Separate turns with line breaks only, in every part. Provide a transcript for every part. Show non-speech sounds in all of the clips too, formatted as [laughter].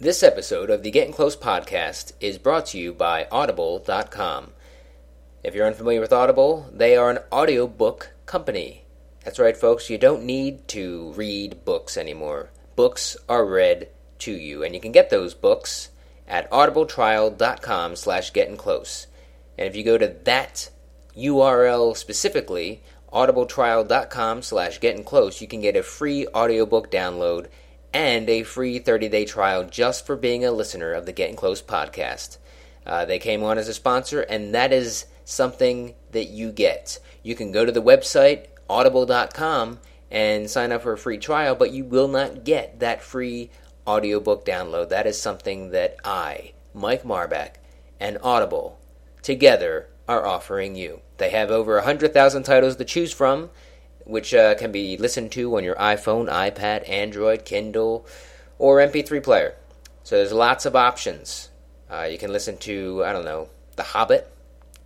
This episode of the Getting Close podcast is brought to you by Audible.com. If you're unfamiliar with Audible, they are an audiobook company. That's right, folks, you don't need to read books anymore. Books are read to you, and you can get those books at audibletrial.com slash getting close. And if you go to that URL specifically, audibletrial.com slash getting close, you can get a free audiobook download and a free 30 day trial just for being a listener of the Getting Close podcast. Uh, they came on as a sponsor, and that is something that you get. You can go to the website, audible.com, and sign up for a free trial, but you will not get that free audiobook download. That is something that I, Mike Marbach, and Audible together are offering you. They have over 100,000 titles to choose from which uh, can be listened to on your iPhone, iPad, Android, Kindle, or MP3 player. So there's lots of options. Uh, you can listen to, I don't know, The Hobbit.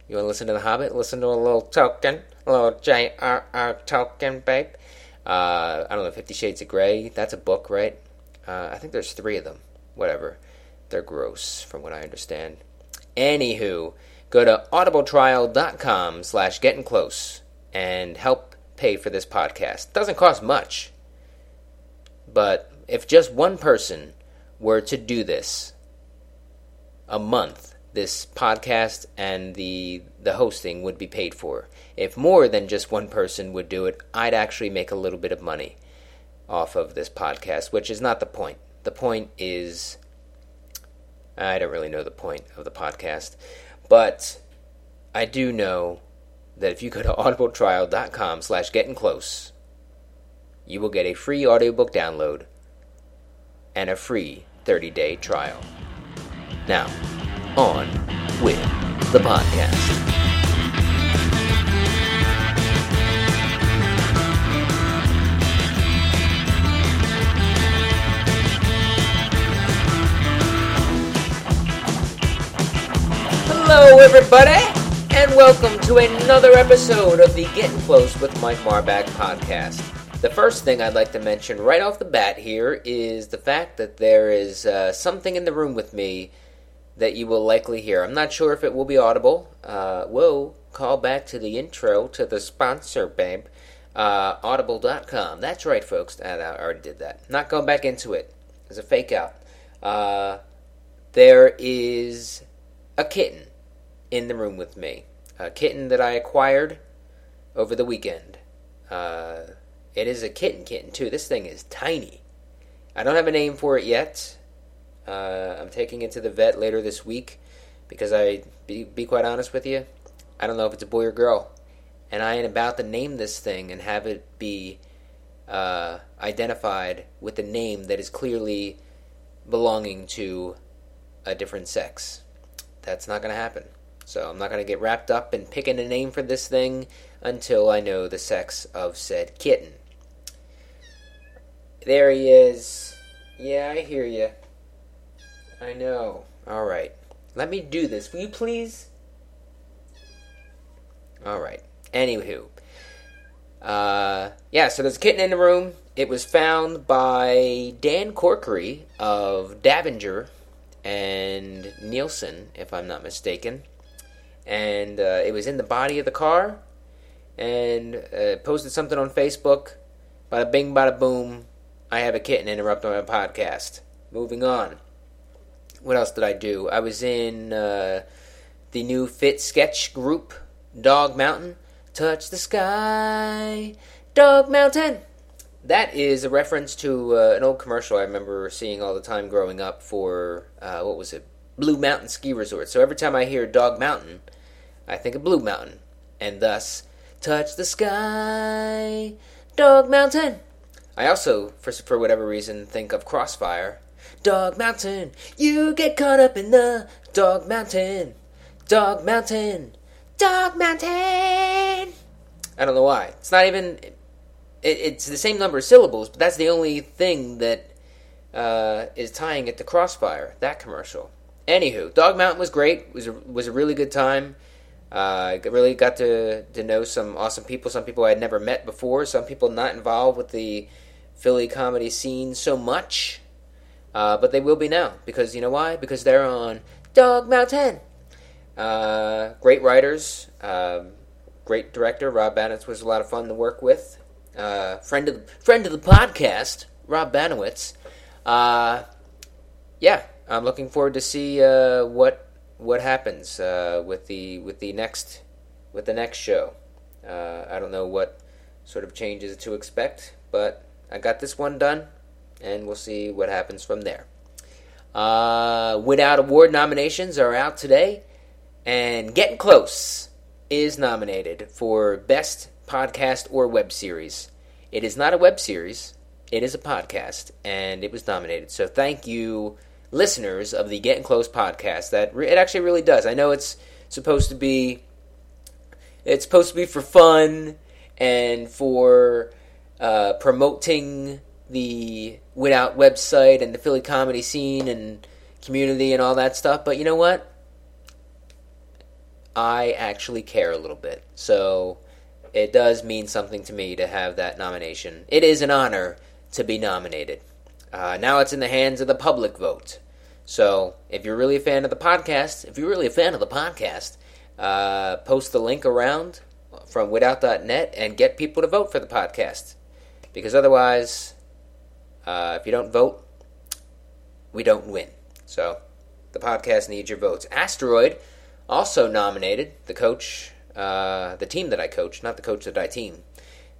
You want to listen to The Hobbit? Listen to a little Tolkien, a little J.R.R. Tolkien, babe. Uh, I don't know, Fifty Shades of Grey. That's a book, right? Uh, I think there's three of them. Whatever. They're gross, from what I understand. Anywho, go to audibletrial.com slash getting close and help pay for this podcast. Doesn't cost much. But if just one person were to do this a month, this podcast and the the hosting would be paid for. If more than just one person would do it, I'd actually make a little bit of money off of this podcast, which is not the point. The point is I don't really know the point of the podcast, but I do know that if you go to [laughs] audibletrial.com slash getting close you will get a free audiobook download and a free 30-day trial now on with the podcast hello everybody and welcome to another episode of the Getting Close with Mike Marbach podcast. The first thing I'd like to mention right off the bat here is the fact that there is uh, something in the room with me that you will likely hear. I'm not sure if it will be audible. Uh, whoa, call back to the intro to the sponsor, babe. Uh, audible.com. That's right, folks. And I already did that. Not going back into it. It's a fake out. Uh, there is a kitten in the room with me. A kitten that I acquired over the weekend. Uh, it is a kitten kitten, too. This thing is tiny. I don't have a name for it yet. Uh, I'm taking it to the vet later this week because I, be, be quite honest with you, I don't know if it's a boy or girl. And I am about to name this thing and have it be uh, identified with a name that is clearly belonging to a different sex. That's not going to happen. So I'm not going to get wrapped up in picking a name for this thing until I know the sex of said kitten. There he is. Yeah, I hear you. I know. All right. Let me do this. Will you please? All right. Anywho. Uh, yeah, so there's a kitten in the room. It was found by Dan Corkery of Davinger and Nielsen, if I'm not mistaken and uh, it was in the body of the car and uh, posted something on facebook bada bing bada boom i have a kitten interrupt my podcast moving on what else did i do i was in uh, the new fit sketch group dog mountain touch the sky dog mountain that is a reference to uh, an old commercial i remember seeing all the time growing up for uh, what was it blue mountain ski resort so every time i hear dog mountain I think of Blue Mountain, and thus touch the sky, Dog Mountain. I also, for for whatever reason, think of Crossfire, Dog Mountain. You get caught up in the Dog Mountain, Dog Mountain, Dog Mountain. I don't know why. It's not even. It, it's the same number of syllables, but that's the only thing that uh, is tying it to Crossfire. That commercial. Anywho, Dog Mountain was great. It was a, was a really good time. I uh, really got to, to know some awesome people, some people I had never met before, some people not involved with the Philly comedy scene so much. Uh, but they will be now because you know why? Because they're on Dog Mountain. Uh, great writers, um, great director. Rob Banowitz was a lot of fun to work with. Uh, friend of the, friend of the podcast, Rob Banowitz. Uh, yeah, I'm looking forward to see uh, what what happens uh, with the with the next with the next show. Uh, I don't know what sort of changes to expect, but I got this one done, and we'll see what happens from there. Uh, Without award nominations are out today, and Getting Close is nominated for best podcast or web series. It is not a web series; it is a podcast, and it was nominated. So thank you, listeners of the Getting Close podcast. That re- it actually really does. I know it's supposed to be it's supposed to be for fun and for uh, promoting the Without website and the Philly comedy scene and community and all that stuff. But you know what? I actually care a little bit. So it does mean something to me to have that nomination. It is an honor to be nominated. Uh, now it's in the hands of the public vote. So if you're really a fan of the podcast, if you're really a fan of the podcast, uh, post the link around from without.net and get people to vote for the podcast. Because otherwise, uh, if you don't vote, we don't win. So the podcast needs your votes. Asteroid also nominated the coach, uh, the team that I coach, not the coach that I team,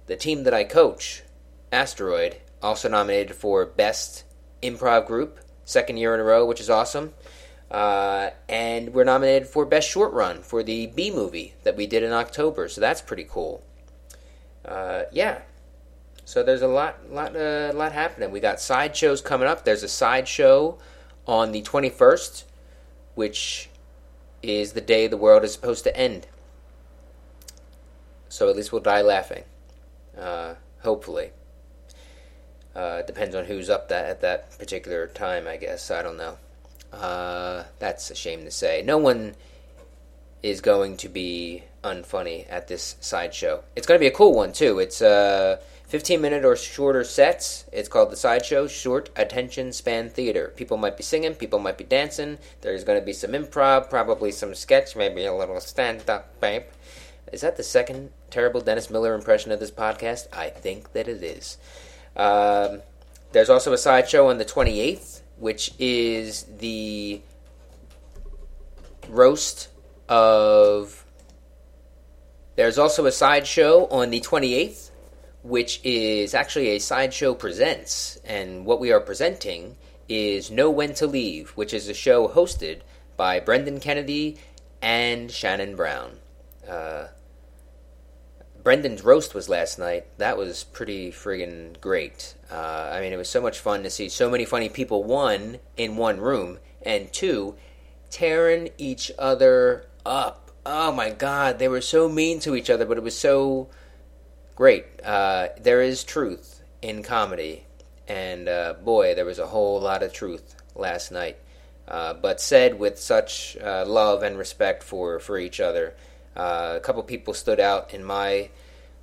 the team that I coach, Asteroid, also nominated for Best Improv Group, second year in a row, which is awesome. Uh, and we're nominated for Best Short Run for the B movie that we did in October, so that's pretty cool. Uh, yeah, so there's a lot, lot, uh, lot happening. We got sideshows coming up. There's a sideshow on the 21st, which is the day the world is supposed to end. So at least we'll die laughing. Uh, hopefully. Uh, it depends on who's up that at that particular time, I guess. I don't know. Uh, that's a shame to say. No one is going to be unfunny at this sideshow. It's going to be a cool one too. It's uh, 15 minute or shorter sets. It's called the sideshow short attention span theater. People might be singing, people might be dancing. There's going to be some improv, probably some sketch, maybe a little stand up, babe. Is that the second terrible Dennis Miller impression of this podcast? I think that it is. Um, there's also a sideshow on the 28th, which is the roast of. There's also a sideshow on the 28th, which is actually a sideshow presents, and what we are presenting is Know When to Leave, which is a show hosted by Brendan Kennedy and Shannon Brown. Uh, Brendan's roast was last night. That was pretty friggin' great. Uh, I mean, it was so much fun to see so many funny people, one, in one room, and two, tearing each other up. Oh my god, they were so mean to each other, but it was so great. Uh, there is truth in comedy, and uh, boy, there was a whole lot of truth last night. Uh, but said with such uh, love and respect for for each other. Uh, a couple people stood out in my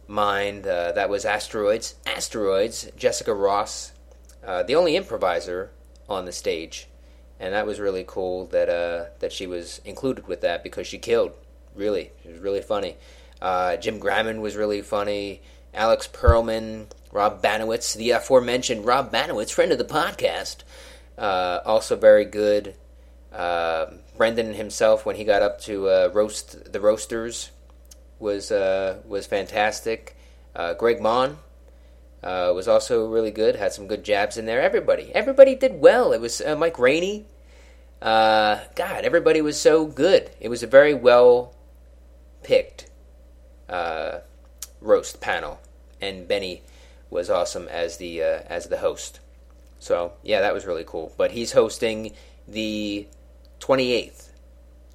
mind. Uh, that was asteroids. Asteroids. Jessica Ross, uh, the only improviser on the stage, and that was really cool that uh, that she was included with that because she killed. Really, she was really funny. Uh, Jim Gramman was really funny. Alex Perlman, Rob Banowitz, the aforementioned Rob Banowitz, friend of the podcast, uh, also very good. Um Brendan himself, when he got up to uh, roast the roasters, was uh, was fantastic. Uh, Greg Mon, uh, was also really good. Had some good jabs in there. Everybody, everybody did well. It was uh, Mike Rainey. Uh, God, everybody was so good. It was a very well picked uh, roast panel, and Benny was awesome as the uh, as the host. So yeah, that was really cool. But he's hosting the twenty eighth.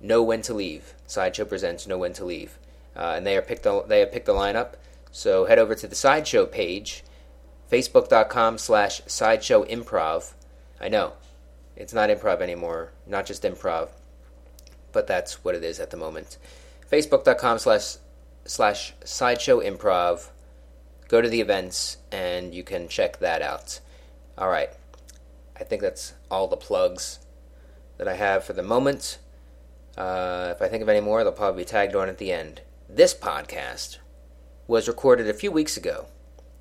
Know when to leave. Sideshow presents Know When to Leave, uh, and they are picked. The, they have picked the lineup. So head over to the sideshow page, facebook.com slash sideshow improv. I know it's not improv anymore, not just improv, but that's what it is at the moment. Facebook.com slash slash sideshow improv. Go to the events and you can check that out. All right. I think that's all the plugs that I have for the moment. Uh, if I think of any more, they'll probably be tagged on at the end. This podcast was recorded a few weeks ago.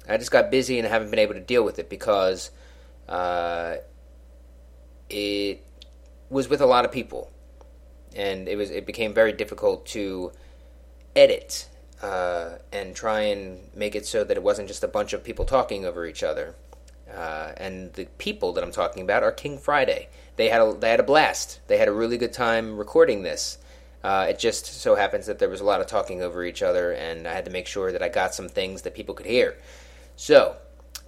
I just got busy and haven't been able to deal with it because uh, it was with a lot of people, and it was it became very difficult to edit uh, and try and make it so that it wasn't just a bunch of people talking over each other. Uh, and the people that I'm talking about are King Friday. They had a, they had a blast. They had a really good time recording this. Uh, it just so happens that there was a lot of talking over each other, and I had to make sure that I got some things that people could hear. So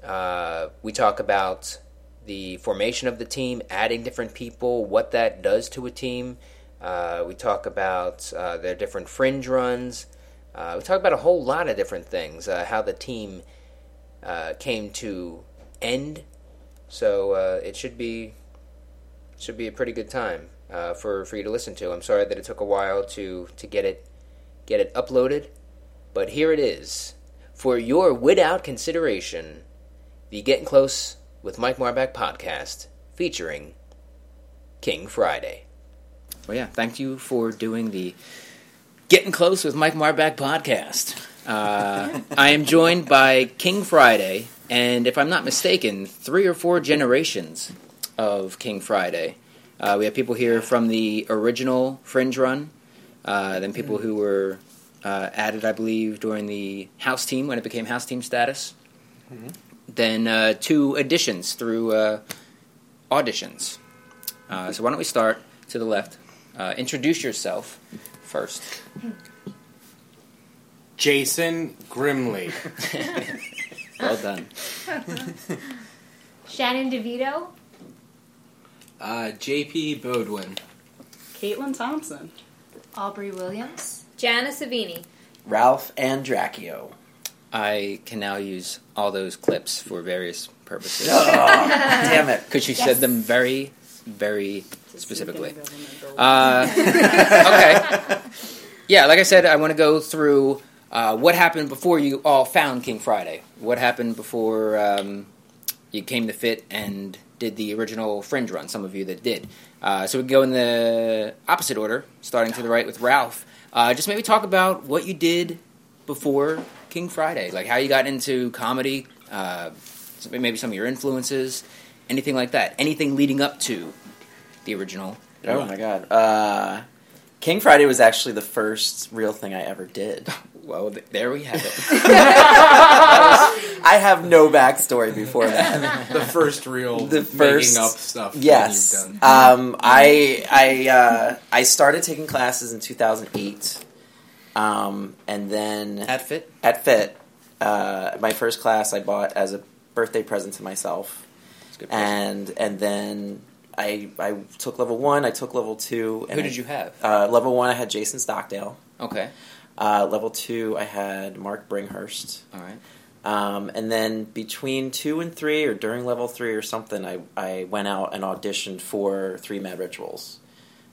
uh, we talk about the formation of the team, adding different people, what that does to a team. Uh, we talk about uh, their different fringe runs. Uh, we talk about a whole lot of different things, uh, how the team uh, came to end. So uh, it should be should be a pretty good time uh, for for you to listen to. I'm sorry that it took a while to to get it get it uploaded, but here it is for your without consideration. The Getting Close with Mike Marback podcast featuring King Friday. Well, yeah, thank you for doing the Getting Close with Mike Marback podcast. [laughs] Uh, I am joined by King Friday, and if I'm not mistaken, three or four generations of King Friday. Uh, we have people here from the original Fringe Run, uh, then people who were uh, added, I believe, during the house team when it became house team status. Then uh, two additions through uh, auditions. Uh, so why don't we start to the left? Uh, introduce yourself first.
Jason Grimley.
Well done.
Shannon DeVito.
Uh, JP Bodwin.
Caitlin Thompson.
Aubrey Williams.
Jana Savini.
Ralph Andracchio.
I can now use all those clips for various purposes
Damn it.
because you said them very, very specifically.
Uh,
Uh, okay. Yeah, like I said, I want to go through uh, what happened before you all found King Friday. What happened before um, you came to fit and did the original Fringe run? Some of you that did. Uh, so we can go in the opposite order, starting to the right with Ralph. Uh, just maybe talk about what you did before King Friday, like how you got into comedy, uh, some- maybe some of your influences, anything like that, anything leading up to the original.
Oh my god. Uh, King Friday was actually the first real thing I ever did.
Well, th- there we have it.
I have no backstory
[laughs]
before that.
The first real
The first-
making up stuff that
yes.
you've done.
Um, I I uh, I started taking classes in 2008, um, and then
At fit.
at Fit, uh, my first class I bought as a birthday present to myself.
That's a good question.
and and then I I took level one. I took level two. And
Who
I-
did you have?
Uh, level one, I had Jason Stockdale.
Okay.
Uh, level two, I had Mark Bringhurst.
All right.
Um, and then between two and three, or during level three or something, I, I went out and auditioned for Three Mad Rituals.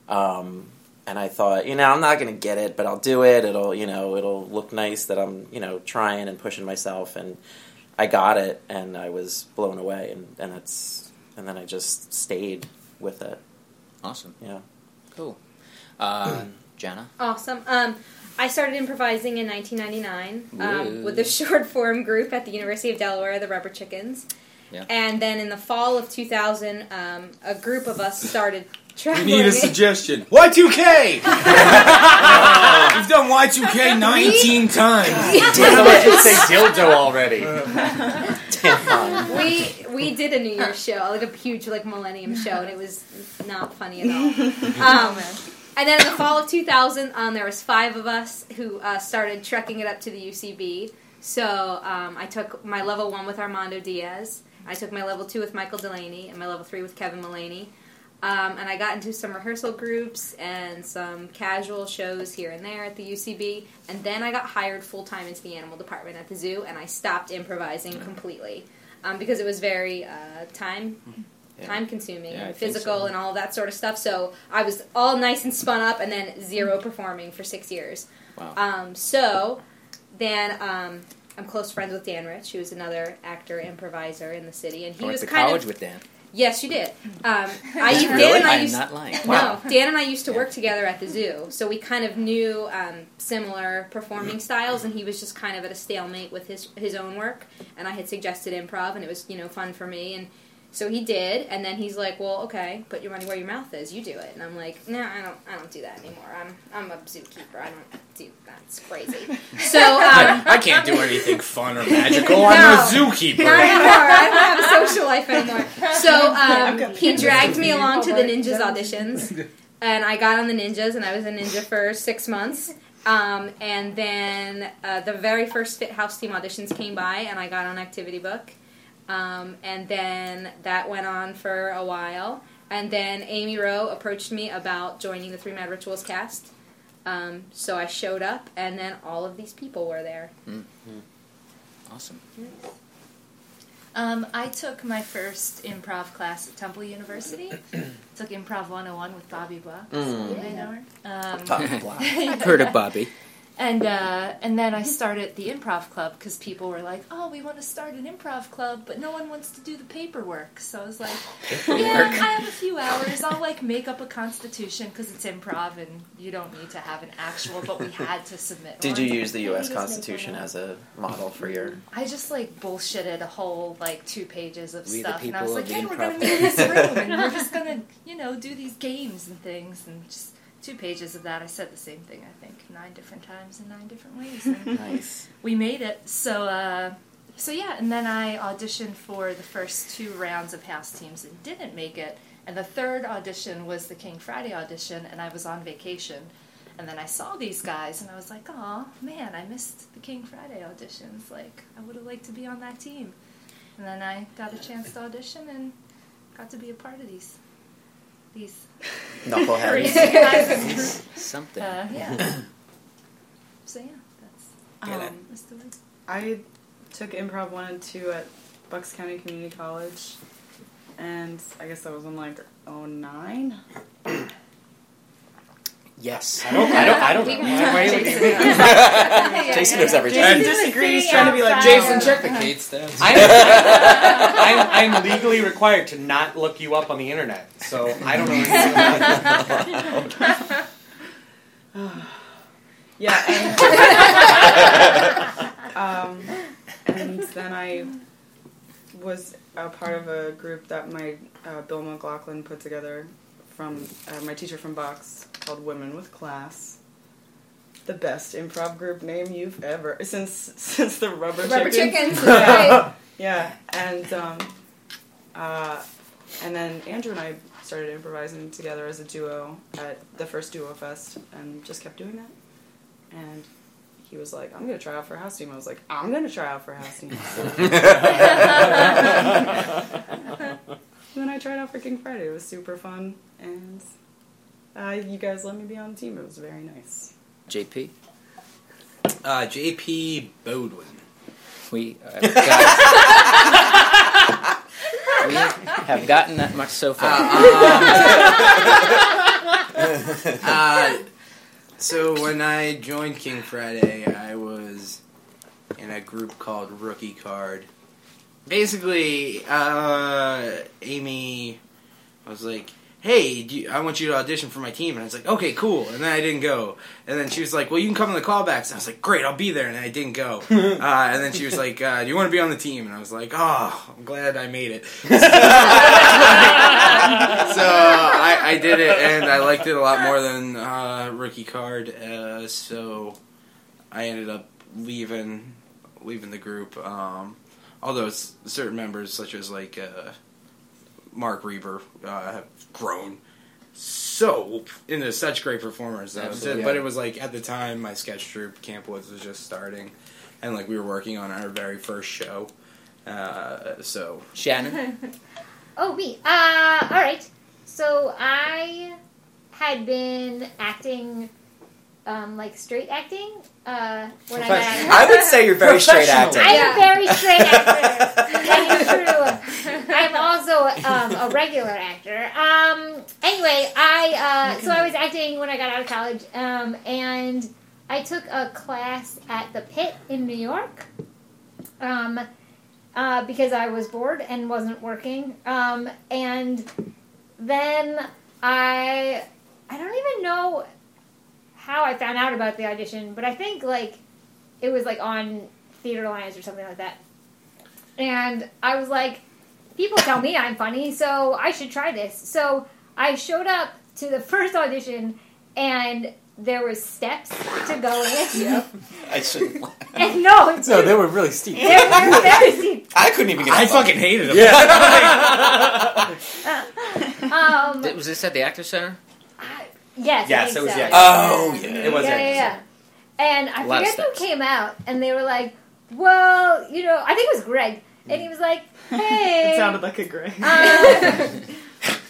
Um, and I thought, you know, I'm not going to get it, but I'll do it. It'll, you know, it'll look nice that I'm, you know, trying and pushing myself. And I got it, and I was blown away. And, and that's, and then I just stayed with it.
Awesome.
Yeah.
Cool. Uh, [clears throat] Jana.
Awesome. Um, I started improvising in 1999
Ooh.
um, with a [laughs] short form group at the University of Delaware, the Rubber Chickens.
Yeah.
And then in the fall of 2000, um, a group of us started
You
traveling.
need a suggestion. Y2K! You've done Y2K 19 times.
dildo already.
[laughs]
Damn.
we we did a New Year's show, like a huge like Millennium show, and it was not funny at all. Um, and then in the fall of 2000, um, there was five of us who uh, started trekking it up to the UCB. So um, I took my level one with Armando Diaz. I took my level two with Michael Delaney, and my level three with Kevin Mullaney. Um, and I got into some rehearsal groups and some casual shows here and there at the UCB. And then I got hired full time into the animal department at the zoo, and I stopped improvising completely um, because it was very uh, time
Yeah.
time consuming
Yeah, I
and
think
physical
so.
and all that sort of stuff. So I was all nice and spun up, and then zero performing for six years.
Wow.
Um, so then um, I'm close friends with Dan Rich, who is another actor improviser in the city, and he
I went
was
to
kind
college
of
with Dan.
Yes, you did. Um, I, Dan
[laughs] Really?
and I
I am
used
not lying.
[laughs]
Wow.
no, Dan and I used to work together at the zoo, so we kind of knew um, similar performing styles, and he was just kind of at a stalemate with his his own work. And I had suggested improv, and it was you know fun for me, and so he did. And then he's like, "Well, okay, put your money where your mouth is. You do it." And I'm like, "No, I don't. I don't do that anymore. I'm I'm a zookeeper. I don't do that's crazy." So um,
I can't do anything fun or magical. I'm a
No.
zookeeper.
not anymore. I don't have a social life anymore. So um, he dragged me along to the ninjas auditions, and I got on the ninjas, and I was a ninja for six months. Um, and then uh, the very first Fit House Team auditions came by, and I got on Activity Book. Um, and then that went on for a while. And then Amy Rowe approached me about joining the Three Mad Rituals cast. Um, so I showed up, and then all of these people were there.
Awesome.
Um, I took my first improv class at Temple University. took Improv 101 with Bobby Block.
Mm.
You may know her.
[laughs]
Um,
Top block.
Heard of Bobby.
[laughs] And uh, and then I started the improv club because people were like, "Oh, we want to start an improv club, but no one wants to do the paperwork." So I was like, "Yeah, I have a few hours. I'll like make up a constitution because it's improv and you don't need to have an actual." But we had to submit.
Did
one.
you use the U.S. Constitution as a model for your?
I just like bullshitted a whole like two pages of
We the
stuff, and I
people
was like,
of the
"Hey, we're
improv
gonna make this
[laughs]
room, and we're just gonna you know do these games and things." And just two pages of that, I said the same thing I think nine different times in nine different ways.
[laughs]
And
Nice.
we made it. So, uh, so yeah, and then I auditioned for the first two rounds of house teams and didn't make it. And the third audition was the King Friday audition, and I was on vacation. And then I saw these guys, and I was like, "Oh man, I missed the King Friday auditions. Like, I would have liked to be on that team." And then I got a chance to audition and got to be a part of these these
[laughs]
crazy
Knuckleheads.
guys.
Something.
Uh, yeah. So yeah, that's
Get it.
that's the way.
Um,
[laughs]
I took improv one and two at Bucks County Community College, and I guess that was in like oh nine.
Yes.
I don't. I don't. I don't know. Why- why-
Jason knows everything.
Jason
disagrees, trying to be like
Jason, check the Kate stats. [laughs]
I'm, I'm, I'm legally required to not look you up on the internet, so I don't know. Anything about it. yeah. And, um, and then I was a part of a group that my uh, Bill McLaughlin put together from uh, my teacher from Box called Women with Class. The best improv group name you've ever since [laughs] since the rubber,
Rubber
chicken.
[laughs] chickens,
Yeah. yeah, and um, uh, and then Andrew and I started improvising together as a duo at the first duo fest, and just kept doing that. And he was like, "I'm gonna try out for house team." I was like, "I'm gonna try out for house team." And then I tried out for King Friday. It was super fun, and uh, you guys let me be on the team. It was very nice.
JP.
Uh, J.P. Bodwin.
We uh, guys, [laughs] we have gotten that much so far.
Uh, so when I joined King Friday, I was in a group called Rookie Card. Basically, uh, Amy was like, "Hey, do you, I want you to audition for my team," and I was like, "Okay, cool." And then I didn't go. And then she was like, "Well, you can come in the callbacks." And I was like, "Great, I'll be there." And I didn't go. uh, and then she was like, uh, "Do you want to be on the team?" And I was like, "Oh, I'm glad I made it." so I, I did it, and I liked it a lot more than uh, rookie card. Uh, so I ended up leaving, leaving the group. Um, although s- certain members, such as like uh, Mark Reber, uh, have grown so into such great performers. Though.
Absolutely.
But it was like at the time, my sketch troupe Camp Woods was just starting, and like we were working on our very first show. Uh, so
Shannon.
Oh, me. Uh, all right. So [laughs] I had been acting, um, like straight acting. Uh, when I got
I would say you're very straight acting.
I
Yeah.
am very
[laughs]
straight actor. that is true. I'm also um, a regular actor. Um, anyway, I uh, so I was acting when I got out of college, um, and I took a class at the Pit in New York. Um, uh, because I was bored and wasn't working. Um, and then I, I don't even know how I found out about the audition, but I think like it was like on Theater Alliance or something like that. And I was like, people tell me I'm funny, so I should try this. So I showed up to the [laughs] first audition, and there were steps to go in.
I shouldn't. laugh.
And no,
[laughs] No,
dude,
they were really steep.
they were very steep.
[laughs] I couldn't even get.
I
a
fucking hated them.
Um,
Th- Was this at the Actor Center?
I- yes, I
Yes,
think
it was-
so.
yeah.
Oh yeah.
It was
yeah, yeah,
Anderson.
yeah. And I
A lot of
forget who
steps.
came out, and they were like, "Well, you know, I think it was Greg," and he was like, "Hey,
It sounded like a gray.
[laughs]
uh,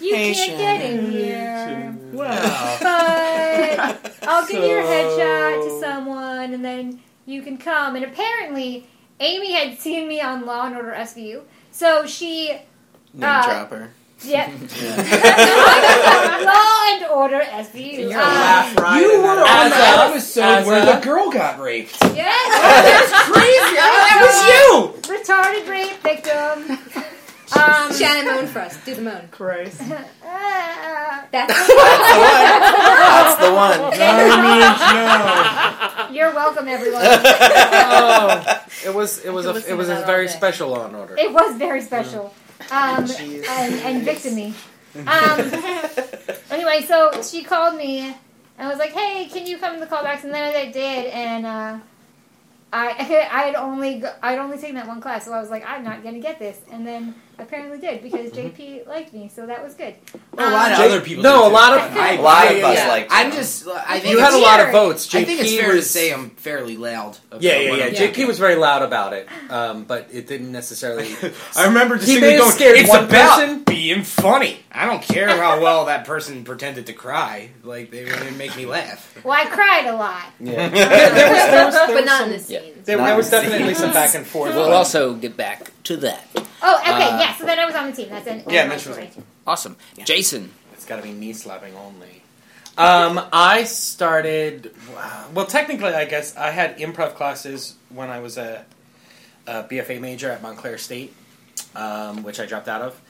you
Hey,
can't get in here,
Wow. [laughs]
but I'll give your headshot to
So-
someone, and then you can come." And apparently, Amy had seen me on Law and Order SVU, so she,
Name
Uh,
dropper.
yeah,
Yeah.
Law and Order SVU.
You're
Um,
laugh right
You
in
were
that
on
ass.
that episode
As
where
a-
the girl got raped.
Yes. That's crazy.
That was you.
Retarded rape victim. Um,
Shannon, moan for us. Do the
[laughs]
moan.
Christ.
uh,
That's
That's the one.
you're welcome, everyone.
Oh, it was it was
could
a
listen
it was
to
a
that all
very
day.
special Law and Order.
It was very special. Um, and,
Jeez.
and victim-y. Um, [laughs] anyway, so she called me and was like, hey, can you come to the callbacks? And then I did, and uh, I [laughs] I had only go- I'd only taken that one class, so I was like, I'm not gonna get this. And then apparently did because JP liked me, so that was good. Um,
Well, a lot of
Jake-
[laughs] other people.
no,
did
a
too.
lot of-
A lot of us
yeah.
like.
I'm just. I think
You
you
had
had a
it's a lot
lot
of
of
weird.
votes. JP
I think it's fair to
was,
say
I'm fairly loud.
Yeah, yeah, yeah.
JP
JP was very loud about it, um, but it didn't necessarily.
[laughs]
I remember
He
distinctly
may have
going,
scared
it's
one
about
person."
being funny. I don't care
[laughs]
how well that person pretended to cry. Like, they didn't make me laugh.
Well, I cried a lot.
there, there was, there was,
[laughs]
there
but
was
not
some-
in this
yeah.
scene.
There,
Not
there was
in the
definitely some back and forth.
We'll also get back to that.
Oh, okay,
Uh,
yeah. So then I was on the team. That's an
Yeah,
my
Mitch was-
story.
Awesome. Jason.
It's got to be knee slapping only. Um, I started. Well, technically, I guess I had improv classes when I was a, a BFA major at Montclair State, um, which I dropped out
[coughs]
of,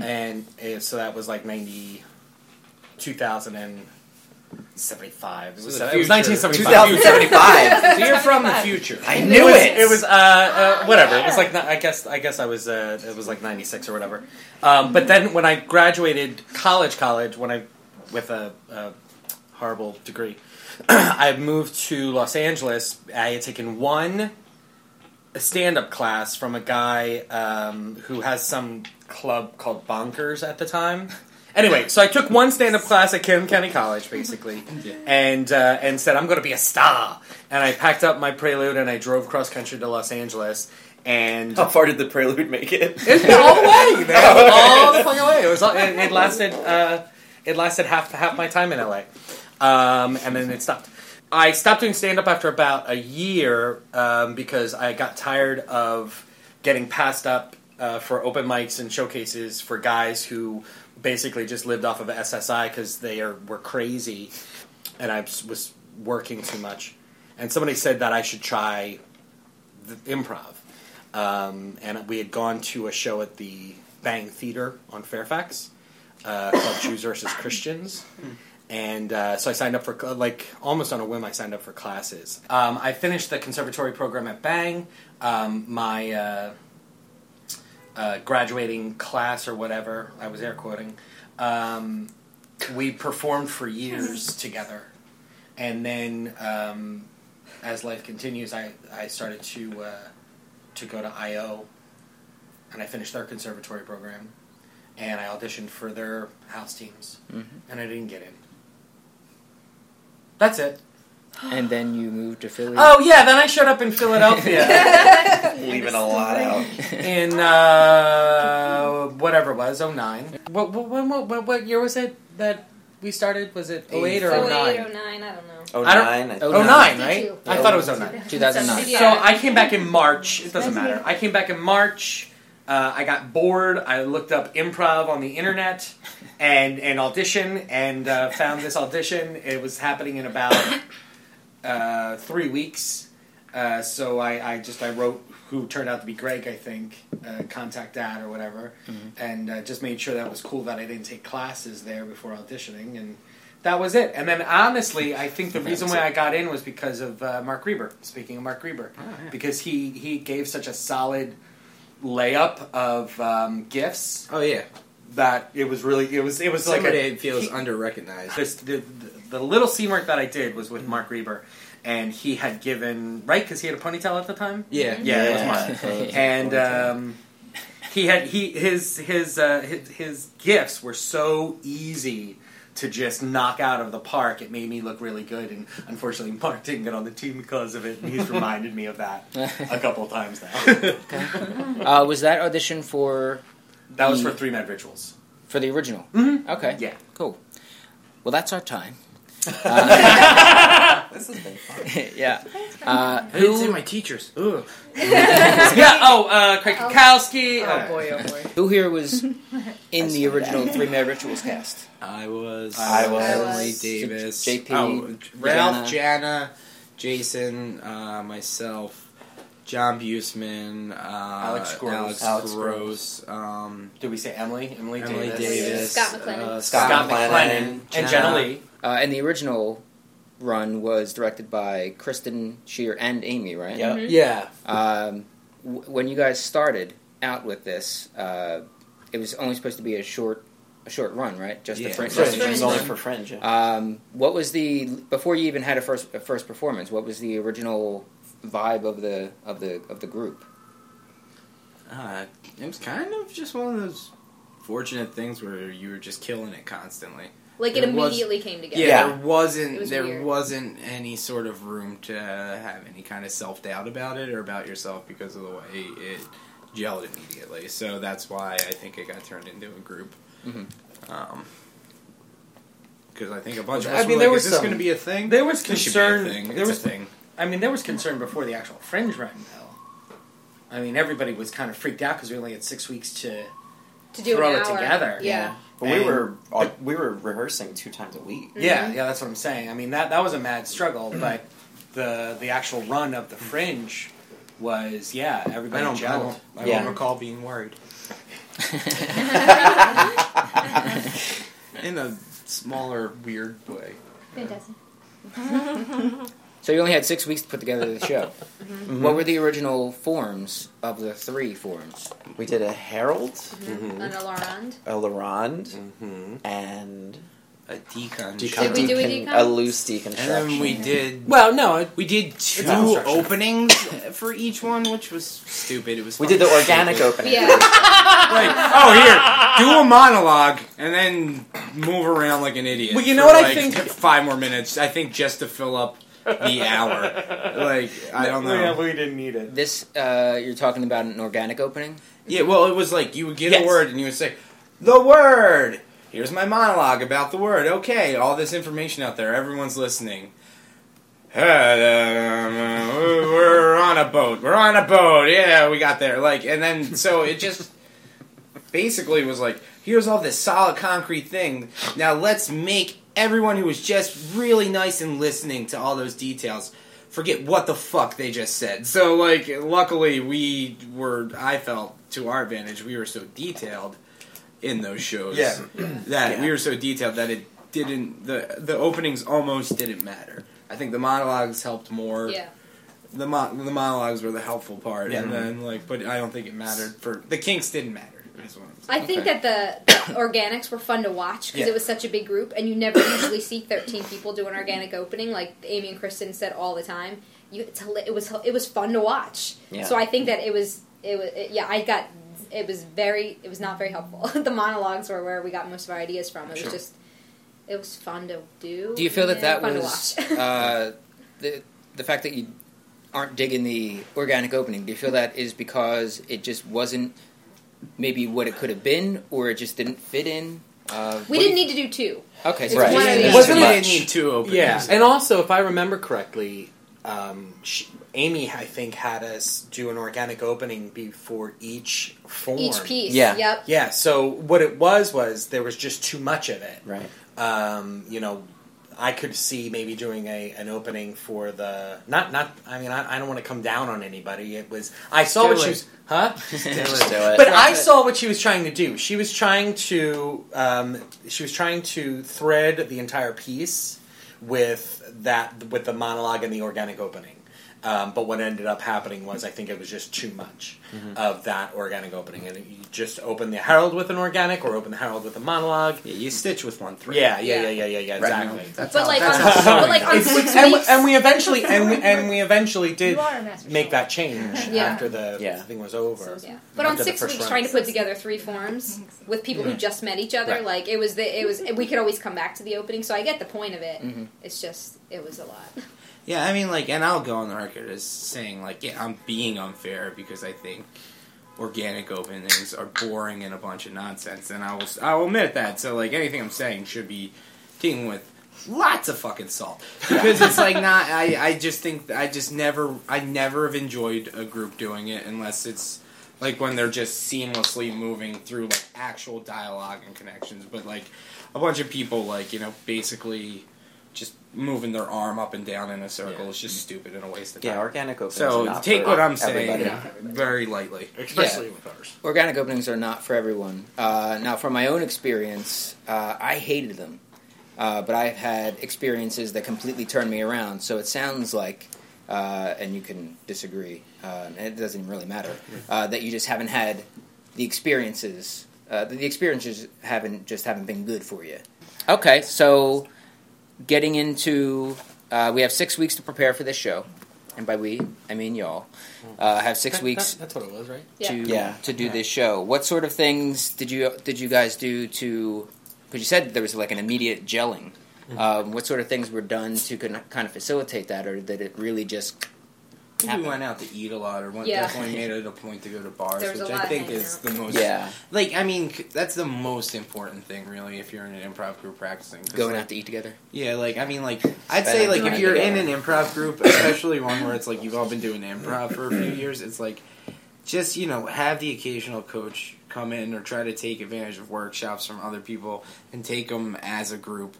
and uh, so that was like ninety, two thousand and seventy-five. It was,
the
it was
future.
nineteen seventy-five.
2075.
So you're from the future.
I knew
was-
it.
It was uh, uh whatever. It was like I guess I guess I was uh, it was like ninety six or whatever. Um, but then when I graduated college, college when I with a, a horrible degree, [clears throat] I moved to Los Angeles. I had taken one stand up class from a guy um, who has some club called Bonkers at the time. Anyway, so I took one stand up class at Kim County College, basically, and uh, and said I'm going to be a star. And I packed up my Prelude and I drove cross country to Los Angeles. And
Oh,
How far did the prelude make it?
[laughs] it's been all the way, man. [laughs] all the fucking way. It was. all- It, it lasted. Uh, it lasted half half my time in LA, um, and then it stopped. I stopped doing stand up after about a year um, because I got tired of getting passed up uh, for open mics and showcases for guys who basically just lived off of SSI because they are were crazy, and I s- was working too much. And somebody said that I should try the improv um, and we had gone to a show at the Bang Theater on Fairfax uh, called Jews versus Christians. And uh, so I signed up for, cl- like, almost on a whim, I signed up for classes. Um, I finished the conservatory program at Bang. Um, my uh, uh, graduating class or whatever, I was air quoting, um, we performed for years together. And then um, as life continues, I, I started to. Uh, to go to IO, and I finished their conservatory program, and I auditioned for their house teams,
Mm-hmm.
and I didn't get in. That's it.
And then you moved to Philly.
Oh yeah, then I showed up in [laughs] Philadelphia
[laughs]
[laughs]
Leaving a lot out.
in uh, whatever it was, 09. What, what, when- what, what, what year was it that we started? Was it 08 or 09?
08, 09, I don't know.
Oh
I don't-
nine. I think.
09,
Did
right?
you?
I thought it was 09.
2009.
Yeah.
So I came back in March. It doesn't matter. I came back in March. Uh, I got bored. I looked up improv on the internet and and audition and uh, found this audition. It was happening in about uh, three weeks.
Uh, so I, I just I wrote who turned out to be Greg, I think, uh, contact dad or whatever, and uh, just made sure that was cool that I didn't take classes there before auditioning, and
That was it. And then honestly, I think the
That
reason
was
why
it.
I got in was because of uh, Mark Reber. Speaking of Mark Reber, because he he gave such a solid layup of um, gifts
[laughs]
Oh yeah,
that it was really it was it was like a,
Somebody feels
he-
underrecognized.
this, the, the- the little scene work that I did was with Mark Reber, and he had given right because he had a ponytail at the time.
Yeah,
Mm-hmm.
Yeah, it was Mark
Yeah. [laughs]
and um, he had he his his, uh, his his gifts were so easy to just knock out of the park. It made me look really good, and unfortunately, Mark didn't get on the team because of it. And
[laughs]
he's reminded me of that a couple times now.
Uh, was that audition for
That was for three med rituals.
for the original?
Mhm.
Mm-hmm.
Okay.
Yeah.
Cool. Well, that's our time. [laughs]
This has been fun.
yeah. Uh,
I didn't say
who,
my teachers. [laughs] Ugh.
[laughs] yeah. Oh, uh, Craig Kukowski.
Oh boy, oh boy.
who here
[laughs]
was in the original Three Mad Rituals cast?
I was.
I was.
Emily Davis.
J- JP,
Oh, Ralph, Jana, Jason, uh, myself, John Buseman, uh,
Alex Gross.
Alex,
Alex
Gross, Um,
Did we say Emily? Emily,
Emily Davis,
Davis.
Scott McLennan.
uh,
Scott
Scott
McLennan. And Jenna Lee.
Uh, and the original run was directed by Kristen Shear and Amy, right?
Yep.
Yeah,
Um, w- when you guys started out with this, uh, it was only supposed to be a short, a short run, right? Just
Yeah.
the French.
Fringe. Uh,
just the
It's
Fringe
only
run.
for Fringe. Yeah.
Um, what was the before you even had a first a first performance? What was the original vibe of the of the of the group? [laughs]
uh, it was kind of just one of those fortunate things where you were just killing it constantly.
[laughs] Like it
It was-
immediately came
Yeah,
together.
Yeah.
there wasn't
It was
there
weird.
wasn't any sort of room to have any kind of self doubt about it or about yourself because of the way it gelled immediately. So that's why I think it got turned into a group.
Mhm.
Um, because I think a bunch
Well,
of us
I mean,
were
there
like,
was
is
some-
this going to be a thing?
There was
This should be a
concern.
thing.
There
It's
was
a thing.
I mean, there was concern before the actual Fringe run, though. I mean, everybody was kind of freaked out because we only had six weeks to.
To do
Throw
an
it
hour.
together.
Yeah.
But we
and-
were au- we were rehearsing two times a week.
Yeah, yeah, that's what I'm saying. I mean, that that was a mad struggle, but the the actual run of the Fringe was, yeah,
I
everybody
don't, I
gelled.
don't, I
Yeah.
don't recall being worried. In a smaller, weird way.
fantastic.
So you only had six weeks to put together the show. What were the original forms of the three forms?
We did a Herald,
Mm-hmm.
Mm-hmm.
An alarm.
a Laronde,
Mm-hmm.
and
A decon.
Did we do a
Decon-
decon?
a loose deconstruction.
And then we did.
well, no,
We did two
not structured.
openings uh, for each one, which was stupid. It was.
we did the
fucking
organic
stupid.
opening.
Yeah.
Like, oh here, do a monologue and then move around like an idiot.
Well, you know
for,
what I
like,
think-
Five more minutes, I think, just to fill up the hour. Like I don't know.
we didn't need it.
This uh, you're talking about an organic opening.
Yeah, well, it was like you would get
Yes.
a word and you would say, "The word." Here's my monologue about the word. Okay, all this information out there, everyone's listening. [laughs] We're on a boat. We're on a boat. Yeah, we got there. Like, and then so it just [laughs] basically was like, here's all this solid concrete thing. Now let's make everyone who was just really nice and listening to all those details forget what the fuck they just said. So like luckily we were I felt to our advantage we were so detailed in those shows
Yeah.
[clears throat] that
Yeah.
we were so detailed that it didn't the the openings almost didn't matter. I think the monologues helped more.
Yeah.
The mo- the monologues were the helpful part
Yeah.
and then like but I don't think it mattered for the kinks didn't matter. is what I'm saying.
I think
Okay.
that the, [coughs] the organics were fun to watch because
Yeah.
it was such a big group, and you never usually see 13 people do an organic opening, like Amy and Kristen said all the time. You, it's, hila- it was it was fun to watch.
Yeah.
So I think that it was it was it, yeah I got it was very it was not very helpful. [laughs] the monologues were where we got most of our ideas from. It was
Sure.
just it was fun to do.
Do you feel that
and
that
fun
was
to watch.
[laughs] uh, the the fact that you aren't digging the organic opening? Do you feel that is because it just wasn't maybe what it could have been, or it just didn't fit in? Uh,
[laughs] we
what do
didn't
you-
need to do two.
Okay, so
It's
you
one
just-
or the
it
other.
wasn't
We
much.
didn't need two openings.
Yeah, and also, if I remember correctly, um, sh Amy, I think, had us do an organic opening before each form.
Each piece.
Yeah.
Yep.
[laughs]
Yeah, so what it was was there was just too much of it.
Right.
Um, you know, I could see maybe doing a an opening for the not not. I mean, I, I don't want to come down on anybody. It was I saw
do
what
it.
she was, huh?
Just do it.
But I saw what she was trying to do. She was trying to um, she was trying to thread the entire piece with that with the monologue and the organic opening. Um, but what ended up happening was I think it was just too much
Mm-hmm.
of that organic opening, and you just open the Herald with an organic or open the Herald with a monologue.
Yeah, you stitch with one thread.
Yeah, yeah, yeah, yeah, yeah, yeah,
Right now,
exactly.
that's
But
how-
like
that's
on-
how
[laughs] but
sewing
like on
is.
six
and, we,
weeks.
and we
[laughs]
eventually and we, and we eventually did
You are a master
make
chef.
that change
Yeah.
after the
Yeah.
thing was over.
Yeah. But
After
on
the
six
first
weeks,
round.
trying to put together three forms with people who just met each other,
Right.
like it was the it was we could always come back to the opening. So I get the point of it.
Mm-hmm.
It's just it was a lot.
Yeah, I mean, like, and I'll go on the record as saying, like, yeah, I'm being unfair because I think organic openings are boring and a bunch of nonsense, and I will, I will admit that. So, like, anything I'm saying should be taken with lots of fucking salt because it's like not. I, I just think I just never, I never have enjoyed a group doing it unless it's like when they're just seamlessly moving through like actual dialogue and connections, but like a bunch of people, like you know, basically just moving their arm up and down in a circle is just stupid and a waste of time.
Yeah, organic openings. are
so
not
take
for
what I'm saying
everybody.
very lightly.
Especially
with ours.
Organic openings are not for everyone. Uh, now, from my own experience, uh, I hated them, uh, but I've had experiences that completely turned me around. So it sounds like, uh, and you can disagree, uh, and it doesn't even really matter, uh, that you just haven't had the experiences. Uh, the experiences haven't just haven't been good for you. Okay, so getting into, uh, we have six weeks to prepare for this show, and by we I mean y'all. Uh, have six
That-
weeks
that- that's what it was, right?
Yeah.
to
Yeah.
to do this show. What sort of things did you did you guys do to? Because you said there was like an immediate gelling. Um, what sort of things were done to kin- kind of facilitate that, or did it really just?
I think we went out to eat a lot, or went,
Yeah.
definitely made it a point to go to bars,
There was
which
a
I
lot
think
hanging
is
out.
the most.
Yeah,
Like, I mean, c- that's the most important thing, really, if you're in an improv group practicing. 'Cause,
going
like,
out to eat together.
Yeah, like I mean, like I'd
Spend
say, like
time
if you're in an
together.
improv
[coughs]
group, especially one where it's like you've all been doing improv for a few years, it's like just you know have the occasional coach come in or try to take advantage of workshops from other people and take them as a group,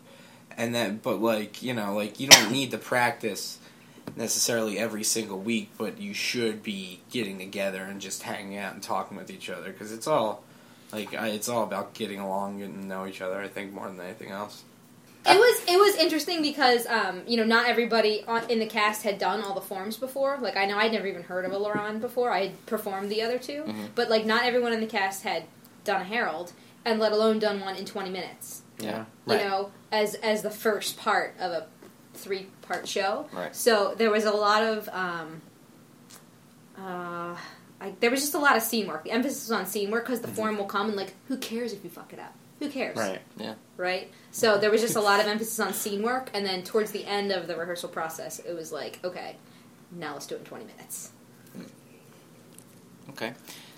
and then but like you know like you don't need to practice necessarily every single week, but you should be getting together and just hanging out and talking with each other because it's all like I, it's all about getting along, getting to know each other. I think more than anything else.
It was it was interesting because um, you know not everybody on, in the cast had done all the forms before. Like I know I'd never even heard of a Laron before. I had performed the other 2
Mm-hmm.
but like not everyone in the cast had done a Herald, and let alone done one in twenty minutes.
Yeah.
you know, as as the first part of a three part show.
Right.
So there was a lot of um, uh, I, there was just a lot of scene work. The emphasis was on scene work because the form will come and like, who cares if you fuck it up? Who cares?
Right.
Yeah.
Right. So there was just a lot of emphasis on scene work, and then towards the end of the rehearsal process, it was like, okay, now let's do it in twenty minutes.
Okay.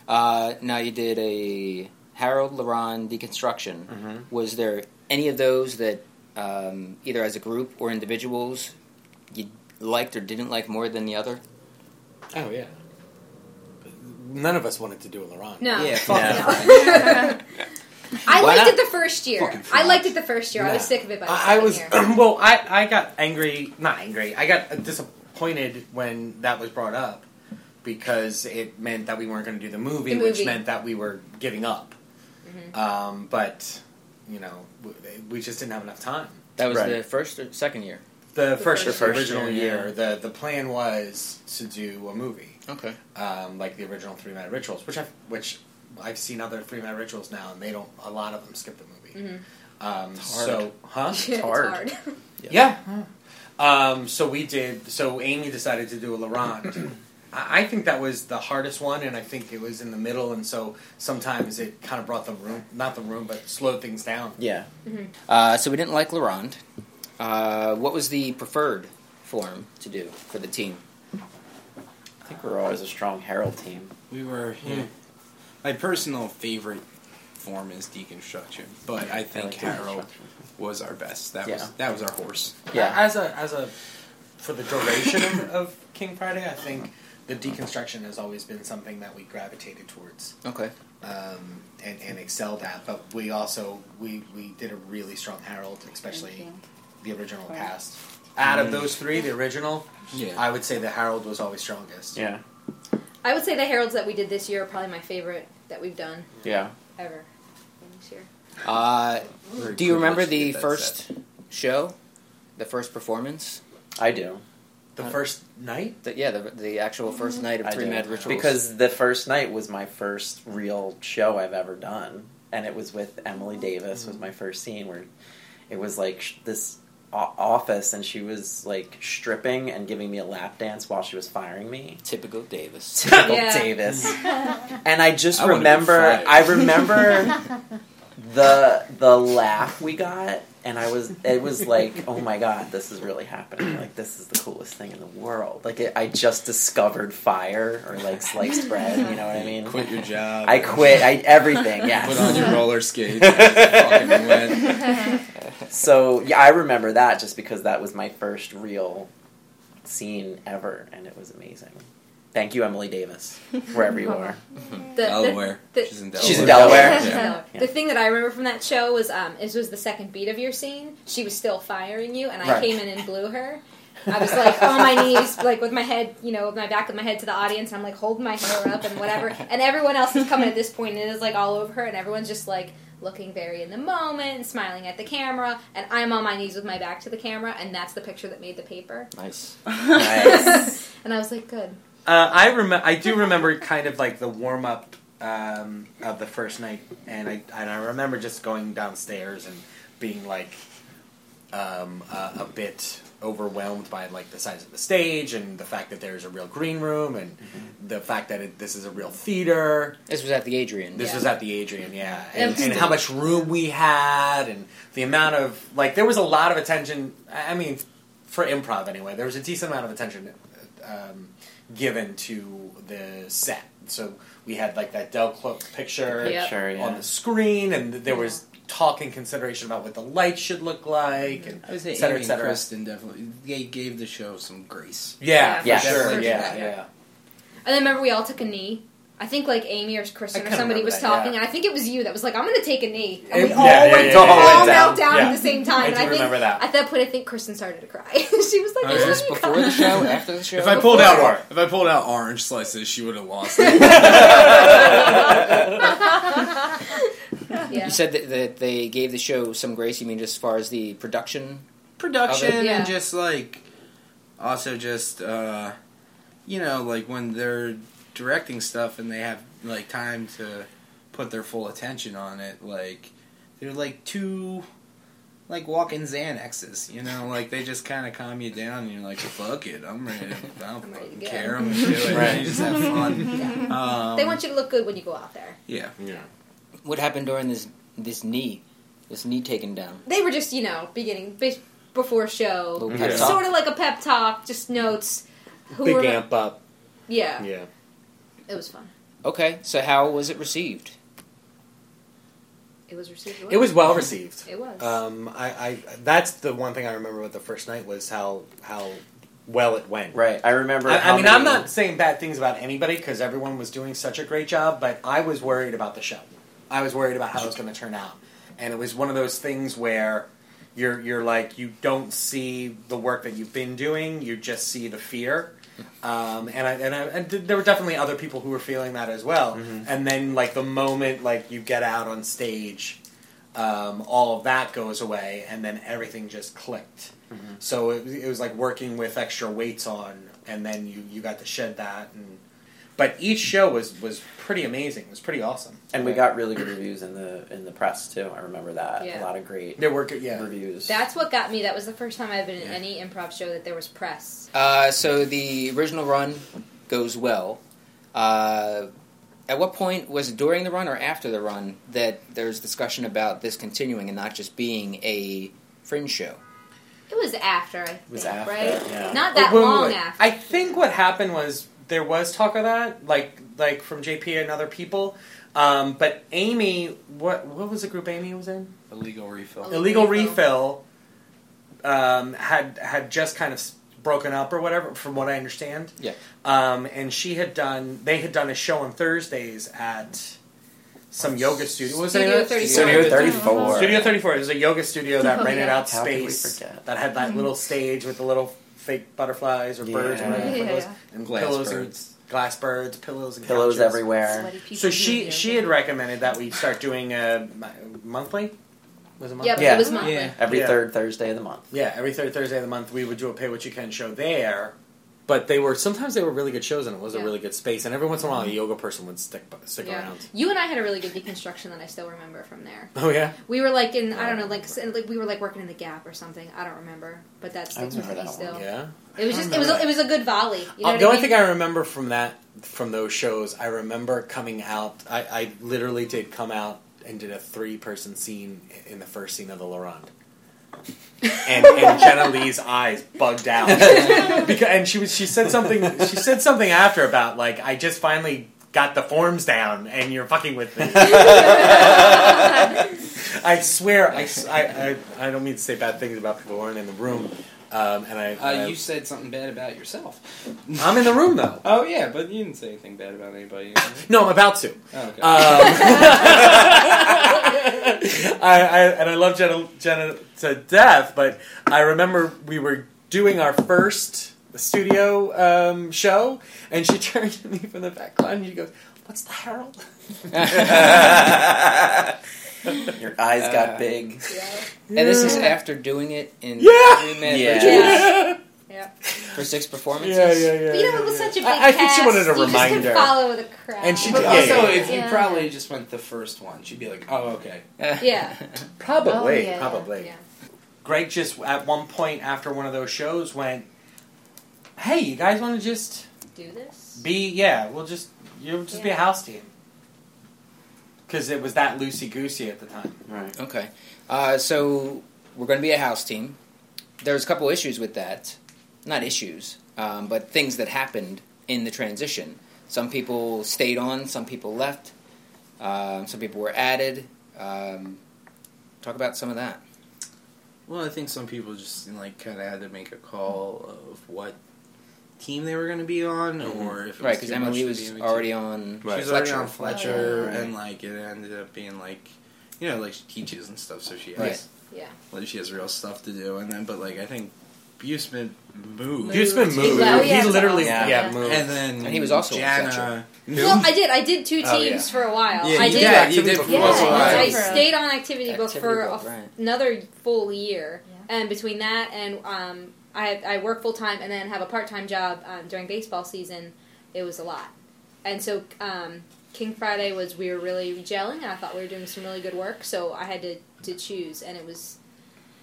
Uh, now you did a Harold Laron deconstruction. Was there any of those that um, either as a group or individuals you liked or didn't like more than the other?
Oh yeah. None of us wanted to do a Laurent.
No. [laughs]
Yeah,
fuck [laughs]
No. I
Why
liked
not?
it the first year.
Fucking
I liked it the first year. I was
No.
sick of it by the
I, I
second
was [laughs]
year.
[clears throat] well. I, I got angry, not angry. I got disappointed when that was brought up because it meant that we weren't going to do the movie,
The
which
movie. Mm-hmm.
meant that we were giving up. Um, but you know, w- we just didn't have enough time.
That was
Right.
the first or second year.
The,
first
first,
year.
The first
original
year,
year, the the plan was to do a movie,
Okay.
um, like the original Three Minute Rituals, which I've which I've seen other Three Minute Rituals now, and they don't. A lot of them skip the movie. Um,
hard.
so, huh?
Mm-hmm. [laughs] It's hard.
Yeah. Um, so we did. So Amy decided to do a Laurent. I I think that was the hardest one, and I think it was in the middle, and so sometimes it kind of brought the room, not the room, but slowed things down.
Yeah.
Uh, so we didn't like Laurent. Uh, what was the preferred form to do for the team?
I think we're always a strong Herald team.
We were.
Hmm.
Yeah. My personal favorite form is deconstruction, but I think
like
Harold was our best. That
Yeah.
was that was our horse.
Yeah.
As a as a for the duration of, of King Friday, I think the deconstruction has always been something that we gravitated towards.
Okay.
um, and, and excelled at. But we also we, we did a really strong Harold, especially
the original
Right.
past. Out
Mm.
of those three, the original,
Yeah.
I would say the Harold was always strongest.
Yeah.
I would say the heralds that we did this year are probably my favorite that we've done
Yeah.
ever this year.
Uh,
Very
do you remember
privileged to
the
get that
first show, the first performance?
I do.
The
first
[laughs]
night?
The, yeah, the, the actual first
Mm-hmm.
night of
I
three
do.
mad rituals.
Because the first night was my first real show I've ever done, and it was with Emily Davis.
Mm-hmm.
Was my first scene where it was like sh- this o- office, and she was like stripping and giving me a lap dance while she was firing me.
typical
[laughs]
Davis.
Typical
Yeah.
Davis.
[laughs]
And I just
I would've been
remember,
fired.
I
[laughs]
remember
[laughs]
the the laugh we got, and I was, it was like, oh my god, this is really happening. Like this is the coolest thing in the world. Like it, I just discovered fire or
[laughs]
like sliced bread. You know what I mean?
Quit your job.
I quit. I
[laughs]
everything. Yes.
Put on your roller skates. and just fucking went.
[laughs] so yeah, I remember that just because that was my first real scene ever, and it was amazing. Thank you, Emily Davis, wherever you are.
Mm. [laughs]
The,
Delaware.
The, the, [laughs]
She's in Delaware.
She's in Delaware.
She's in
Yeah.
Delaware. The thing that I remember from that show was um, it was the second beat of your scene. She was still firing you, and I
Right.
came in and blew her. I was like on my knees, like with my head, you know, with my back of my head to the audience, and I'm like holding my hair up and whatever. And everyone else is coming at this point, and it is like all over her, and everyone's just like looking very in the moment and smiling at the camera, and I'm on my knees with my back to the camera, and that's the picture that made the paper.
Nice.
and I was like, good.
Uh, I remember. I do remember kind of like the warm up um, of the first night, and I and I remember just going downstairs and being like um, uh, a bit overwhelmed by like the size of the stage and the fact that there's a real green room and the fact that it, this is a real theater.
This was at the Adrian.
This
Yeah.
was at the Adrian, yeah, and,
Empty
and how much room we had, and the amount of like there was a lot of attention. I I mean, for improv anyway, there was a decent amount of attention um, given to the set. So we had like that Del Cloak picture
Yep.
Sure, yeah.
on the screen, and there was talk and consideration about what the lights should look like, and
I would say
et cetera,
Amy
et
and
cetera.
Kristen definitely they gave the show some grace.
yeah,
Yeah,
for
for
sure,
sure.
yeah, yeah.
And then remember, we all took a knee. I think like Amy or Kristen
I
or
kinda
somebody
remember
was
that,
talking,
yeah.
and I think it was you that was like, "I'm going to take a knee," and
It-
we
yeah,
all
yeah,
went,
yeah, yeah,
all
yeah.
knelt
Yeah.
down at the same time.
I
and I
do
think
remember that.
at that point, I think Kristen started to cry. [laughs] she was like,
Was
"Let
Oh, this
[laughs] me
before
cry."
the show? [laughs] After the show?
If I pulled out,
Before.
if I pulled out orange slices, she would have lost
[laughs]
it.
Yeah.
You said that, that they gave the show some grace. You mean just as far as the production?
production
Of
it. Yeah.
and just like also just uh you know like when they're directing stuff and they have like time to put their full attention on it like they're like two like walking Xanaxes, you know, like they just kind of calm you down, and you're like, "Fuck it, I'm ready. To, I don't
[laughs] I'm ready to
fucking
go."
care. I'm gonna do it.
Right.
And You just have fun."
Yeah.
Um,
they want you to look good when you go out there.
yeah.
What happened during this this knee, this knee taken down?
They were just, you know, beginning be- before show,
Little pep
Yeah.
talk?
sort of like a pep talk, just notes. Who
Big
were-
amp up,
Yeah,
yeah.
it was fun.
Okay, so how was it received?
It was received. well.
It was well received.
It was.
Um, I, I that's the one thing I remember about the first night was how how well it went.
Right. I remember.
I,
how
I mean, I'm
many-
not saying bad things about anybody because everyone was doing such a great job, but I was worried about the show. I was worried about how it was going to turn out, and it was one of those things where you're you're like you don't see the work that you've been doing, you just see the fear. Um, and I, and, I, and th- there were definitely other people who were feeling that as well.
Mm-hmm.
And then like the moment like you get out on stage, um, all of that goes away, and then everything just clicked.
Mm-hmm.
So it, it was like working with extra weights on, and then you, you got to shed that. And but each show was was pretty amazing. It was pretty awesome.
And we got really good reviews in the in the press too. I remember that.
Yeah.
A lot of great
There were good- yeah.
reviews.
That's what got me. That was the first time I've been in any improv show that there was press.
Uh, so the original run goes well. Uh, at what point was it during the run or after the run that there's discussion about this continuing and not just being a fringe show?
It was after, I think,
was after,
right?
yeah.
Not that
Oh, Wait, wait, wait,
long
wait.
after.
I think what happened was there was talk of that, like like from JP and other people. Um, but Amy, what what was the group Amy was in?
Illegal refill.
Illegal
Illegal
Refill um, had had just kind of s- broken up or whatever, from what I understand.
Yeah.
Um, and she had done they had done a show on Thursdays at some yoga studio. What was the
Studio
name of it?
34. Studio 34.
Studio 34. It was a yoga studio
[laughs]
that
Oh,
rented
yeah.
out
How could we Mm-hmm.
space
forget?
that had that little stage with the little fake butterflies or birds
Yeah.
or whatever it was,
Yeah.
and
Glass
pillows
birds.
and glass birds, pillows and
Pillows
couches.
everywhere. Sweaty
So
people
she
doing
she had recommended that we start doing a m- monthly. Was it monthly?
Yep, it Yeah. was monthly. Yeah. Every third Thursday of the month.
Yeah, every third Thursday of the month we would do a pay what you can show there. But they were sometimes they were really good shows and it was a
Yeah.
really good space and every once in a while a yoga person would stick stick
Yeah.
around.
You and I had a really good deconstruction that I still remember from there.
Oh yeah.
We were like in I don't know like, s- like we were like working in the Gap or something. I don't remember, but that sticks with me still.
Yeah.
It was
I
just
don't
it was
remember
a, it was a good volley. You know
Uh,
what
the
I
only
mean?
thing I remember from that, from those shows, I remember coming out. I, I literally did come out and did a three-person scene in the first scene of the Laurent.
[laughs]
and, and Jenna Lee's eyes bugged out because and she was she said something she said something after about like I just finally got the forms down and you're fucking with
[laughs]
me. I swear I, s- I- I- I don't mean to say bad things about people who aren't in the room. Um, and I,
Uh,
I-
you said something bad about yourself.
I'm in the room though.
Oh yeah, but you didn't say anything bad about anybody.
No, I'm about to.
[laughs]
Oh, okay.
Um, I, I and I love Jenna, Jenna to death, but I remember we were doing our first studio um, show, and she [laughs] turned to me from the back line and she goes, "What's
[laughs]
the Herald?"
Um, [laughs]
Your eyes
Uh,
got big.
And this is after doing it in
Yeah.
three minutes
Yeah.
[laughs]
Yeah.
for six performances.
Yeah, yeah, yeah.
But you know it was such a big
I- I think she
cast,
wanted a
you just couldn't
reminder.
follow the crowd.
And she
But
did.
also,
yeah, yeah.
if you
Yeah.
probably just went the first one, she'd be like, "Oh, okay."
Yeah.
Probably,
Oh, yeah,
probably.
yeah.
Greg just at one point after one of those shows went, "Hey, you guys want to just
Do this?
be yeah? We'll just you'll just be a
Yeah.
house team." Because it was that loosey goosey at the time.
Right.
[laughs] Okay. Uh, so we're going to be a house team. There's a couple issues with that. Not issues, um, but things that happened in the transition. Some people stayed on, some people left, um, some people were added. Um, talk about some of that.
Well, I think some people just like kind of had to make a call of what team they were going to be on, or if it
Mm-hmm. Right,
because
because Emily was already on
She was already
Fletcher.
on Fletcher,
Right.
and like it ended up being like, you know, like she teaches and stuff, so she has
Right.
Yeah.
like she has real stuff to do, and then but like I think Busman moved.
Busman Moved. moved. Oh, yeah, He literally- yeah. yeah, moved.
and then
And he was also on
Jana.
Fletcher.
Well, I did. I did two teams
Oh, yeah.
for a while.
Yeah,
I
you
did.
did. You did for a
Yeah,
while.
I
Right.
stayed on activity, book
Activity
for
book,
a f-
right.
another full year, and between that and um, I, I work full time and then have a part time job um, during baseball season. It was a lot, and so um, King Friday was we were really gelling, and I thought we were doing some really good work. So I had to to choose, and it was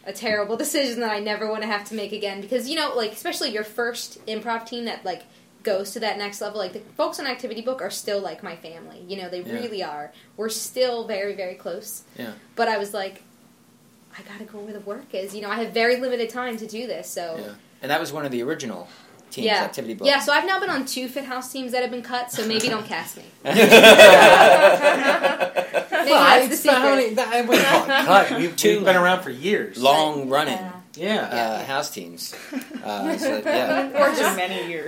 a terrible decision that I never want to have to make again because you know, like especially your first improv team that like goes to that next level. Like the folks on Activity Book are still like my family. You know, they
Yeah.
really are. We're still very very close.
Yeah.
But I was like, I gotta go where the work is. You know, I have very limited time to do this. So
Yeah. And that was one of the original teams,
yeah.
Activity Book.
Yeah, so I've now been on two Fit House teams that have been cut, so maybe don't cast [laughs] me. Maybe that's the
it's not how
secret.
many- that-
[laughs]
I wouldn't call it cut. We've, we've been around for years.
Long running
Yeah.
uh, house teams.
[laughs]
Uh, so,
[laughs]
yeah.
Or just many
[laughs]
years.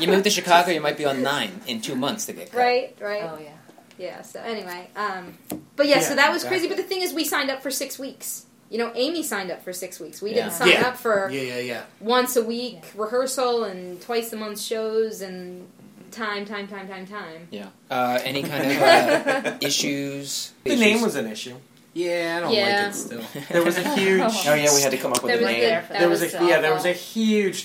You move to Chicago, you might be on nine in two months to get cut.
Right, right. Oh yeah. Yeah, so anyway, um but yeah, so
Yeah,
that was
exactly.
crazy, but the thing is we signed up for 6 weeks. You know, Amy signed up for 6 weeks. We
Yeah.
didn't sign
Yeah.
up for
Yeah, yeah, yeah.
once a week rehearsal and twice a month shows and time time time time time.
Yeah. Uh, any kind of
[laughs]
uh, issues?
The name was an issue.
Yeah, I
don't like Yeah. it still.
There was
[laughs]
a huge.
Oh yeah, we had to come up with
There
a
was
name.
the- that
There was,
was
a yeah. There
awful.
was a huge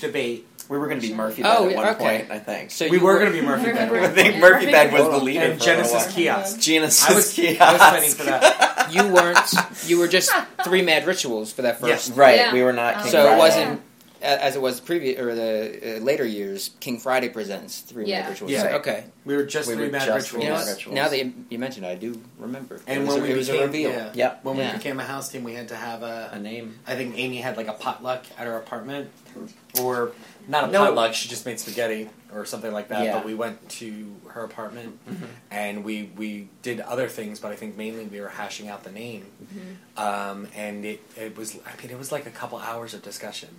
[laughs]
debate.
We were going to be Murphy Bed
Oh,
at one
yeah, okay.
point, I
[laughs]
think.
So
we
you
were
were-
going to
[laughs]
be Murphy Bed.
I think Murphy Bed was the leader.
And
for a little
Genesis
while.
Kiosk.
Genesis
I was,
Kiosk.
I was fighting for that.
You weren't. You were just three mad rituals for that first.
Yes, right.
Oh, Yeah.
We were not. King
Um, So it
Friday.
wasn't a- as it was previous or the uh, later years. King Friday presents three
Yeah.
mad rituals.
Yeah.
So, okay.
We were just
We were
three mad
just
rituals.
You know
Mad
what?
rituals.
Now that you, you mentioned it, I do remember.
And
it was,
when
a,
we
it was
became,
a reveal.
yeah,
Yep.
when
Yeah.
we became a house team, we had to have a.
A Uh, name.
I think Amy had like a potluck at her apartment, or not a
Hmm. No.
potluck. She just made spaghetti or something like that.
Yeah. Mm-hmm.
But we went to her apartment, and we we did other things. But I think mainly we were hashing out the name,
Mm-hmm.
um, and it it was. I mean, it was like a couple hours of discussion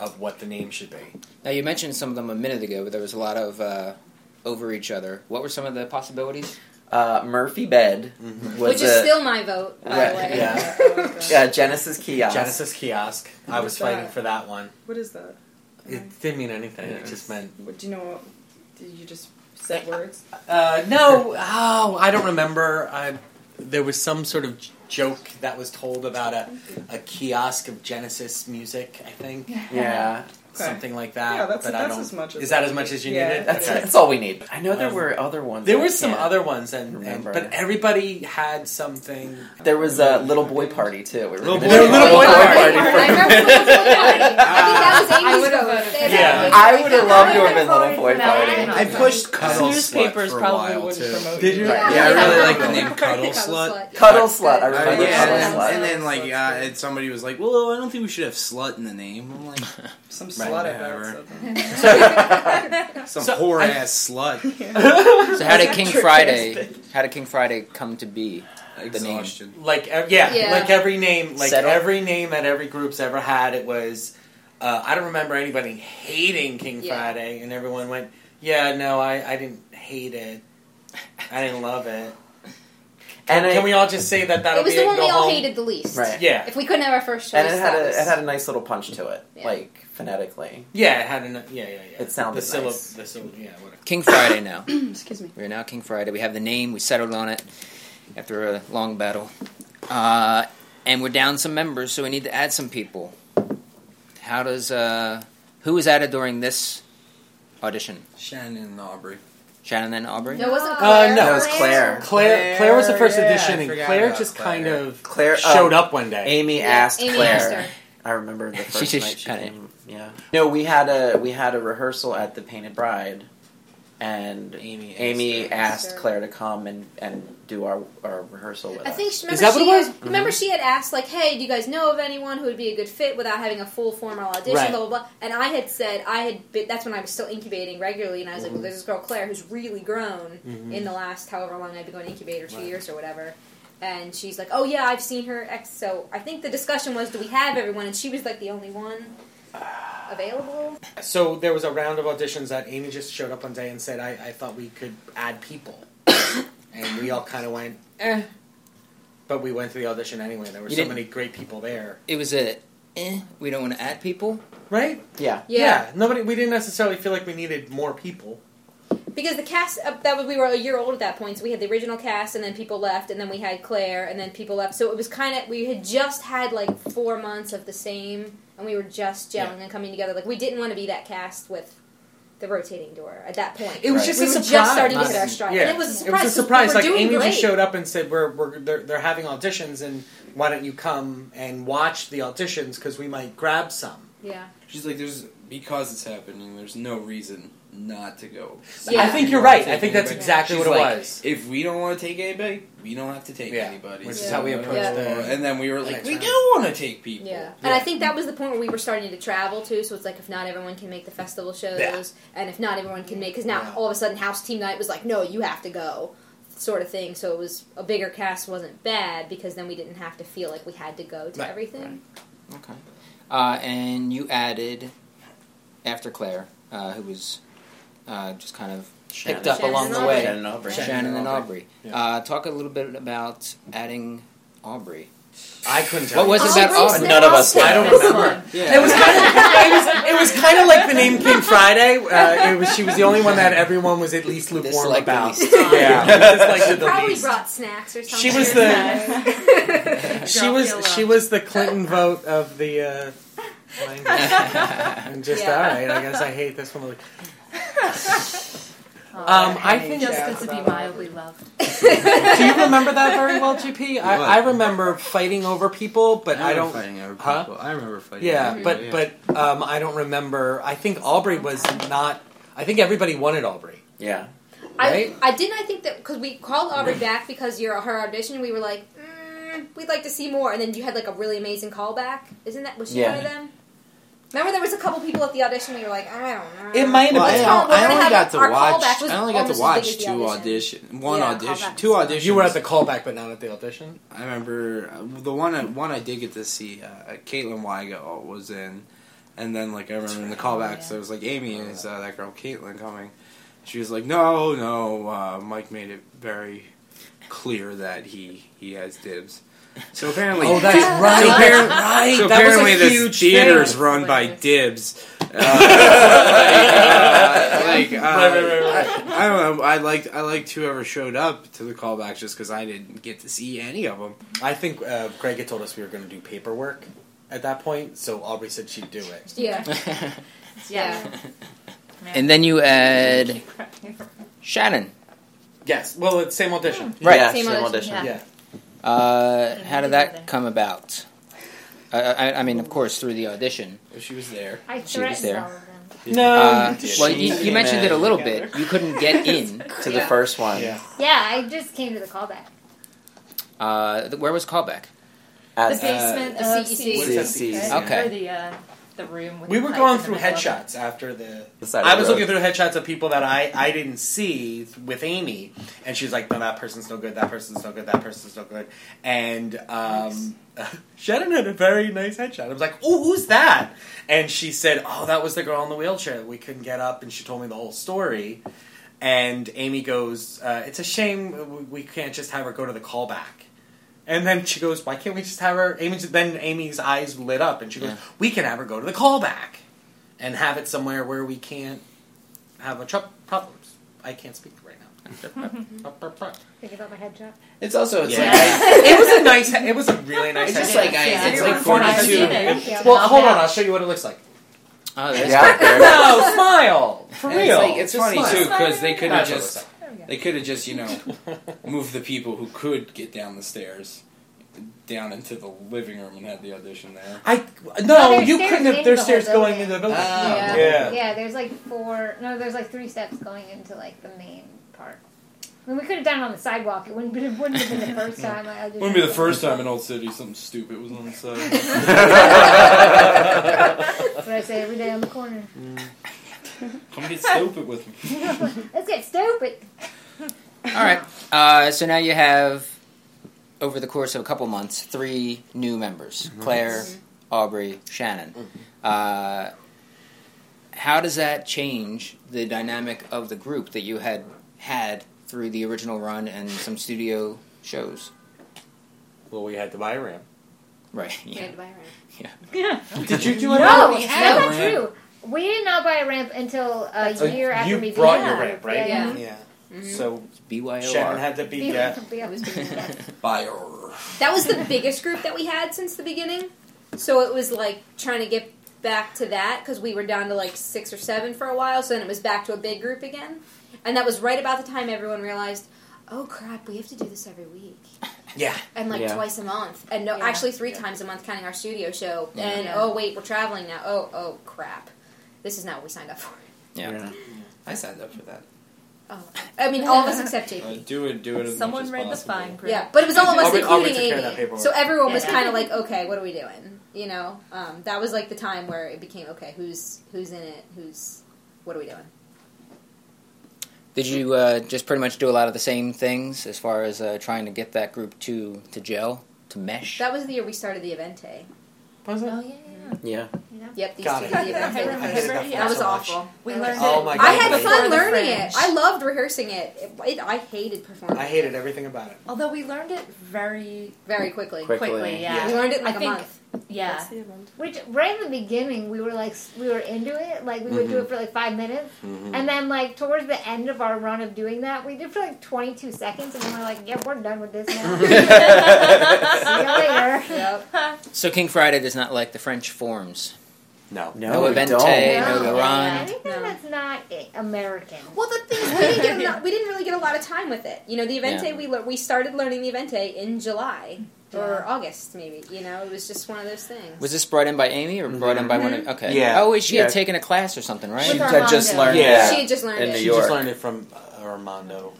of what the name should be.
Now you mentioned some of them a minute ago, but there was a lot of uh, over each other. What were some of the possibilities?
Uh, Murphy Bed
Mm-hmm.
was
Which is
a-
still my vote, by the
Right,
way. [laughs]
Yeah.
Oh, God.
yeah, Genesis Kiosk.
Genesis Kiosk. I
What
was
is
fighting
that? Mm.
for that one.
What is that? Um,
It didn't mean anything. It just meant.
What do you know? Did you just say words?
Uh, no, oh, I don't remember. I, there was some sort of j- joke that was told about a, a kiosk of Genesis music, I think.
Yeah.
Something like that.
Yeah, that's-
but I
that's
don't,
as much as
Is that
I
as much
need.
as you
Yeah.
needed?
That's- that's all we need. I know there were other ones
Um, There
that I
were some
can't
other ones, and, and-
remember.
but everybody had
[laughs]
something.
There was a little boy party too. We were
Little
gonna
boy-
do a
little boy
for-
party. I remember little boy party.
I think that was
I
Amy's
would've
vote.
voted for
Yeah, I would have loved to have been little boy party.
I pushed cuddle
Newspapers
slut for a
probably
while
wouldn't
too.
promote
Did
you.
Yeah,
Yeah.
I really
Yeah.
[laughs]
like the name
Cuddle
cuddle slut.
Cuddle slut. I remember
yeah,
cuddle
and,
slut.
and then like uh, and somebody was like, "Well, I don't think we should have slut in the name." I'm like,
"Some
slut,
[laughs]
[laughs]
whatever."
Some
So,
whore
I-
ass slut.
So how did King Friday? How did King Friday come to be? The name.
Like ev- yeah,
Yeah.
like every name, like
Settle.
every name that every group's ever had, it was. Uh, I don't remember anybody hating King
Yeah.
Friday, and everyone went, "Yeah, no, I, I didn't hate it. I didn't love it." Can,
And I-
can we all just say that that'll
It was
be
the
a
one
go
we all
home?
hated the least.
Right.
Yeah.
If we couldn't have our first choice,
And it had
that
a
was...
it had a nice little punch to it,
Yeah.
like phonetically.
Yeah, it had an, yeah, yeah, yeah.
It sounded
the syllable,
nice.
the syllable, yeah, whatever.
King Friday now.
Excuse me.
We're now King Friday. We have the name. We settled on it after a long battle, uh, and we're down some members, so we need to add some people. How does uh, who was added during this audition?
Shannon and Aubrey.
Shannon and Aubrey.
No, it wasn't
Uh,
Claire.
no,
It was Claire.
Claire. Claire was the first edition, and
forgot
Claire
about
just
Claire.
kind of
Claire
showed
um,
up one day.
Amy asked
Amy
Claire.
asked her.
I remember the first
just
night she
kinda-
came. Yeah. No, we had a we had a rehearsal at the Painted Bride, and
Amy
Amy
asked
asked,
her.
Claire to come and and do our our rehearsal with
I
us.
think she, remember,
that what
she
it was? Mm-hmm.
Had, remember she had asked like, "Hey, do you guys know of anyone who would be a good fit without having a full formal audition?"
Right.
Blah blah blah. And I had said I had been, that's when I was still incubating regularly, and I was like, "Well,
Mm-hmm.
there's this girl Claire who's really grown
Mhm.
in the last however long I've been going to incubator, two years or whatever." And she's like, "Oh yeah, I've seen her." Ex- so I think the discussion was, "Do we have everyone?" And she was like the only
[sighs]
one available.
So there was a round of auditions that Amy just showed up one day and said, I, I thought we could add people. [coughs] and we all kind of went, eh. But we went to the audition anyway. There were
You
so
didn't-
many great people there.
It was a. Eh, we don't want to add people.
Right?
yeah.
Nobody, we didn't necessarily feel like we needed more people.
Because the cast uh, that was, we were a year old at that point, so we had the original cast, and then people left, and then we had Claire, and then people left. So it was kind of we had just had like four months of the same, and we were just gelling
Yeah.
and coming together. Like we didn't want to be that cast with the rotating door at that point.
It was
Right.
just
we
a
were
surprise.
just starting to hit our stride, and it was a surprise.
It was
'cause
a
We
surprise.
were
Like
doing
Amy
great.
just showed up and said, "We're, we're they're, they're having auditions, and why don't you come and watch the auditions because we might grab some."
Yeah.
She's like, there's because it's happening. There's no reason not to go.
Yeah. I think you're right. I think that's exactly
She's
what it
like,
was.
If we don't want to take anybody, we don't have to take
Yeah.
anybody.
Which is how we approached
Yeah.
the-
And then we were like,
next
we
round.
do want to take people.
Yeah. And I think that was the point where we were starting to travel too. So it's like if not everyone can make the festival shows,
Yeah.
and if not everyone can make, because now
Yeah.
all of a sudden house team night was like, no, you have to go, sort of thing. So it was a bigger cast wasn't bad because then we didn't have to feel like we had to go to
Right,
everything.
Okay. Uh, and you added after Claire, uh, who was uh, just kind of picked up
Shannon.
along
Shannon
the way.
Shannon Aubrey.
Shannon and Aubrey.
Yeah.
Uh, talk a little bit about adding Aubrey.
I couldn't tell.
What was it about
Aubrey's
Aubrey?
None of us
I don't remember.
Yeah.
It was kind of [laughs] it was, it was kind of like the name King Friday. Uh, it was she was the only one that everyone was at least lukewarm
Disliked the
about.
least.
[laughs]
Yeah, disliked it the
Probably
least.
brought snacks or something.
She
[laughs]
was [laughs]
the.
She was she was the Clinton vote of the. Uh, language. and just
Yeah.
all right. I guess I hate this one. Um, I think
Oh, just good to be mildly loved.
Do you remember that very well, GP?
What?
I, I remember fighting over people, but I,
remember
don't.
Fighting over people.
Huh?
I remember fighting.
Yeah,
over people,
but but um, I don't remember. I think Aubrey was not. I think everybody wanted Aubrey.
Yeah.
Right?
I, I didn't. I think that because we called Aubrey back because you're her audition. We were like, mm, we'd like to see more, and then you had like a really amazing callback. Isn't that was she
Yeah.
one of them? Remember, there was a couple people at the audition. We were like, I don't know.
It might have
Well, I,
been.
Let's call-
don't-
we're
I
gonna
only
have-
got to
our
watch.
callback was
I only got to
almost as big
watch
as the
two
audition.
audition, one
Yeah,
audition,
callback.
two auditions.
You were at the callback, but not at the audition.
I remember uh, the one I, one I did get to see. Uh, Caitlin Weigel was in, and then like I remember in the callbacks, I was like, "Amy is uh, that girl Caitlin coming?" She was like, "No, no." Uh, Mike made it very clear that he he has dibs. So apparently,
Oh, that's right,
[laughs] So apparently,
right,
So
that was a
apparently this
huge
theater's
thing.
run by dibs. Uh, like, uh, like, uh, I, I don't know. I liked I liked whoever showed up to the callbacks just because I didn't get to see any of them.
I think uh, Greg had told us we were going to do paperwork at that point, so Aubrey said she'd do it.
Yeah.
[laughs]
Yeah.
[laughs] And then you
[laughs]
add Shannon.
Yes, well, it's same audition.
Hmm.
Right.
Yeah,
Same
same
audition,
audition.
yeah.
Yeah.
Uh, how did that come about? Uh, I, I mean, of course, through the audition.
She was there.
I
She was
threatened
there.
all of
Yeah.
them.
Um,
Uh,
She
well, you, you
came
mentioned it a
in.
little bit. You couldn't get in
[laughs]
to the first one.
Yeah, I just came to the callback.
Uh, th- where was callback?
The E basement
uh,
of CEC.
what is that?
Or
Okay.
the, uh, the room with
E We
the
were
pipe
going
in the
through
middle of it.
headshots after the.
The side of
I
the
was
road.
looking through headshots of people that I, I didn't see with Amy, and she's like, "No, that person's no good. That person's no good. That person's no good." And um, [laughs] Shannon had a very nice headshot. I was like, "Oh, who's that?" And she said, "Oh, that was the girl in the wheelchair. that We couldn't get up." And she told me the whole story. And Amy goes, uh, "It's a shame we- we can't just have her go to the callback." And then she goes, "Why can't we just have her?" Amy then Amy's eyes lit up, and she goes, "We can have her go to the callback, and have it somewhere where we can't have a tru- problems." I can't speak right now.
Think about my headshot.
It's also
it's like it was [laughs] a nice. It was a really nice.
It's just like I- Yeah. it's like
It's fun.
42.
It's- Well, hold on. I'll show you what it looks like.
Oh,
there's-
[laughs] no, smile for
And
real.
It's, like, it's
Just
funny
smile.
too because they could have
That's what it looks
just they could have just you know moved the people who could get down the stairs down into the living room and had the audition there.
I
Oh,
no,
there's
you
stairs
couldn't
into
have. There's
the
stairs
whole
going
building.
into the building. Uh,
yeah.
yeah.
There's like four. No, there's like three steps going into like the main part. I mean, we could have done it on the sidewalk. It wouldn't, it wouldn't have been
[laughs]
the first time. I auditioned.
Wouldn't be the first time in Old City something stupid was on the side.
That's what I say every day on the corner.
Come get stupid with me.
Let's get stupid.
All right. Uh, so now you have, over the course of a couple months, three new members:
Mm-hmm.
Claire,
Mhm.
Aubrey, Shannon. Uh, how does that change the dynamic of the group that you had had through the original run and some studio shows?
Well, we had to buy a ramp.
Right.
We
Yeah.
had to buy a ramp.
Did you do
No,
it?
that's
had
not
a
true. We did not buy a ramp until a
So
year after
you
we
brought
did
your
that.
ramp, right?
Yeah.
Mm-hmm.
So
BYOR.
Shannon had to Mm-hmm. be yeah.
It was BYOR.
Buyer.
That was the biggest group that we had since the beginning. So it was like trying to get back to that because we were down to like six or seven for a while. So then it was back to a big group again. And that was right about the time everyone realized, oh crap, we have to do this every week.
Yeah.
And like
Yeah.
twice a month. And no,
Yeah.
actually three times a month counting our studio show.
Yeah.
And
Yeah.
oh wait, we're traveling now. Oh, oh crap. This is not what we signed up for.
[laughs] Yeah.
I signed up for that.
Oh. I mean, all of us except JP.
Uh, do it. Do it. As
Someone
much as
read the
possible.
fine print. [laughs]
Yeah, but it was all of us,
Aubrey- Aubrey
including
took care of that
Amy.
paperwork.
So everyone was
Yeah.
kind of like, okay, what are we doing? You know, um, that was like the time where it became okay. Who's who's in it? Who's what are we doing?
Did you uh, just pretty much do a lot of the same things as far as uh, trying to get that group to to gel to mesh?
That was the year we started the Evente.
Was it?
Oh yeah, yeah.
Yeah.
Yep, these
Got
two
it.
did the
I hated
Evente.
that
that was
so much.
awful.
We
That
learned
was
Oh
it.
my
I had
God.
fun
Before the
learning it.
Fringe.
I loved rehearsing it. It, it. I hated performing.
I hated everything about it.
Although we learned it very
very quickly.
Quick.
quickly.
Quickly,
yeah.
We learned it in like
I
a
think-
month.
Yeah.
Which right in the beginning we were like s- we were into it, like we would do it
Mm-hmm.
for like five minutes, and then like towards the end of our run of doing that, we did for like twenty two seconds, and then we're like, yeah, we're done with this
[laughs]
now. See you later.
Yep.
so King Friday does not like the French forms.
No.
No,
we
Evente,
don't.
no Garand.
I think
No.
that's not eh, American.
Well, the thing is, we didn't, get a
[laughs]
lot- we didn't really get a lot of time with it. You know, the Evente,
Yeah.
we, le- we started learning the Evente in July or
Yeah.
August, maybe. You know, it was just one of those things.
Was this brought in by Amy or brought in by one of? Okay.
Mm-hmm. Yeah.
Oh, wait, she
Yeah.
had taken a class or something, right?
She
With
had just
Armando.
learned
Yeah.
She had just learned
in
it.
New
She
York.
just learned it from uh, Armando.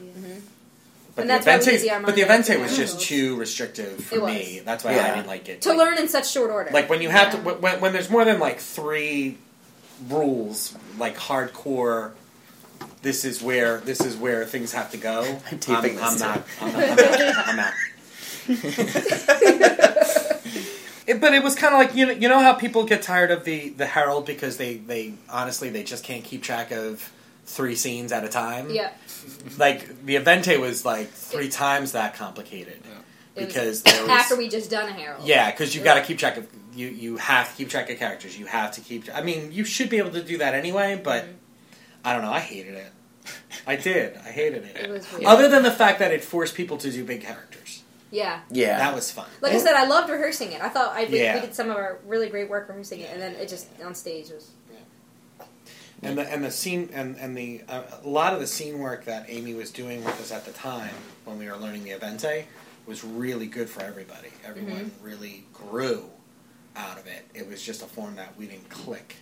But
And
the
that's why we did
Avente,
the
but the
Armando
Avente was
together.
just too restrictive for
It was.
me. That's why
Yeah.
I didn't like it.
To
Like-
learn in such short order.
Like when you have to when- when, when there's more than like three rules, like hardcore. This is where this is where things have to go.
[laughs] I'm taping
I'm,
this.
I'm not. I'm, not, I'm out.
[laughs]
I'm out. It- but it was kind of like you know you know how people get tired of the the Herald because they they honestly they just can't keep track of three scenes at a time.
Yeah.
Like the Avente was like three times that complicated
It
because
was
there was
after we just done a Harold.
yeah, because you've got to keep track of you. You have to keep track of characters. You have to keep. I mean, you should be able to do that anyway. But
Mm-hmm.
I don't know. I hated it. I did. I hated it.
It was weird.
Other than the fact that it forced people to do big characters.
Yeah.
Yeah, that was fun.
Like I said, I loved rehearsing it. I thought I we,
Yeah.
we did some of our really great work rehearsing it, and then it just on stage was.
and the and the scene and and the uh, a lot of the scene work that Amy was doing with us at the time when we were learning the Avente was really good for everybody. Everyone
Mm-hmm.
really grew out of it. It was just a form that we didn't click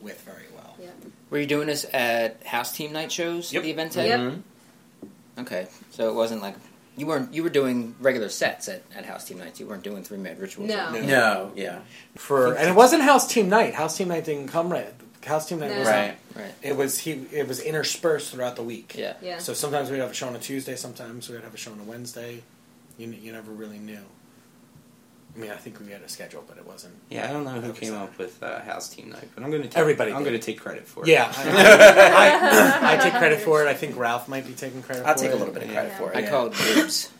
with very well.
Yeah.
Were you doing this at house team night shows? The event at?
Yep.
Mm-hmm.
Okay, so it wasn't like you weren't you were doing regular sets at, at house team nights. You weren't doing three man rituals.
No.
No.
No, yeah.
For and it wasn't house team night. House team night didn't come right. House team night
No.
wasn't.
Right,
right.
It was he. It was interspersed throughout the week.
Yeah.
Yeah.
So sometimes we'd have a show on a Tuesday. Sometimes we'd have a show on a Wednesday. You you never really knew. I mean, I think we had a schedule, but it wasn't.
Yeah, I don't know who
That
came
was-
up with uh, House Team Night, but I'm going to
Everybody
I'm
did.
going to take credit for it. [laughs]
Yeah, I, I, I take credit for it. I think Ralph might be taking credit.
I'll
for
take
it.
a little bit of credit for it.
I
Yeah.
called boobs.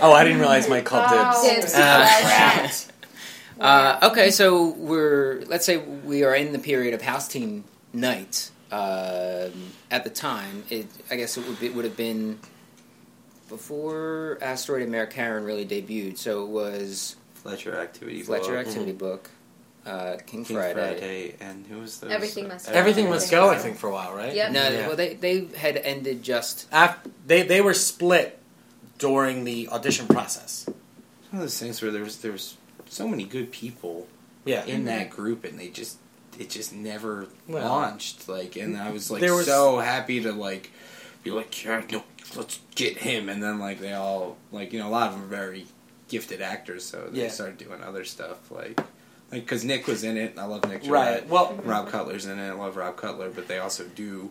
Oh, I didn't realize
[laughs]
Mike called dibs.
Dibs.
Uh, uh, okay, so we're let's say we are in the period of house team night. Um, at the time, it, I guess it would, be, would have been before Asteroid and Mare Karen really debuted. So it was
Fletcher Activity
Fletcher
Mm-hmm.
Book,
Activity Book, uh, King,
King
Friday.
Friday. and who was the
Everything Must Go.
Everything must go. I think for a while, right?
Yep.
No,
Yeah.
well they they had ended just
Af they they were split during the audition process.
It's one of those things where there's there's so many good people
Yeah,
in that group, and they just it just never
Well-
launched. Like, and I was like
There was-
so happy to like be like, yeah, no, let's get him, and then like they all like you know a lot of them are very gifted actors, so they
Yeah.
started doing other stuff like. Like, cause Nick was in it, and I love Nick.
Right.
Gillette.
Well,
Rob Cutler's in it. I love Rob Cutler, but they also do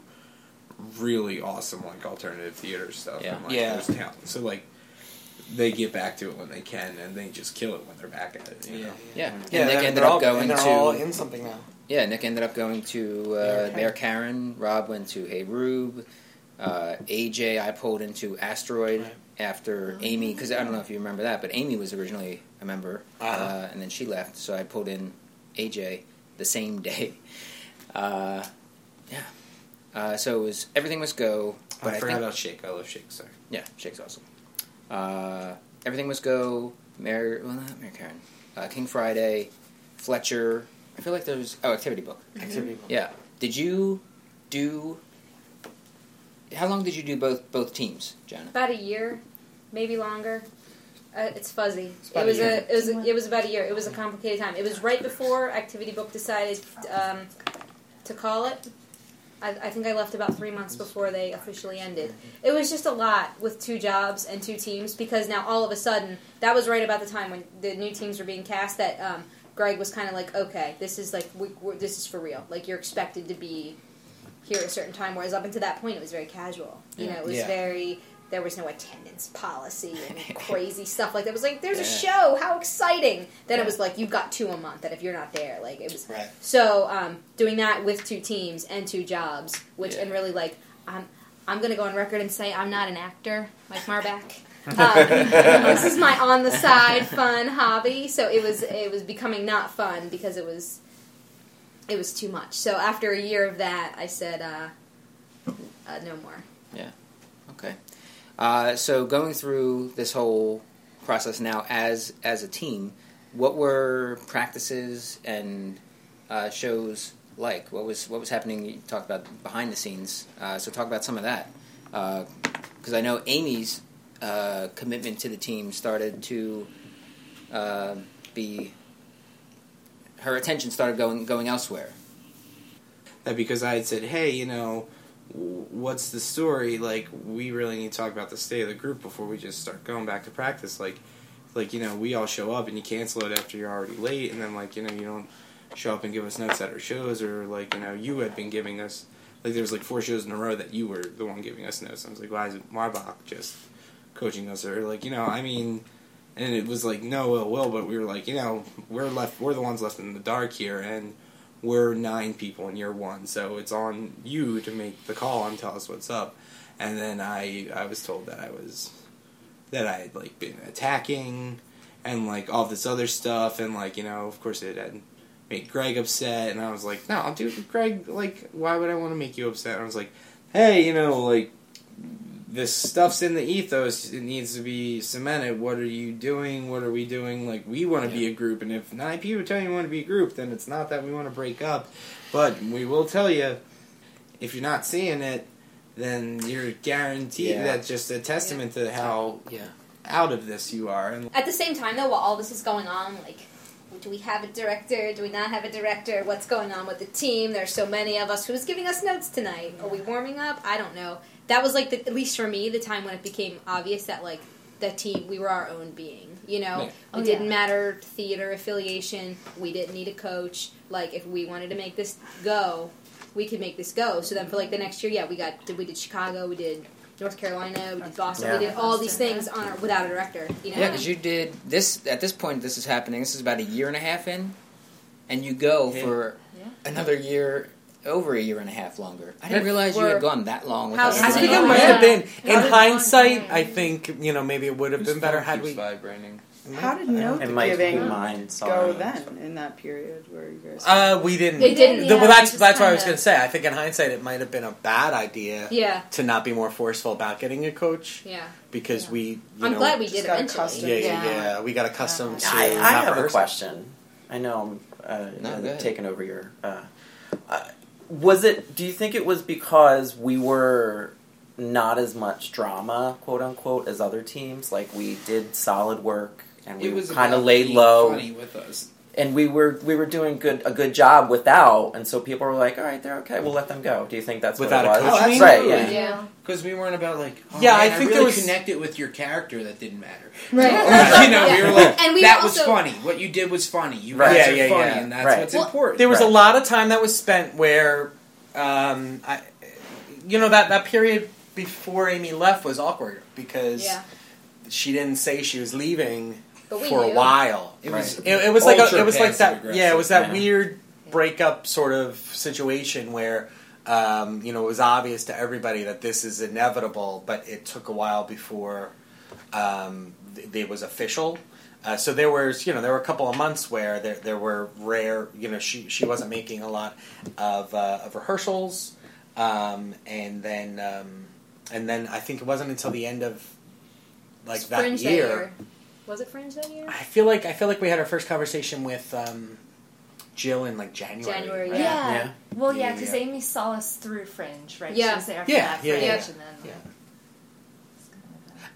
really awesome like alternative theater stuff.
Yeah.
and, like,
Yeah.
There's talent. So like they get back to it when they can, and they just kill it when they're back at it. You know?
yeah. And
yeah,
Nick
they're-
ended
they're
up
all,
going
and they're
to
all in something now.
yeah. Nick ended up going to uh,
Mayor Karen.
Mayor Karen. Rob went to Hey Rube. Uh, AJ I pulled into Asteroid
Right.
after Amy because I don't know if you remember that, but Amy was originally a member, uh
Uh-huh.
and then she left. So I pulled in AJ the same [laughs] day. Uh, yeah. Uh, so it was everything must go. But
I,
I,
forgot
think
about Shake. I love Shake. Sorry.
Yeah, Shake's awesome. Uh, Everything Must Go, Mary, well, not Mary Karen, uh, King Friday, Fletcher. I feel like there's, oh, Activity Book.
Activity book.
Yeah. Did you do, how long did you do both both teams, Jenna?
About a year, maybe longer. Uh, it's fuzzy.
about
it
a
was
year.
a it was a, it was about a year. It was a complicated time. It was right before Activity Book decided um, to call it. I, I think I left about three months before they officially ended. It was just a lot with two jobs and two teams because now all of a sudden that was right about the time when the new teams were being cast that um, Greg was kind of like, okay, this is like we, we're, this is for real. Like you're expected to be here at a certain time. Whereas up until that point, it was very casual. You know, it was
Yeah.
very there was no attendance policy
[laughs]
and crazy stuff like that. It was like there's a
Yeah.
show, how exciting! Then
Yeah.
it was like you've got two a month, and if you're not there, like it was.
Right.
So um, doing that with two teams and two jobs, which
Yeah.
and really like I'm I'm gonna go on record and say I'm not an actor, Mike
[laughs]
Marback. um, this is my on the side fun hobby, so it was it was becoming not fun because it was it was too much. So after a year of that, I said, uh, uh, no more.
Okay. Uh, so going through this whole process now as as a team, what were practices and uh, shows like? What was what was happening? You talked about behind the scenes. Uh, so talk about some of that, because I know Amy's uh, commitment to the team started to uh, be. Her attention started going going elsewhere.
that because I had said, hey, you know, w- what's the story? Like, we really need to talk about the state of the group before we just start going back to practice. Like, like you know, we all show up and you cancel it after you're already late, and then like you know you don't show up and give us notes at our shows, or like you know you had been giving us like there was like four shows in a row that you were the one giving us notes. I was like, why is Marbach just coaching us, or like you know, I mean. And it was like no ill will, but we were like, you know, we're left, we're the ones left in the dark here, and we're nine people and you're one, so it's on you to make the call and tell us what's up. And then I I was told that I was that I had like been attacking and like all this other stuff and like you know of course it had made Greg upset and I was like no dude Greg like why would I want to make you upset and I was like hey you know like this stuff's in the ethos it needs to be cemented what are you doing what are we doing like we want to be a group and if nine people tell you you want to be a group then it's not that we want to break up but we will tell you if you're not seeing it then you're guaranteed
Yeah.
that's just a testament to how
yeah
out of this you are and
At the same time, though, while all this is going on, like, do we have a director? Do we not have a director? What's going on with the team? There's so many of us. Who's giving us notes tonight? Are we warming up? I don't know. That was like, the, at least for me, the time when it became obvious that like the team, we were our own being. You know,
Yeah.
it
Oh,
didn't
yeah.
matter theater affiliation. We didn't need a coach. Like, if we wanted to make this go, we could make this go. So then, for like the next year, yeah, we got did we did Chicago, we did North Carolina, we did Boston, we
Yeah.
did all these things on our, without a director. You know,
Yeah, because you did this at this point. This is happening. This is about a year and a half in, and you go for another year, over a year and a half longer. I didn't
That-
realize you
We're-
had gone that long. Without
I think it might have been. In hindsight, I think you know maybe it would have been better had we.
Vibrating.
How did note
It
the
might be
giving
mine,
go
sorry.
then in that period where you guys?
Uh, we didn't.
They didn't, yeah,
The- well, that's
just
that's what I was
kinda-
going to say. I think in hindsight, it might have been a bad idea.
Yeah.
To not be more forceful about getting a coach.
Yeah.
Because we. You
I'm
know,
glad we did
got
eventually.
Yeah, yeah, yeah. We got accustomed to.
I, I
that
have a
person.
question. I know I'm uh,
No, go ahead.
taking over your. Uh, uh, was it? Do you think it was because we were not as much drama, quote unquote, as other teams? Like we did solid work and we
It was
kind of
about
laid
being
low.
funny with us.
And we were we were doing good a good job without, and so people were like, "All right, they're okay. We'll let them go." Do you think that's
Without a
what it
coach,
was?
you mean?
right? Yeah.
Because we weren't about like, oh,
Yeah,
man,
I think
really
there was-
connected with your character that didn't matter.
Right.
[laughs] you know, we were like,
And [laughs] we
that was
also-
funny. What you did was funny. You
Right.
guys
Yeah,
are
yeah,
funny,
yeah.
and that's
Right.
what's
Well-
important.
There was a
Right.
lot of time that was spent where, um, I, you know, that that period before Amy left was awkward because
Yeah.
she didn't say she was leaving
But we
for
knew.
a while.
It was
It, it was like a,
Ultra
it was like that.
passive-aggressive.
Yeah, it was that
Yeah.
weird breakup sort of situation where. Um, you know, it was obvious to everybody that this is inevitable, but it took a while before um, th- it was official. Uh, so there was, you know, there were a couple of months where there, there were rare, you know, she, she wasn't making a lot of, uh, of rehearsals, um, and then um, and then I think it wasn't until the end of like
It's
that
Fringe
year,
Was it Fringe that year?
I feel like I feel like we had our first conversation with um, Jill in like January.
January,
right?
Yeah.
Yeah.
Well,
Yeah,
yeah,
yeah,
because
yeah.
Amy saw us through Fringe, right?
Yeah.
She was there for
Yeah,
that
yeah,
Fringe,
yeah.
and then
Yeah.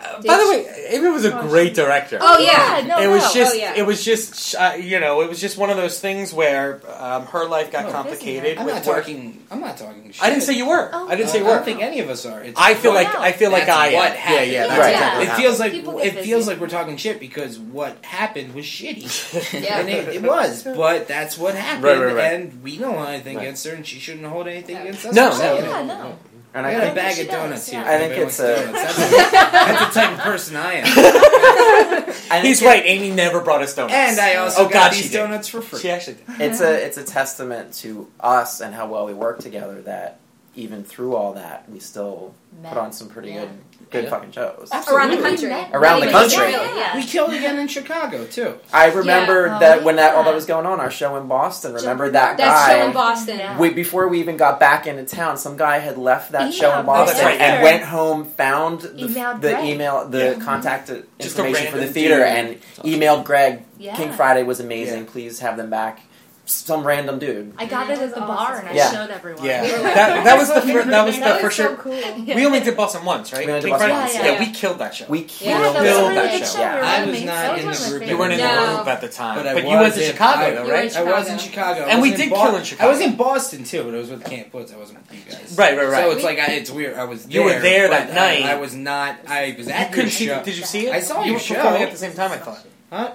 Uh,
Did
by the
she-
way, Amy was a
Oh,
great
she-
director.
Oh yeah.
no,
it
no.
was just
Oh, yeah.
it was just uh, you know it was just one of those things where um, her life got
No,
complicated
I'm
with
not
work.
talking. I'm not talking. Shit.
I didn't say you were.
Oh.
I didn't say you
I
were.
don't think any of us are. It's
I feel
what-
like I feel like
That's
I am.
what
yeah,
happened.
yeah. That's
Right.
exactly
It
what
feels like
People get
it feels
busy.
like we're talking shit because what happened was
[laughs]
shitty,
Yeah.
and it, it was. But that's what happened,
Right, right, right.
and we don't hold anything
Right.
against her, and she shouldn't hold anything
No.
against us. for
No, no,
saying
Oh, yeah,
it.
no.
And
I
I
got a
think,
bag
she
of
does,
donuts here.
yeah.
I think
Everybody
uh,
it's
wants
a-
[laughs]
donuts. That's, that's the type of person I am.
I think
He's
it-
right. Amy never brought us donuts.
And I also
oh
got
God, she
these
did.
donuts for free.
She actually did.
it's a
[laughs]
it's a testament to us and how well we work together that even through all that we still put on some pretty
Yeah.
good good
Yeah.
fucking shows.
Around the
Absolutely.
country.
Met
Around the
Really,
country.
really, yeah.
We killed again in Chicago too.
I remember
Yeah.
that
Oh,
when that all that
yeah.
was going on, our show in Boston. Remember
Jumping
that
Jack.
That's
guy?
show in Boston.
Yeah.
We, before we even got back into town, some guy had left that show
Yeah,
in Boston
Oh, that's right,
and
yeah.
went home, found the,
Emailed
the
Greg.
email, the contact
Just a
information for the
random
theater,
dude.
and emailed Greg.
Yeah.
King Friday was amazing.
Yeah.
Please have them back. Some random dude.
I got it at the bar and I
Yeah.
showed everyone.
Yeah,
We were like-
that, that was the fir-
[laughs]
that was the
That
for
was so
sure.
cool.
We only did Boston once, right?
We only did
King
Boston
Friday?
once,
Yeah,
yeah.
we killed that show.
We
Yeah,
killed
Yeah, that was a
Killed
really
that
good
show.
show.
Yeah.
We were
I was
roommates.
not
That was
in the
one of my
group.
You weren't in
No.
the group at the time,
But I
you went
was
to
in-
Chicago, though,
I-
You were in
right?
I was
Chicago.
in Chicago, I
And
was
we
in
did
Bo-
kill in Chicago.
I was in Boston too, but it was with Camp Woods. I wasn't with you guys.
Right, right, right.
So it's like I, it's weird. I was
You were there that
but
night.
I, I was not. I was
You
at your
couldn't see.
show.
Did you see it?
I saw
you
your
were
show.
performing at the same time. I thought.
Huh?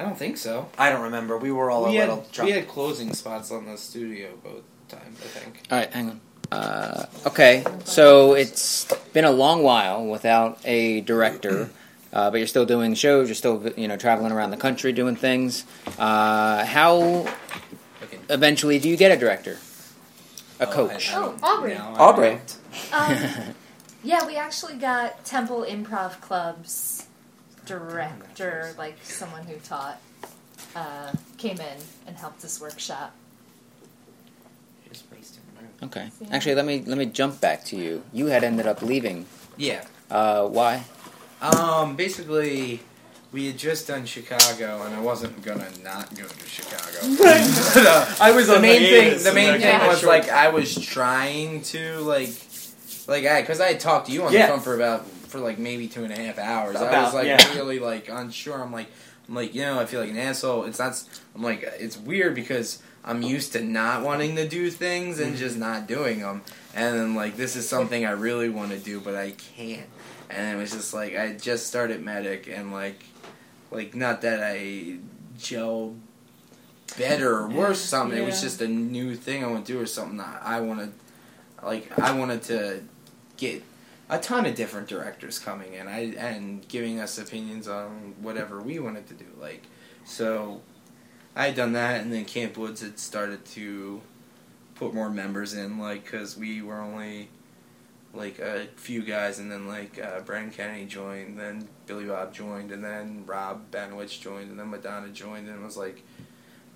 I don't think so.
I don't remember. We were all
we,
a
had,
little
we
drunk.
had closing spots on the studio both times. I think. All right, hang on. Uh, okay, so it's been a long while without a director, uh, but you're still doing shows. You're still, you know, traveling around the country doing things. Uh, how
eventually, do you get a director, a coach?
Oh, Aubrey. No, I
Aubrey.
[laughs]
Um, yeah, we actually got Temple Improv Club's director, like someone who taught, uh, came in and helped us workshop.
okay. Actually, let me let me jump back to you. You had ended up leaving.
Yeah.
Uh, why?
Um, basically, we had just done Chicago, and I wasn't gonna not go to Chicago.
[laughs]
But, uh,
I was
the
on
main
the
thing.
hiatus
The
and
main
I
thing
got
was
short.
like I was trying to like, like I because I had talked to you on
Yeah.
the phone for about for like maybe two and a half hours. I
About,
was like
yeah.
really like unsure. I'm like I'm like you know I feel like an asshole. It's not. s- I'm like it's weird because I'm used to not wanting to do things
Mm-hmm.
and just not doing them. And then like this is something I really want to do, but I can't. And it was just like I just started medic and like like not that I gel better or worse something. It was
Yeah.
just a new thing I want to do or something that I wanted like I wanted to get a ton of different directors coming in I, and giving us opinions on whatever we wanted to do. Like so I had done that and then Camp Woods had started to put more members in like cuz we were only like a few guys, and then like uh, Brandon Kennedy joined, then Billy Bob joined, and then Rob Benwich joined, and then Madonna joined, and it was like,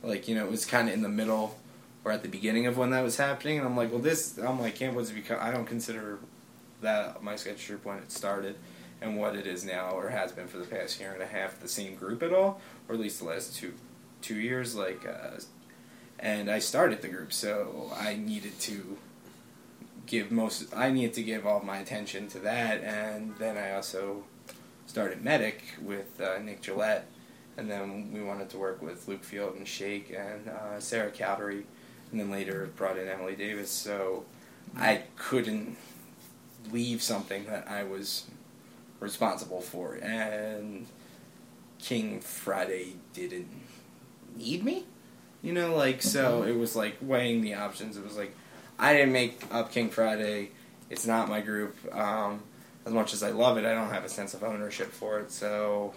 like you know, it was kind of in the middle or at the beginning of when that was happening, and I'm like, well, this, I'm like, Camp Woods become, I don't consider that my sketch group when it started and what it is now or has been for the past year and a half the same group at all, or at least the last two two years, like. Uh, and I started the group, so I needed to give most I needed to give all my attention to that and then I also started medic with uh, Nick Gillette and then we wanted to work with Luke Field and Shake and uh, Sarah Calvary and then later brought in Emily Davis so I couldn't leave something that I was responsible for and King Friday didn't need me you know like so it was like weighing the options it was like I didn't make up King Friday. It's not my group. Um, as much as I love it, I don't have a sense of ownership for it. So,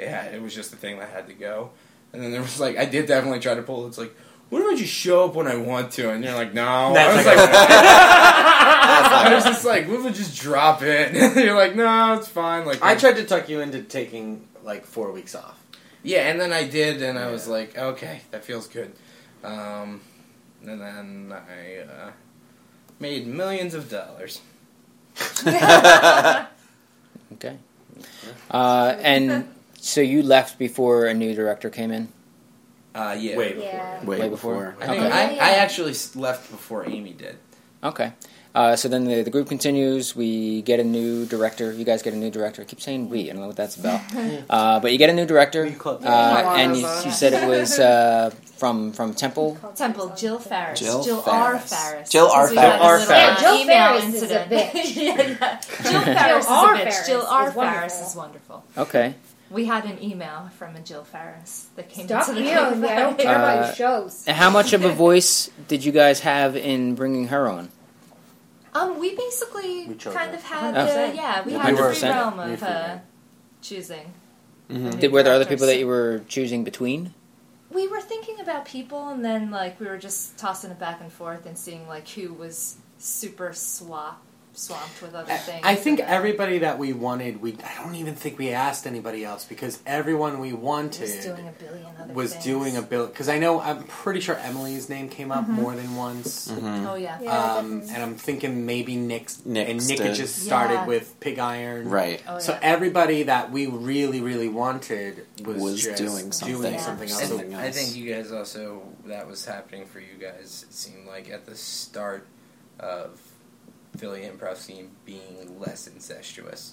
yeah, it was just the thing that had to go. And then there was like, I did definitely try to pull. It's like, what if I just show up when I want to? And you're like, no. I was like,
[laughs]
I was just like, what if I just drop it? [laughs] you're like, no, it's fine. Like,
I tried to tuck you into taking like four weeks off.
Yeah, and then I did, and I was like, okay, that feels good. Um, and then I uh, made millions of dollars.
[laughs]
Okay. Uh, and so you left before a new director came in.
Uh, yeah.
Way before, Yeah. yeah. Way before.
I, think
Okay.
I,
Yeah.
I actually s- left before Amy did.
Okay. Uh, so then the, the group continues. We get a new director. You guys get a new director. I keep saying we. I don't know what that's
[laughs]
about. uh, but you get a new director. Uh, and you, you said it was uh, from from Temple.
Temple, Jill Farris.
Jill
R.
Farris.
Farris.
Jill R.
'Cause we got
Farris.
a
Jill R.
little, uh, email
Farris. Jill Farris is a
incident.
bitch.
[laughs] yeah,
[laughs]
yeah. Jill Farris
Jill
is a
R.
bitch. Jill
Farris
R.
is wonderful.
Farris is wonderful.
Okay.
We had an email from a Jill Farris that came
Stop
into the
emailing
King
me. I don't
Friday.
care
Uh, and how much of
[laughs]
a voice did you guys have in bringing her on?
[laughs] Um, we basically
We chose
kind
her.
of had
Oh.
the yeah, we
Yeah,
had
we
the
were.
free realm
We
of
free
uh, choosing.
Did, were there other people that you were choosing between?
We were thinking about people, and then like we were just tossing it back and forth and seeing like who was super swap swamped with other things.
I think
and, uh,
everybody that we wanted, we I don't even think we asked anybody else because everyone we wanted
was doing a billion other
was
things.
doing a bill because I know I'm pretty sure Emily's name came up
Mhm.
more than once.
Mm-hmm. Mm.
Mhm. Oh, yeah. Yeah,
um,
definitely.
and I'm thinking maybe Nick's
Nick's
and Nick had
did.
just started
Yeah.
with Pig Iron,
Right. Oh,
so
yeah.
everybody that we really really wanted was,
Was
just
doing something.
doing
Yeah.
something else.
And
So
I think you guys also that was happening for you guys. It seemed like at the start of Philly improv scene being less incestuous.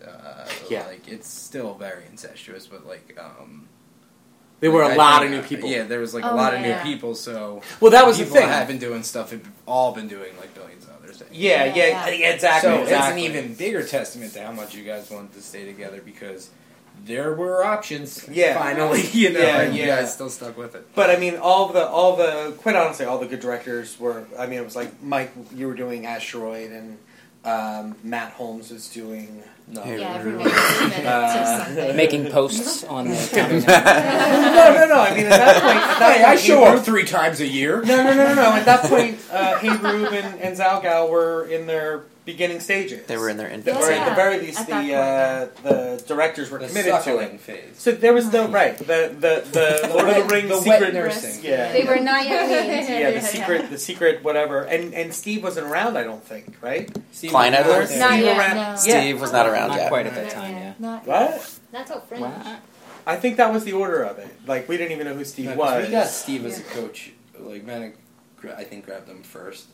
Uh,
Yeah.
like it's still very incestuous, but like um,
There were
like,
a
I
lot
think-
of new people.
Yeah, there was like
Oh,
a lot
yeah.
of new people. So
Well, that was the
people
thing.
Have been doing stuff. Have all been doing like billions of other things.
Yeah, yeah, Yeah. yeah, exactly,
So
exactly.
it's an even bigger testament to how much you guys wanted to stay together because there were options.
Yeah.
finally, [laughs] you know,
Yeah,
and you
yeah.
guys still stuck with it.
But I mean, all the all the quite honestly, all the good directors were. I [laughs] mean, it was Uh, like Mike, you were doing Asteroid, and um, Matt Holmes was doing
No.
Yeah, everyone was committed
[laughs]
to something.
making posts on the topic.
no, no, no. I mean, at that point, at that
Hey, I
point,
show
Hebrew-
up three times a year.
[laughs] No, no, no, no, no. At that point, uh, Hey Rube and, and Zalgal were in their beginning stages.
They were in their
They were at the
infancy.
very least, the uh, the directors were
The
committed to
suckling
it.
phase.
So there was no right. The the the Lord of the Rings
the wet
secret
nursing.
Yeah,
They were not yet weaned.
[laughs] yeah, the secret, the secret, whatever, and and Steve wasn't around. I don't think, right? Steve
Klein
was
Edwards?
Steve
Not yet,
around-
no.
yeah.
Steve was not around
Not
yet.
quite at that time, yeah.
Not
What?
That's all French.
I think that was the order of it. Like we didn't even know who Steve
No, 'cause
was.
we got Steve as a coach. Like Manic, gra- I think grabbed him first.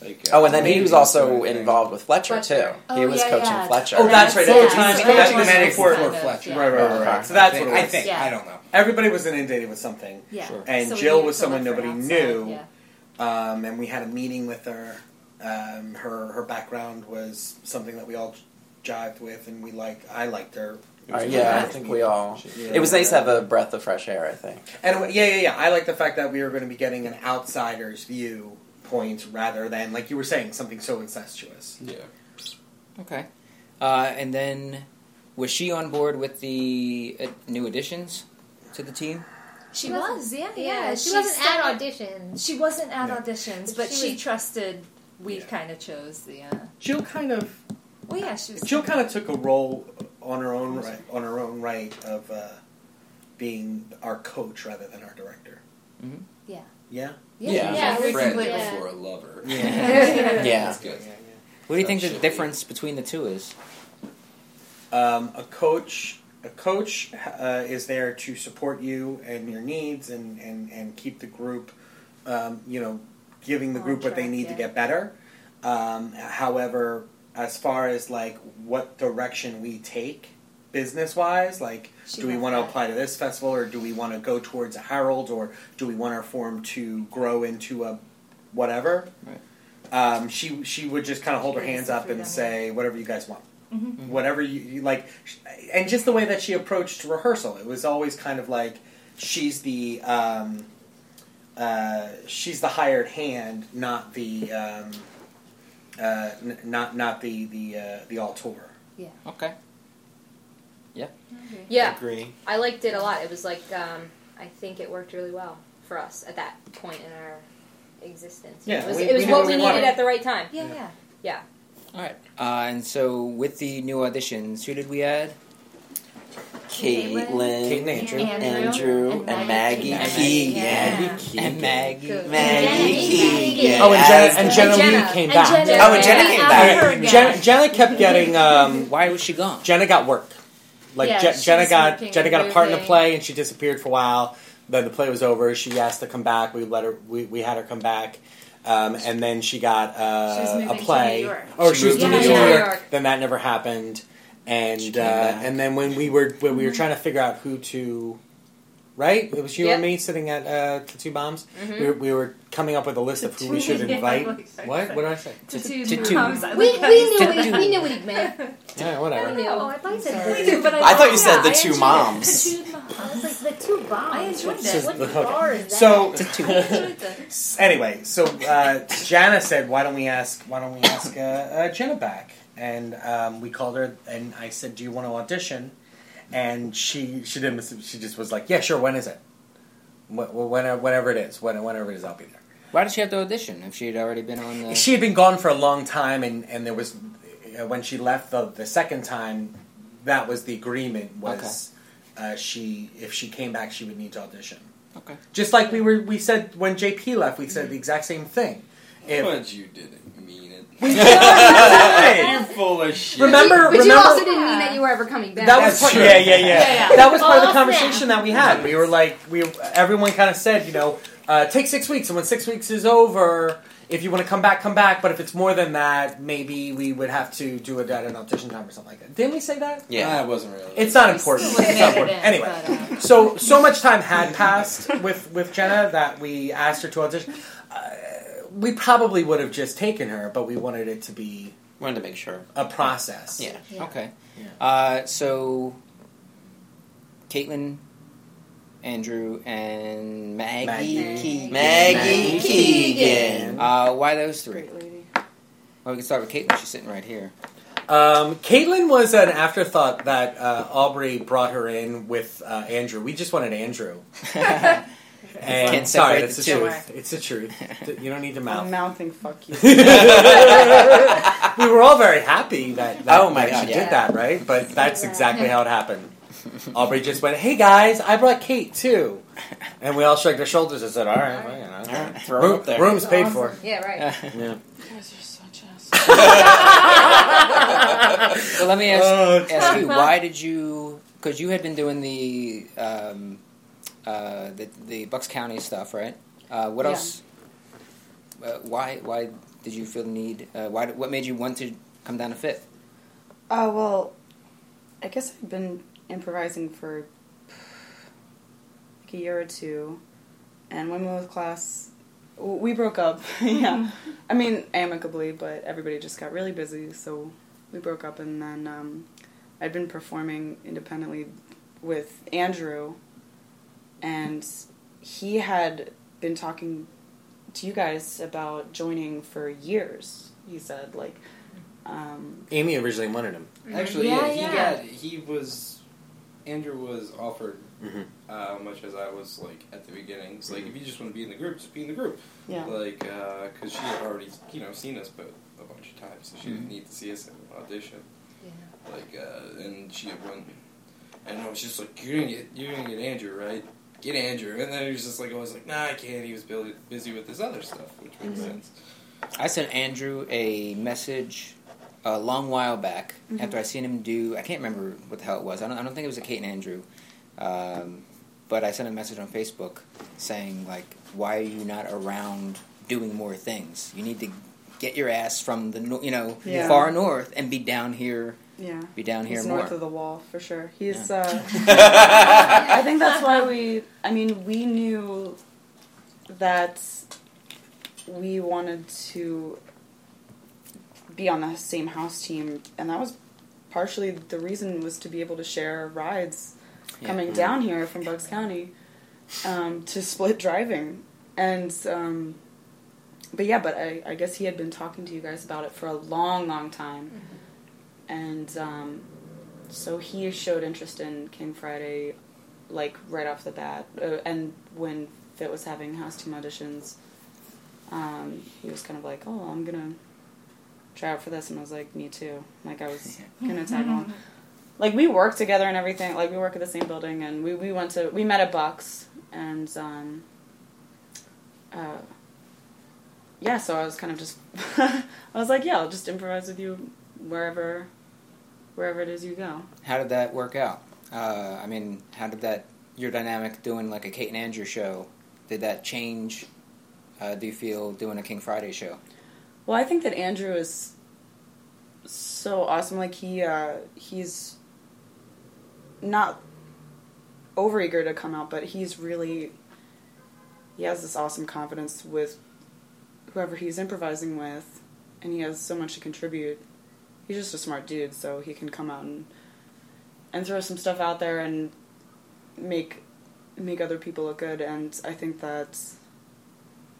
Like, uh,
Oh, and then he
maybe
was
that's
also
what I think.
involved with Fletcher,
Fletcher.
too. he
Oh,
was
yeah,
coaching
yeah.
Fletcher.
Oh, that's right. At the
That's
time,
it.
that
That's
was
it.
before
Kind of,
Fletcher.
yeah.
Right, right, right, right. So
I
that's
think-
what it
I
was.
think.
Yeah.
I don't know.
Everybody was inundated with something.
Yeah.
Sure.
And
So we
Jill
needed
was
to look
someone
for
nobody
outside,
knew.
yeah.
um, and we had a meeting with her. Um, her her background was something that we all jived with, and we like. I liked her. It was
Uh,
a good
yeah, I
match.
think we all.
Yeah.
It was nice to have a breath of fresh air. I think.
And yeah, yeah, yeah. I like the fact that we were going to be getting an outsider's view point rather than, like you were saying, something so incestuous.
Yeah.
Okay. Uh, and then, was she on board with the uh, new additions to the team?
She was, yeah,
Yeah,
yeah.
she wasn't
said-
at auditions.
She wasn't at
No.
auditions,
But
but
she
she,
was-
trusted. We
Yeah.
kind of chose the. Uh,
Jill kind of
well, yeah, she was.
Jill kind of took a role on her own right, on her own right of uh, being our coach rather than our director.
Mhm.
Yeah.
Yeah.
yeah,
Yeah.
yeah,
Yeah,
we
Friend
completely-
Yeah.
before a lover.
[laughs]
Yeah.
That's good.
What do you
That
think the
should be-
difference between the two is?
Um, a coach, a coach uh, is there to support you and your needs, and and and keep the group, um, you know, giving the
On
group what they
track,
need to
yeah.
get better. Um, however, as far as like what direction we take business wise, like
She
do we
went
want to
back.
apply to this festival or do we want to go towards a Harold or do we want our form to grow into a whatever?
Right.
Um, she she would just kind of hold her
Basically
hands up and
them.
say whatever you guys want,
Mhm.
whatever you, you like, and just the way that she approached rehearsal, it was always kind of like she's the um, uh, she's the hired hand, not the um, uh, n- not not the the uh, the auteur.
Okay.
Okay.
Yeah,
Agree.
I liked it a lot. It was like um, I think it worked really well for us at that point in our existence.
Yeah,
it was,
we-
it was
we knew
what
what
we
we
needed
wanted.
at the right time.
Yeah, yeah.
Yeah,
All right. Uh, and so, with the new auditions, who did we add?
Caitlin,
Caitlin,
Caitlin,
Andrew,
Andrew,
and
and
Maggie
Maggie
Keegan.
Keegan.
Yeah.
Maggie Keegan.
And Maggie.
Good.
Maggie
Jenna
Keegan.
Keegan.
Oh, and
as
Jenna- and
the-
Jenna Lee
Jenna.
came
And
back.
Jenna.
Oh, and Jenna came
Yeah.
back.
Her again.
Jenna, Jenna kept getting um,
Why was she gone?
Jenna got work. Like
Yeah,
Je-
she
Jenna
was
got
working
Jenna
and
got a part in a
moving.
play and she disappeared for a while. Then the play was over. She asked to come back. We let her. We, we had her come back. Um, and then she got
She was
uh,
moving
a
to
play.
New York.
Oh,
She
she, was
moved
to
to
New
New
York.
York.
Then that never happened. And uh,
came back.
and then when we were when we were trying to figure out who to, right? It was you
Yep.
and me sitting at uh, the two bombs.
Mhm.
Mm-hmm.
We, were, we were coming up with a list of who [laughs] we should
Yeah, like
invite.
I
what?
said.
What did I say?
Tattoo
Tattoo.
comes- I
we,
like how
we
you
knew
said
what he,
that.
we knew what he meant.
Yeah, whatever.
We knew.
Oh, I thought you said
We do, but I,
I thought you
yeah,
said the
I
two
enjoyed
moms.
it. The two moms.
I was like the two bombs.
I enjoyed
What-
that.
What
Okay.
bar is that?
So
I enjoyed that.
anyway, so uh, Jana said, "Why don't we ask? Why don't we ask uh, uh, Jenna back?" And um, we called her, and I said, "Do you want to audition?" And she she didn't. miss- She just was like, "Yeah, sure. When is it? Wh- wh- When, uh, whenever it is. When, whenever it is, I'll be there."
Why did she have to audition if she had already been on the?
She had been gone for a long time, and and there was uh, when she left the the second time, that was the agreement was uh, she if she came back she would need to audition.
Okay.
Just like we were, we said when JP left, we said the exact same thing. If-
But you didn't mean it.
Hey,
You're full of shit.
Remember,
but you
remember
also didn't mean that you were ever coming back.
that was
That's
part,
true.
yeah, yeah, yeah,
Yeah, yeah.
That was part of the
All
conversation that we had. We were like, we everyone kind of said, you know, uh, take six weeks, and when six weeks is over, if you want to come back, come back. But if it's more than that, maybe we would have to do it at an audition time or something like that. Didn't we say that?
Yeah,
Yeah.
it wasn't really.
It's not
We still
important.
would've
It's not
made it
important.
in,
Anyway.
but, uh,
So so much time had passed with with Jenna that we asked her to audition. Uh, we probably would have just taken her, but we wanted it to be
Wanted to make sure.
a process.
Yeah.
Yeah.
Okay.
Yeah.
Uh, so, Caitlin, Andrew, and Maggie.
Maggie.
Keegan.
Maggie Keegan.
Uh, why those three?
Great lady.
Well, we can start with Caitlin. She's sitting right here. [laughs]
Um, Caitlin was an afterthought that uh, Aubrey brought her in with uh, Andrew. We just wanted Andrew. and
Can't
sorry,
separate
that's
the
the,
two.
truth. It's the
[laughs]
truth. You don't need to
I'm
mouth.
mouthing fuck you.
[laughs] we were all very happy that, that
Oh my
that
God,
she
yeah.
did that, right? But that's exactly how it happened. Aubrey just went, "Hey guys, I brought Kate too," and we all shrugged our shoulders and said, "All right, well, you know,
throw
room-
up there."
room's paid for."
Yeah, right.
Yeah.
uh,
so let me ask,
Oh,
ask you,
God.
why did you? Because you had been doing the um, uh, the, the Bucks County stuff, right? Uh, what
Yeah.
else? Uh, why why did you feel the need? Uh, why what made you want to come down to Fifth?
Uh, well, I guess I've been improvising for like a year or two, and women with class, w- we broke up. [laughs] yeah, I mean amicably, but everybody just got really busy, so we broke up. And then um, I'd been performing independently with Andrew, and he had been talking to you guys about joining for years. He said like. Um,
Amy originally wanted him.
Actually,
Yeah,
yeah, he
yeah.
got he was Andrew was offered uh, much as I was like at the beginning. It's like if you just want to be in the group, just be in the group.
Yeah.
Like because she had already you know seen us, but a bunch of times, so she
Mm-hmm.
didn't need to see us in an audition. Yeah. Like uh, and she had went and I was just like, you're gonna get you're gonna get Andrew right. Get Andrew, and then he was just like, I was like, nah, I can't. He was bu- busy with his other stuff, which makes
Mhm.
sense.
I sent Andrew a message a long while back
Mm-hmm.
Mhm.
after I seen him do. I can't remember what the hell it was. I don't. I don't think it was a Kate and Andrew, um, but I sent a message on Facebook saying like, "Why are you not around doing more things? You need to get your ass from the nor- you know
Yeah.
far north and be down here.
Yeah.
be down here
He's
more."
north of the wall for sure. He's.
Yeah.
Uh, I think that's why we. I mean, we knew that we wanted to be on the same house team, and that was partially the reason was to be able to share rides
Yeah.
coming
Mhm.
down here from Bucks County um, to split driving, and. Um, but yeah, but I, I guess he had been talking to you guys about it for a long, long time, and um, so he showed interest in King Friday, like right off the bat, uh, and when Fit was having house team auditions, um, he was kind of like, "Oh, I'm gonna try out for this," and I was like, "Me too." Like I was gonna tag along. Like we work together and everything. Like we work at the same building, and we, we went to we met at Bucks, and um, uh, yeah, so I was kind of just, [laughs] I was like, yeah, I'll just improvise with you wherever, wherever it is you go.
How did that work out? Uh, I mean, how did that your dynamic doing like a Kate and Andrew show? Did that change? Uh, do you feel doing a King Friday show?
Well, I think that Andrew is so awesome. Like he, uh, he's not over eager to come out, but he's really, he has this awesome confidence with whoever he's improvising with, and he has so much to contribute. He's just a smart dude, so he can come out and and throw some stuff out there and make make other people look good. And I think that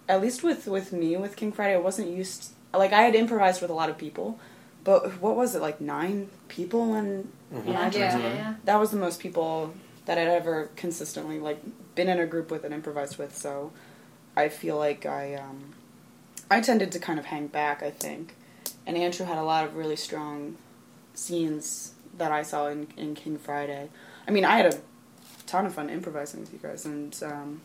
at least with with me with King Friday, I wasn't used like I had improvised with a lot of people, but what was it like nine people and
Mhm. Yeah, yeah, yeah.
that was the most people that I'd ever consistently like been in a group with and improvised with. So I feel like I um, I tended to kind of hang back. I think, and Andrew had a lot of really strong scenes that I saw in in King Friday. I mean, I had a ton of fun improvising with you guys and um,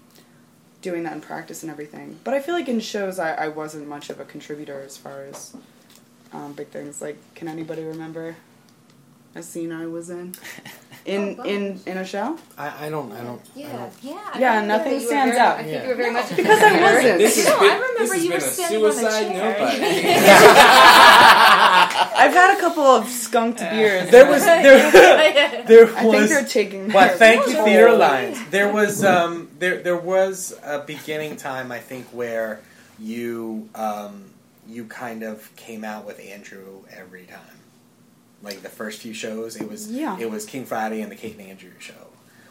doing that in practice and everything. But I feel like in shows, I, I wasn't much of a contributor as far as um, big things. Like, can anybody remember a scene I was in? In
Oh,
in in a show?
I, I don't.
[laughs]
I don't.
Yeah, yeah. I
Yeah,
remember
nothing
that you were
stands
very-
out.
I think you were very much a
[laughs] because I
contributor.
wasn't.
no, I remember you were standing on a chair. [laughs]
I've had a couple of skunked beers.
There was- there- there
I think
was-
they're taking.
Well,
their
thank you,
toll.
Theater Lines. There was um, there there was a beginning time I think where you um, you kind of came out with Andrew every time. Like the first few shows, it was
Yeah.
it was King Friday and the Kate and Andrew show,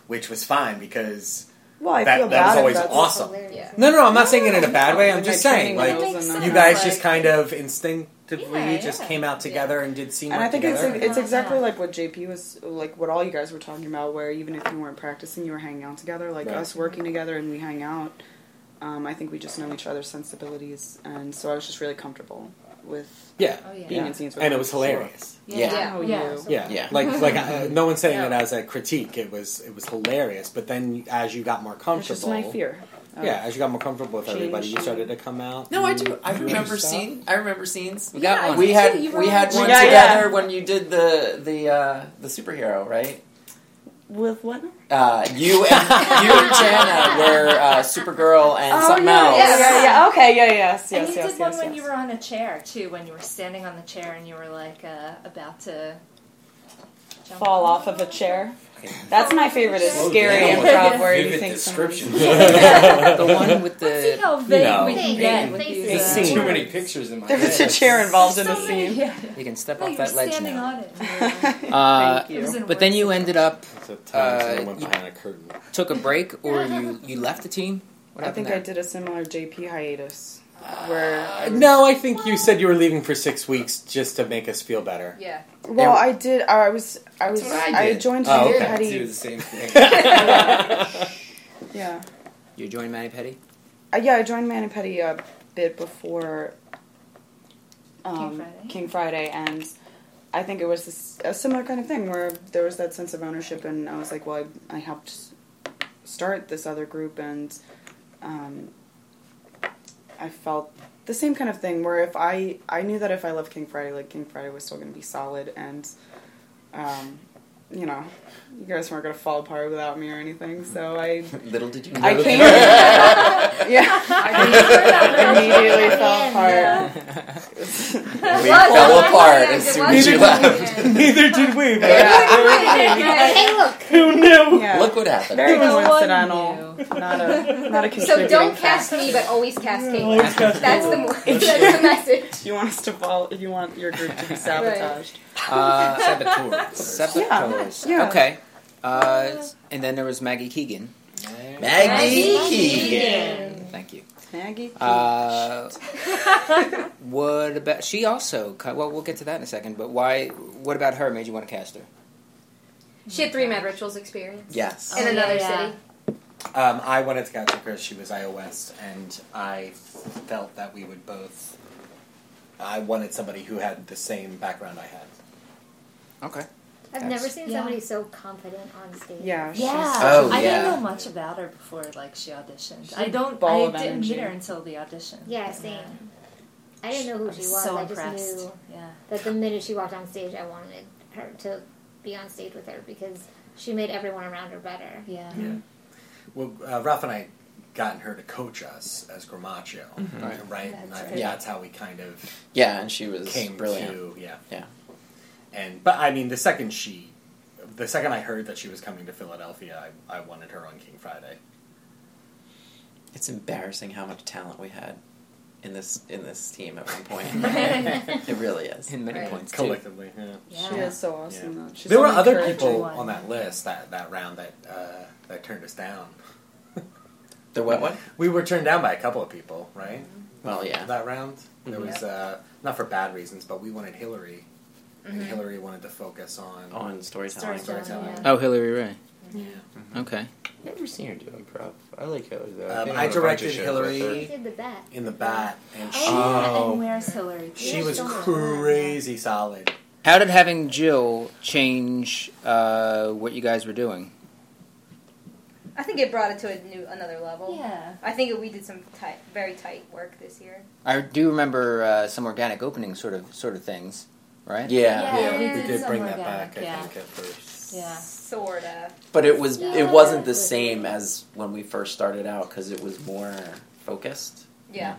which was fine because
Well, I
that,
feel
that was
bad
always
about that.
awesome.
That's hilarious.
No, no, no, I'm not saying it in a bad way. I'm
Like,
just
my
saying,
training
like,
wheels and
you
that.
guys
Like-
just kind of instinctively just came out together and did scene
And
work
I think it's
together.
it's exactly like what JP was like what all you guys were talking about, where even if you weren't practicing, you were hanging out together. Like
Right.
us working together and we hang out. Um, I think we just know each other's sensibilities, and so I was just really comfortable with
Yeah.
oh,
being in scenes with
and
her.
it was hilarious.
Sure. Yeah.
yeah,
Yeah.
yeah.
[laughs] Yeah.
Like, like uh, no one's saying it as a critique. It was, it was hilarious. But then, as you got more comfortable,
It's just my fear. Oh. of-
Yeah, as you got more comfortable with everybody, you
Change.
started to come out.
No, I do.
and
I
do
remember
stuff.
scene. I remember scenes.
We got
Yeah, I
one.
do
We had
too. You
we
were
had
on
one
the-
together
Yeah, yeah.
when you did the the uh, the superhero, right?
With what?
Uh, you and you and Jana were uh, Supergirl and something else.
Oh, Yeah, yeah, yeah. Okay, yeah, yes,
And
yes,
you
yes,
did one
yes,
when
yes.
you were on a chair too, when you were standing on the chair and you were like uh, about to jump
Fall off of a chair. That's my favorite. Is
Slow
scary
down.
improv where
Vivid
you think
description.
[laughs]
the
one with the-
see
how
vague we
can get with these, uh,
There's too many pictures in my
There was
head.
a chair involved [laughs]
[laughs]
in the
many,
scene.
yeah.
You can step
No,
off
you were
that ledge
standing
now.
on it. and you were-
Uh,
It was in
but then you ended up.
and I
Uh,
went
you
behind a curtain.
took a break, or you you left the team. What
I
happened
think I did a similar JP hiatus where I was-
No, I think you said you were leaving for six weeks just to make us feel better.
Yeah.
Well, I did. uh, I was. I was.
what I
I,
did.
joined
Oh,
Judy
okay.
Petty.
Do the same thing.
Um,
[laughs]
yeah.
You joined Manny Petty.
Uh, yeah, I joined Man and Petty a bit before um, King, Friday. and I think it was this, a similar kind of thing where there was that sense of ownership, and I was like, well, I, I helped s- start this other group, and um, I felt the same kind of thing where if I I knew that if I left King Friday, like King Friday was still going to be solid, and um, you know, you guys weren't going to fall apart without me or anything, so I.
Little did you know.
I came.
[laughs]
yeah, I immediately fell
[laughs]
apart.
We fell apart as soon as you left.
Neither did we.
but-
[laughs] Hey, look.
Who knew?
Look what happened.
Very
No one
coincidental. Not a [laughs] not a
So
contributing
don't
factor.
cast me, but always cast Caitlin.
always cast
That's the,
Caitlin.
more, [laughs] that's the message.
[laughs] You want us to fall? You want your group to be sabotaged?
Uh,
[laughs]
Saboteurs.
Saboteurs.
Yeah, yeah.
Okay. Uh, and then there was Maggie Keegan. Maggie,
Maggie Keegan.
Thank you.
Maggie.
Uh, what about she also? ki- Well, we'll get to that in a second. But why? What about her made you want to cast her?
She had three mad rituals experience.
Yes.
In
Oh,
another
yeah, yeah.
city.
Um, I wanted to catch her because she was Io West, and I felt that we would both. I wanted somebody who had the same background I had.
Okay.
I've never
seen
Yeah.
somebody so confident on stage.
Yeah, she's-
Yeah,
Oh,
I
yeah.
didn't know much about her before like she auditioned.
She's
I don't.
a ball
I
of
didn't
energy.
meet her until the audition.
Yeah, same. I didn't know who
I'm
she was.
so
I just
impressed.
knew
Yeah.
that the minute she walked on stage, I wanted her to be on stage with her because she made everyone around her better.
Yeah.
Well, uh, Ralph and I gotten her to coach us as Gramaccio,
Mhm. Right.
right? And I
That's
think
right. Yeah.
that's how we kind of
Yeah, and she was
came
brilliant.
to yeah.
Yeah.
And but I mean, the second she, the second I heard that she was coming to Philadelphia, I, I wanted her on King Friday.
It's embarrassing how much talent we had in this in this team at
[laughs]
one point. it really is.
In many
Right.
points, too.
collectively. Yeah.
She is so awesome.
Yeah.
Though. She's
there
so
were other
encouraging.
people on that list that, that round that uh, that turned us down.
The wet one?
We were turned down by a couple of people, right?
Mm-hmm. Well, yeah.
That round, there
Mhm.
was uh, not for bad reasons, but we wanted Hillary,
Mm-hmm.
and Hillary wanted to focus on
On storytelling.
Storytelling, yeah.
Oh, Hillary Ray. Mm-hmm.
Yeah.
Okay.
Never seen her do improv. I like Hillary though.
Um,
Been on
I
a bunch of
directed
shows with
Hillary.
her.
She did the bat.
in the bat, and she,
Oh, yeah, and where's Hillary?
she was
still there.
crazy solid.
How did having Jill change uh, what you guys were doing?
I think it brought it to a new another level.
Yeah.
I think we did some tight, very tight work this year.
I do remember uh, some organic opening sort of sort of things, right?
Yeah.
Yeah, we
we
did
did
some
bring that
organic,
back. I
yeah.
think at first.
Yeah.
Sorta.
But it was
Yeah.
it wasn't the same as when we first started out because it was more focused.
Yeah.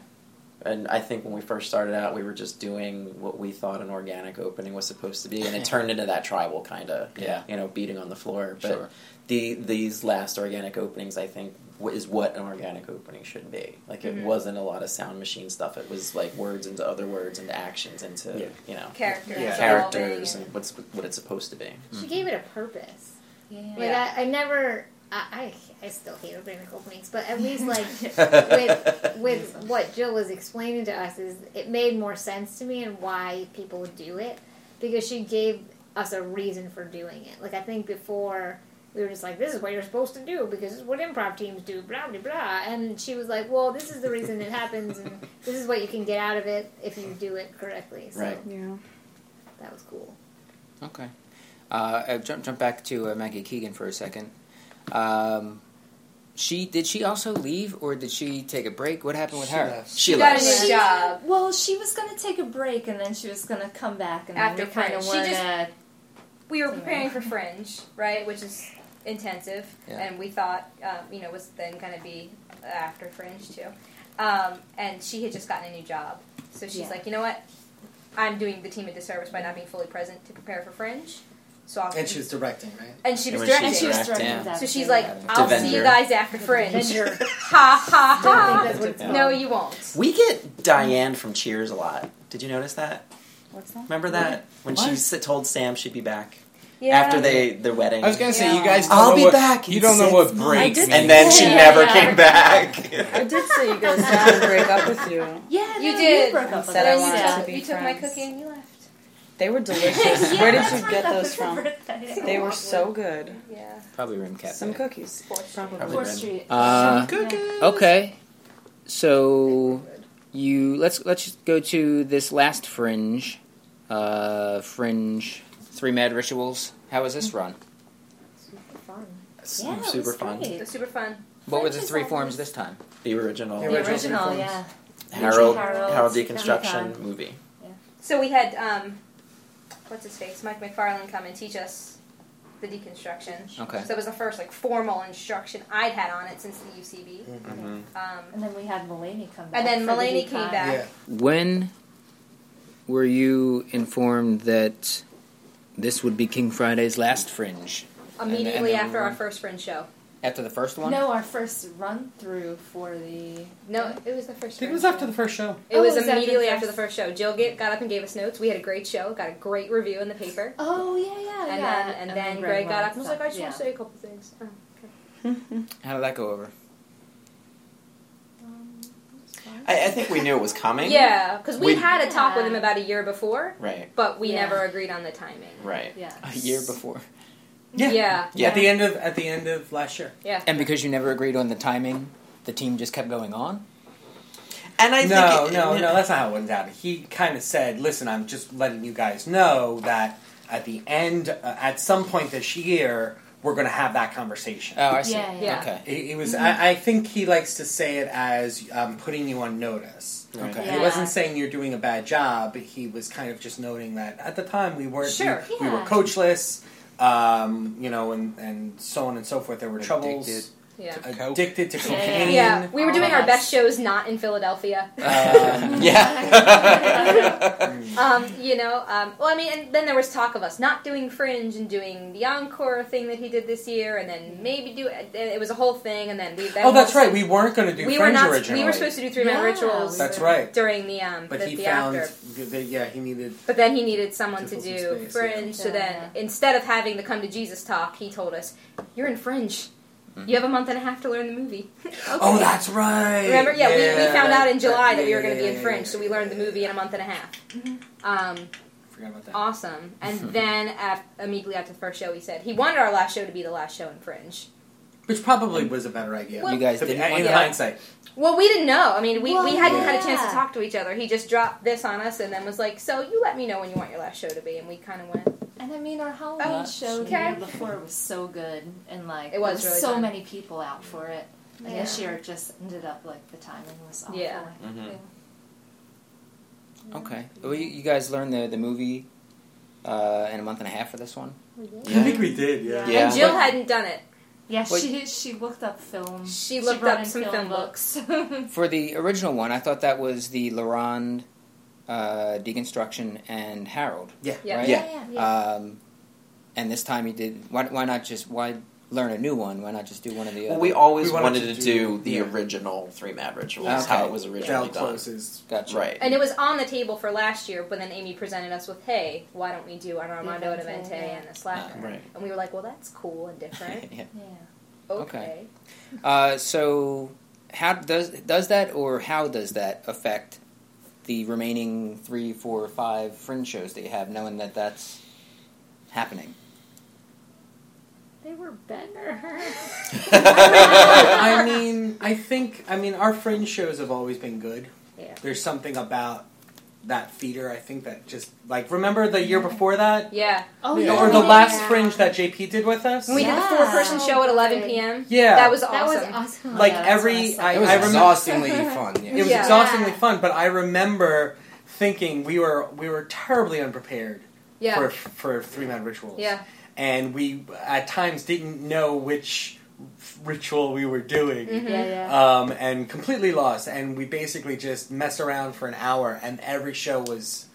And I think when we first started out, we were just doing what we thought an organic opening was supposed to be, and it turned into that tribal kind of,
Yeah.
you know, beating on the floor. But
Sure.
the these last organic openings, I think, wh- is what an organic opening should be. Like
Mm-hmm.
it wasn't a lot of sound machine stuff. It was like words into other words, into actions, into
Yeah.
you know,
Characters.
Yeah.
characters, and what's what it's supposed to be.
She gave it a purpose.
Yeah.
Like I, I never, I, I I still hate rabbinic openings, but at least like with with what Jill was explaining to us is it made more sense to me and why people would do it because she gave us a reason for doing it. Like I think before we were just like this is what you're supposed to do because this is what improv teams do blah blah blah and she was like well this is the reason it happens and this is what you can get out of it if you do it correctly. So
Right.
Yeah.
That was cool.
Okay. Uh, uh, jump jump back to uh, Maggie Keegan for a second. Um, she did she also leave or did she take a break? What happened with
She
her?
left.
She
got
left.
a new job. Well, she was going to take a break and then she was going to come back and
After
then we kind
Fringe.
of
She
wanted
just-
to.
we were preparing for Fringe, right, which is intensive,
Yeah.
and we thought, um, you know, was then going to be after Fringe too. Um, and she had just gotten a new job, so she's
Yeah.
like, you know what, I'm doing the team a disservice by not being fully present to prepare for Fringe. So I'll
And she was directing, right?
and she was
And when
directing.
she's
she was
directing,
directing.
yeah.
So she's like,
Devender.
I'll see you guys after Fringe.
Devender.
[laughs] ha ha
Don't think that's what it's
ha.
called.
Ah! No, you won't.
We get Diane from Cheers a lot. Did you notice that?
What's that?
Remember that when she
What?
s- told Sam she'd be back
Yeah.
after they their wedding.
I was gonna say you guys. Don't
I'll
know
be
what,
back.
You don't know what break.
breaks, and then
[laughs]
she never came back.
I did say you guys had to break up with you.
Yeah,
you
no,
did.
you broke up with
Said I
us.
wanted
Yeah.
to be
You took my
friends.
cookie and you left.
They were delicious.
Yeah,
Where did
that's
you
right,
get
that
those
was
from?
her birthday.
They were so good.
Yeah.
Probably Rim Cafe.
Some cookies. Probably.
Probably
Fourth
Rim.
Street.
Uh,
Some cookies.
Okay. So you let's let's go to this last fringe, uh, fringe three mad rituals. How was
Mm-hmm.
this run?
Super fun.
Yeah, it super was fun. great.
It was super fun.
What were the three forms this time?
The original.
The original, yeah. Harold,
Harold, Harold
Harold
deconstruction
Harold.
movie.
So we had um, what's his face, Mike McFarlane, come and teach us the deconstruction.
Okay.
So it was the first like formal instruction I'd had on it since the UCB.
Mhm.
Hmm.
Um,
and then we had Mulaney come back.
and then
for the
Mulaney
decon.
came back.
When were you informed that this would be King Friday's last fringe? And- and
Immediately
then
after our first friend show.
After the first one?
No, our first run through for the.
No, it was the first.
think
friend
it was
show.
after the
first show.
It
Oh,
was
it was after
immediately
the
after the first show. Jill get, got up and gave us notes. We had a great show. Got a great review in the paper.
Oh yeah, yeah,
and
yeah.
Then, and, then, Greg got up and was like, "I just want to
say
say a couple things." Oh, okay.
How did that go over?
I, I think we knew it was coming.
Yeah, because we,
We-
had a talk with him about a year before,
Right.
but we
Yeah.
never agreed on the timing.
Right.
Yeah.
A year before.
Yeah. Yeah.
At the end of at the end of last year.
Yeah.
And because you never agreed on the timing, the team just kept going on?
And I
no,
think it-
no, no. That's not how it went down. He kind of said, "Listen, I'm just letting you guys know that at the end, uh, at some point this year, we're going to have that conversation."
Oh, I see. Yeah, yeah. Okay.
He, he was.
Mm-hmm.
Mhm.
I, I think he likes to say it as um, putting you on notice.
Right.
Okay.
Yeah.
He wasn't saying you're doing a bad job. but He was kind of just noting that at the time we weren't.
Sure,
We, we were
yeah.
coachless. Um, you know, and and so on and so forth. There were troubles.
Yeah.
Addicted to,
[laughs]
cocaine.
Yeah, we were doing our
Um,
best shows not in
[laughs]
Philadelphia.
Um,
[laughs]
um, you know, um, well, I mean, and then there was talk of us not doing Fringe and doing the encore thing that he did this year, and
Mm-hmm.
then maybe do it. It was a whole thing, and then we. Then
oh, that's right. We weren't going to do
we were
Fringe
not.
originally.
We were supposed to do three man
Yeah,
rituals.
we That's were. right.
During the um,
But
the,
he
the
found
after.
that yeah he needed.
But then he needed someone to
To fill some
do
space,
Fringe.
yeah.
So then, instead of having the come to Jesus talk, he told us, "You're in Fringe. You have a month and a half to learn the movie." [laughs] okay.
Mm-hmm. Oh, that's right.
Remember? Yeah, we, we found out in July that we were going to
yeah,
be in
yeah,
Fringe, so we learned the movie in a month and a half.
Mm-hmm.
Um,
Forgot about that.
awesome. And then af- immediately after the first show, he said he wanted our last show to be the last show in Fringe.
Which probably was a better idea.
You guys
To be-
didn't want
in
that.
hindsight.
Well, we didn't know. I mean, we,
Well,
we hadn't had a
yeah.
chance to talk to each other. He just dropped this on us and then was like, So you let me know when you want your last show to be. And we kind of went,
And I mean, our Halloween
Oh,
show the
okay.
year before was so good, and like
It was
there were
really
so
fun.
many people out for it. And this
Yeah.
year it just ended up like the timing was awful.
Yeah.
Mhm. Okay. Well, you, you guys learned the, the movie uh, in a month and a half for this one?
We did.
I think we did. Yeah.
Yeah.
And Jill
But-
hadn't done it.
Yeah,
Wait.
she she looked up film.
She looked
brought
up
in
some film books. [laughs]
For the original one, I thought that was the Laurent uh, deconstruction and Harold.
Yeah. Uh,
Yeah.
Right?
Yeah, yeah, yeah.
Um, and this time you did. Why, why not just why learn a new one? Why not just do one of the?
Well,
other?
we always wanted, to, do, the original three mad rituals,
Yeah.
how
Okay.
it was originally
Felt
done.
closest. Gotcha. [laughs]
Right.
And it was on the table for last year, but then Amy presented us with, hey, why don't we do an Armando
Evente,
Devente
yeah.
and a slacker?
Ah, right.
[laughs]
And we were like, well, that's cool and different.
Yeah.
Yeah.
Okay.
Uh, so how does does that or how does that affect the remaining three, four, five fringe shows that you have, knowing that that's
[laughs]
happening?
They were better. [laughs]
I mean, I think I mean our fringe shows have always been good.
Yeah.
There's something about that theater. I think that just like remember the year before that.
Oh, Yeah.
Or the last fringe that JP did with us.
When we did the four-person show at 11 p.m.
Yeah.
that was
That
awesome.
was awesome.
like
Yeah, that's
every
awesome.
I,
It was
I
[laughs]
remem-
exhaustingly fun, yeah.
It was
Yeah.
exhaustingly fun, but I remember thinking we were we were terribly unprepared
Yeah.
for for three man rituals.
Yeah.
And we at times didn't know which ritual we were doing.
Mhm. Yeah, yeah.
Um, and completely lost and we basically just messed around for an hour and every show was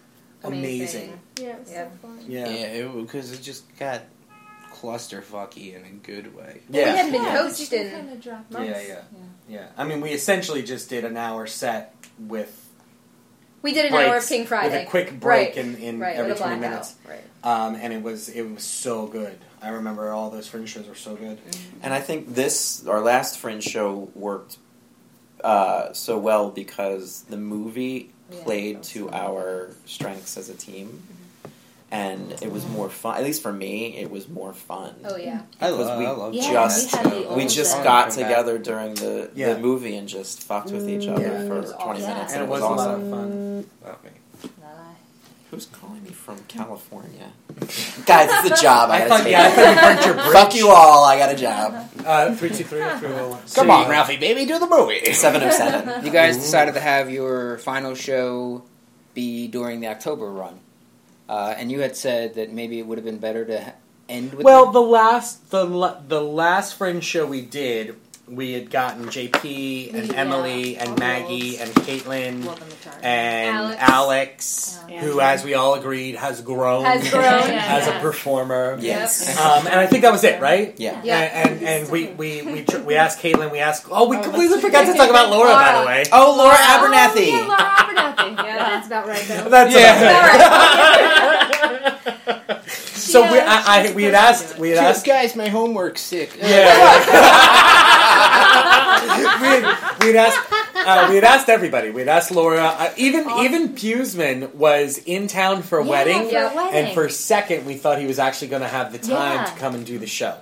amazing.
Yeah, it was
Yeah.
so fun.
Yeah.
because it, just got clusterfucky in a good way.
Yeah. We
hadn't been
Yeah.
coached in.
Kind of dropped
Yeah,
months.
yeah. Yeah. I mean, we essentially just did an hour set with
We did an hour of
breaks,
King Friday.
with a quick break
Right.
in, in
Right,
every
with a
twenty
blackout.
minutes,
Right.
um, and it was it was so good. I remember all those fringe shows were so good.
And I think this, our last Fringe show, worked uh, so well because the movie
Yeah,
played to our strengths as a team.
Mm-hmm.
And it was more fun. At least for me, it was more fun.
Oh yeah.
I
Because
love-
we
I love
just
Yeah,
we had the
we,
old
just
set.
got
Come back.
together during the,
Yeah.
the movie and just fucked with each other
Yeah.
for
Mm, was
twenty
awesome.
minutes,
And it was, a lot
awesome.
[laughs]
of fun.
Not me.
Who's calling me from California? [laughs] Guys, it's a job. I,
I
gotta
thought-
take
yeah,
[laughs]
I thought you burnt your
it. Fuck you all. I got a job.
Uh, three two three three one one.
Come on,
Ralphie, baby, do the movie.
[laughs] Seven of
[laughs]
seven.
You guys decided to have your final show be during the October run, uh, and you had said that maybe it would have been better to ha- end with.
[laughs] Well, the last the la- the last fringe show we did, we had gotten JP and
Yeah.
Emily
All
and
those.
Maggie and Caitlin.
Love and Matar.
and
Alex.
Alex,
Yeah.
who, as we all agreed, has grown,
Has grown,
[laughs]
[laughs]
as
yeah.
a performer.
Yes. [laughs]
Um, and I think that was it, right?
Yeah.
Yeah.
And and, and we we we tr- we asked Caitlin. We asked. Oh, we completely forgot to talk about Laura,
Laura.
by the way.
Oh, Laura
Oh,
Abernathy.
yeah, Laura Abernathy.
[laughs] Yeah.
yeah, that's about right
[laughs]
though.
That's
Yeah.
about it. so we I, I we had asked we had
This
asked.
guy's my homework sick.
[laughs] Yeah. we had, we'd asked. Uh, we had asked everybody. We had asked Laura. Uh, even even Buseman was in town for a
Yeah,
wedding.
for a wedding.
And for a second, we thought he was actually going to have the time
Yeah.
to come and do the show.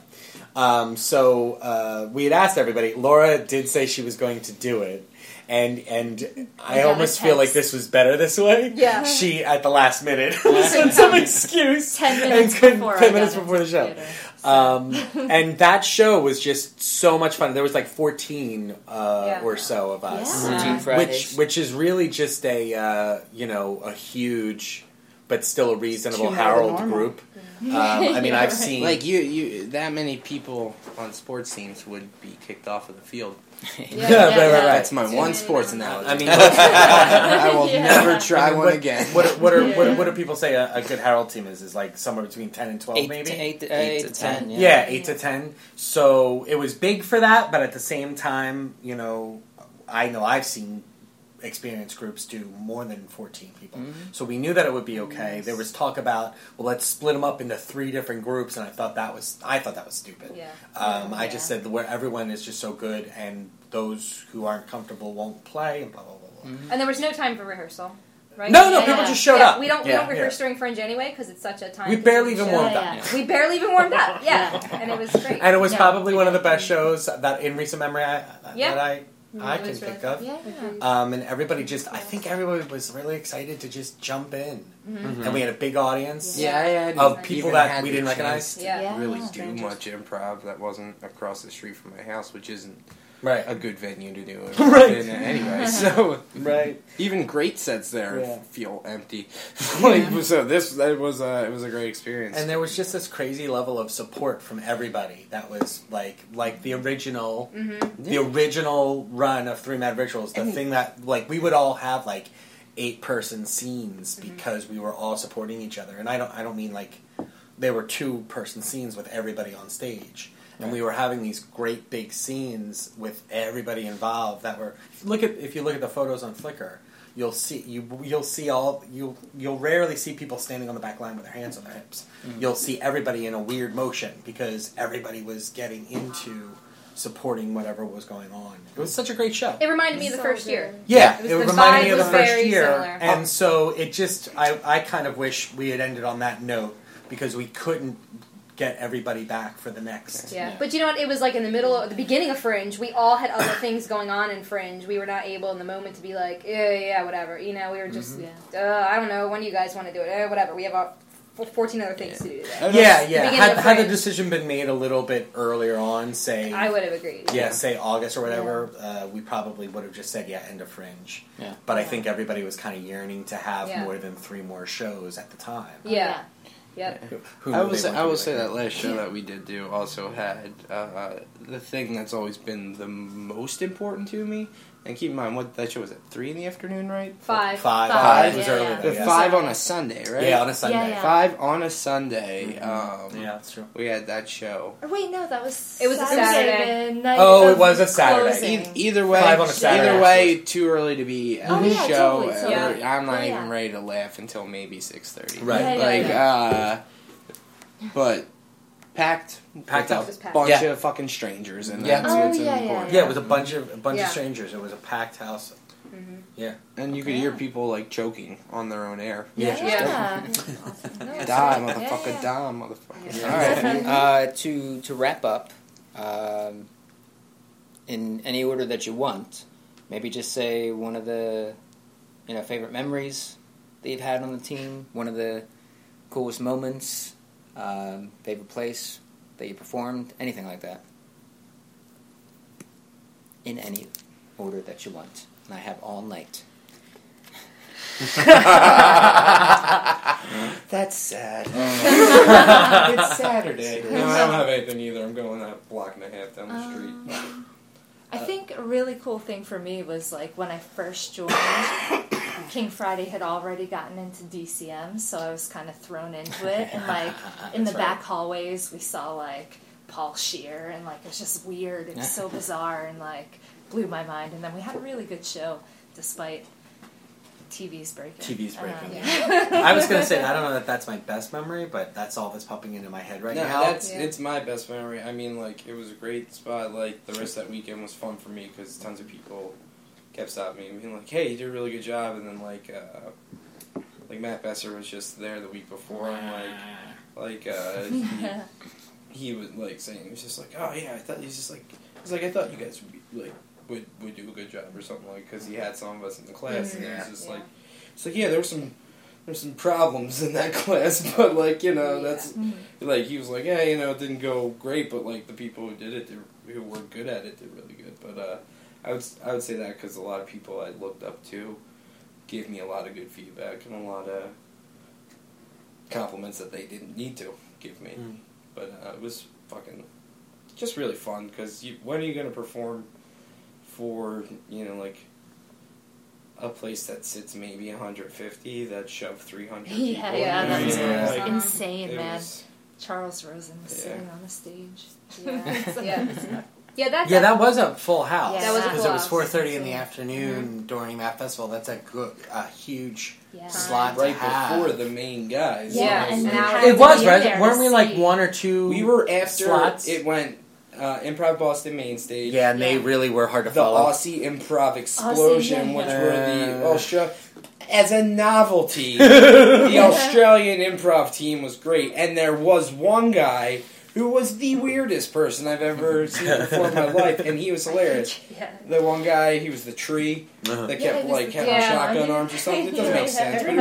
Um, so uh, we had asked everybody. Laura did say she was going to do it. And and I
got a
almost feel like
text.
this was better this way.
Yeah.
[laughs] She at the last minute sent some excuse.
ten
and
minutes
couldn't-
before. I
Ten
got
minutes
into
before the show.
theater.
[laughs]
Um, and that show was just so much fun. There was like fourteen uh,
Yeah.
or so of us,
Yeah.
Team
which
Fridays.
which is really just a uh, you know a huge but still a reasonable
Two more than
Harold
normal.
group. Um, [laughs] I mean, I've
Yeah,
seen
Like you, you that many people on sports
[laughs]
teams would be kicked off of the field.
yeah, right, right, right.
That's my one
[laughs]
sports analogy.
I mean,
I will
Yeah.
never try
I mean,
one
what-
again.
[laughs] What what are, what,
Yeah.
what do people say a, a good Harold team is? Is like somewhere between ten and twelve,
eight,
maybe
to eight, to-
Eight
eight
to
to ten.
Yeah, eight to ten. So it was big for that, but at the same time, you know, I know I've seen experience groups do more than 14 people. So we knew that it would be okay. There was talk about, well, let's split them up into three different groups, and I thought that was, I thought that was stupid.
[laughs] Yeah.
Um, I just
Yeah.
said where everyone is just so good, and those who aren't comfortable won't play, and blah, blah, blah, blah.
And there was no time for rehearsal, right?
No, no,
Yeah.
people just showed
Yeah,
up.
We don't we
Yeah.
don't rehearse
Yeah.
during Fringe anyway because it's such a time.
We barely even
consuming
warmed
show.
up.
Yeah.
We barely even warmed
[laughs]
up. Yeah, and it was great.
And it was
No,
probably
we
one of the
didn't.
best shows that in recent memory I,
Yeah.
that I, I
It
can
was really
think
fun.
of.
Yeah.
Um, and everybody just, I think everybody was really excited to just jump in.
Mm-hmm.
And we had a big audience
yeah, I had
of people
even
that
had
we
the
didn't
chance
recognize.
to
Yeah.
Yeah.
Really do
Strangers.
much improv that wasn't across the street from my house, which isn't a
Right.
good venue to do [laughs] it
Right.
in anyway. So
Right.
[laughs] even great sets there
Yeah.
feel empty. [laughs] like so, this that was a it was a great experience.
And there was just this crazy level of support from everybody that was like like the original
Mm-hmm.
the original run of Three Mad Rituals, the thing that like we would all have like eight person scenes because we were all supporting each other. And I don't I don't mean like there were two person scenes with everybody on stage. And we were having these great big scenes with everybody involved that were if you look at if you look at the photos on Flickr, you'll see you you'll see all you'll you'll rarely see people standing on the back line with their hands on their hips. You'll see everybody in a weird motion because everybody was getting into supporting whatever was going on. It was such a great show.
It reminded me of the first year.
Yeah,
it,
it,
was, the
reminded me
vibe
of the
was
first
very
year,
similar.
and so it just I, I kind of wish we had ended on that note because we couldn't get everybody back for the next.
Yeah. but you know what? It was like in the middle, of the beginning of Fringe. We all had
[coughs]
other things going on in Fringe. We were not able in the moment to be like, yeah, yeah, whatever. You know, we were just,
Mhm.
Mm-hmm.
uh, I don't know. One of you guys want to do it? Eh, whatever. We have our f- fourteen other things to do. Today.
yeah,
The
yeah.
beginning
Had,
of
had the
Fringe.
decision been made a little bit earlier on, say
I would have agreed.
yeah, say August or whatever, uh, we probably would have just said yeah, end of Fringe.
Yeah.
But I
Yeah.
think everybody was kind of yearning to have
Yeah.
more than three more shows at the time.
Yeah. Yep.
Who
I
knew
will
they
say,
wanted
I
to
will
do
say
that?
that last show that we did do also had uh, the thing that's always been the most important to me. And keep in mind, what that show was at three in the afternoon, right?
Five.
Five.
Five.
was
Yeah,
early.
yeah.
The
Yeah.
five on a Sunday, right?
Yeah, on a Sunday. Yeah, yeah.
Five on a Sunday. Um,
Mm-hmm. yeah, that's true.
We had that show.
Or wait, no, that was
It was a Saturday.
the night
Oh, it
of
was a Saturday.
closing.
E-
Eith- either way,
Five on a Saturday.
either way, too early to be at
Oh,
the
yeah,
show.
totally,
or-
totally.
I'm not
Oh, yeah.
even ready to laugh until maybe six thirty.
Right. Yeah,
yeah,
like,
yeah.
uh, but packed,
Packed
with
up.
a
Just packed.
bunch
Yeah.
of fucking strangers, and
Yeah.
that's
Oh,
what's
yeah,
important.
yeah, it was a bunch of a bunch of strangers. It was a packed house.
Mm-hmm.
Yeah,
and you could hear people like choking on their own air.
Yeah.
Which is
Yeah.
dope.
Yeah.
Die,
Yeah,
motherfucker,
yeah.
die, motherfucker.
All right. Uh, to to wrap up, um, in any order that you want, maybe just say one of the you know favorite memories that you've had on the team, one of the coolest moments, um, favorite place that you performed, anything like that. In any order that you want, and I have all night.
That's sad.
It's
Saturday.
No, I don't have
anything either. I'm going a block and a half down
Um,
the street.
I think a really cool thing for me was like when I first joined, [coughs] King Friday had already gotten into DCM, so I was kind of thrown into it. And like in the
That's right.
back hallways, we saw like Paul Shear, and like it was just weird. It was so bizarre and like blew my mind. And then we had a really good show despite TV's breaking.
TV's
Uh, [laughs]
breaking.
yeah.
I was gonna say I don't know that that's my best memory, but that's all that's popping into my head right
no,
now.
that's it's my best memory. I mean, like it was a great spot. Like the rest of that weekend was fun for me because tons of people kept stopping me and being like, "Hey, you did a really good job." And then like uh, like Matt Besser was just there the week before and like like uh, he, he was like saying he was just like, "Oh yeah, I thought he's just like he's like I thought you guys would be, like would would do a good job or something like because he had some of us in the class and it was
Mhm.
just like it's like yeah there were some there's some problems in that [laughs] class but like you know that's like he was like yeah you know it didn't go great but like the people who did it they, who were good at it did really good but uh I would s- I would say that because a lot of people I looked up to gave me a lot of good feedback and a lot of compliments that they didn't need to give me
Mm.
but uh, it was fucking just really fun because you, when are you going to perform for you know like a place that sits maybe 150 that shove 300
[laughs] Yeah,
people
yeah,
in
that
there,
was
you know, like,
insane,
it
man.
was-
Charles Rosen was
Yeah.
sitting on the stage. [laughs]
Yeah.
It's like-
Yeah. Yeah, that's
yeah, that was a full house.
Yeah. That was a
because
full
it was
house.
four thirty in the afternoon during that festival. That's a good, a huge
Yeah.
slot
right
to have.
before the main guys
Yeah,
It was
and
like-
then I
It was
Yeah.
right.
There
Weren't
to
we like
see.
one or two?
we were after
slots?
it went uh, improv boston main stage
Yeah, and they really were hard to
the
follow. Uh.
Aussie Improv Explosion,
yeah,
which
yeah.
were the Austra- as a
[laughs]
novelty, the Australian improv team was great, and there was one guy who was the weirdest person I've ever seen before in
[laughs]
my life, and he was hilarious.
Yeah.
The one guy, he was the tree
Uh-huh.
that
Yeah,
kept
he was
like
the-
having
yeah.
shotgun arms or something. It doesn't make sense. but
Every
he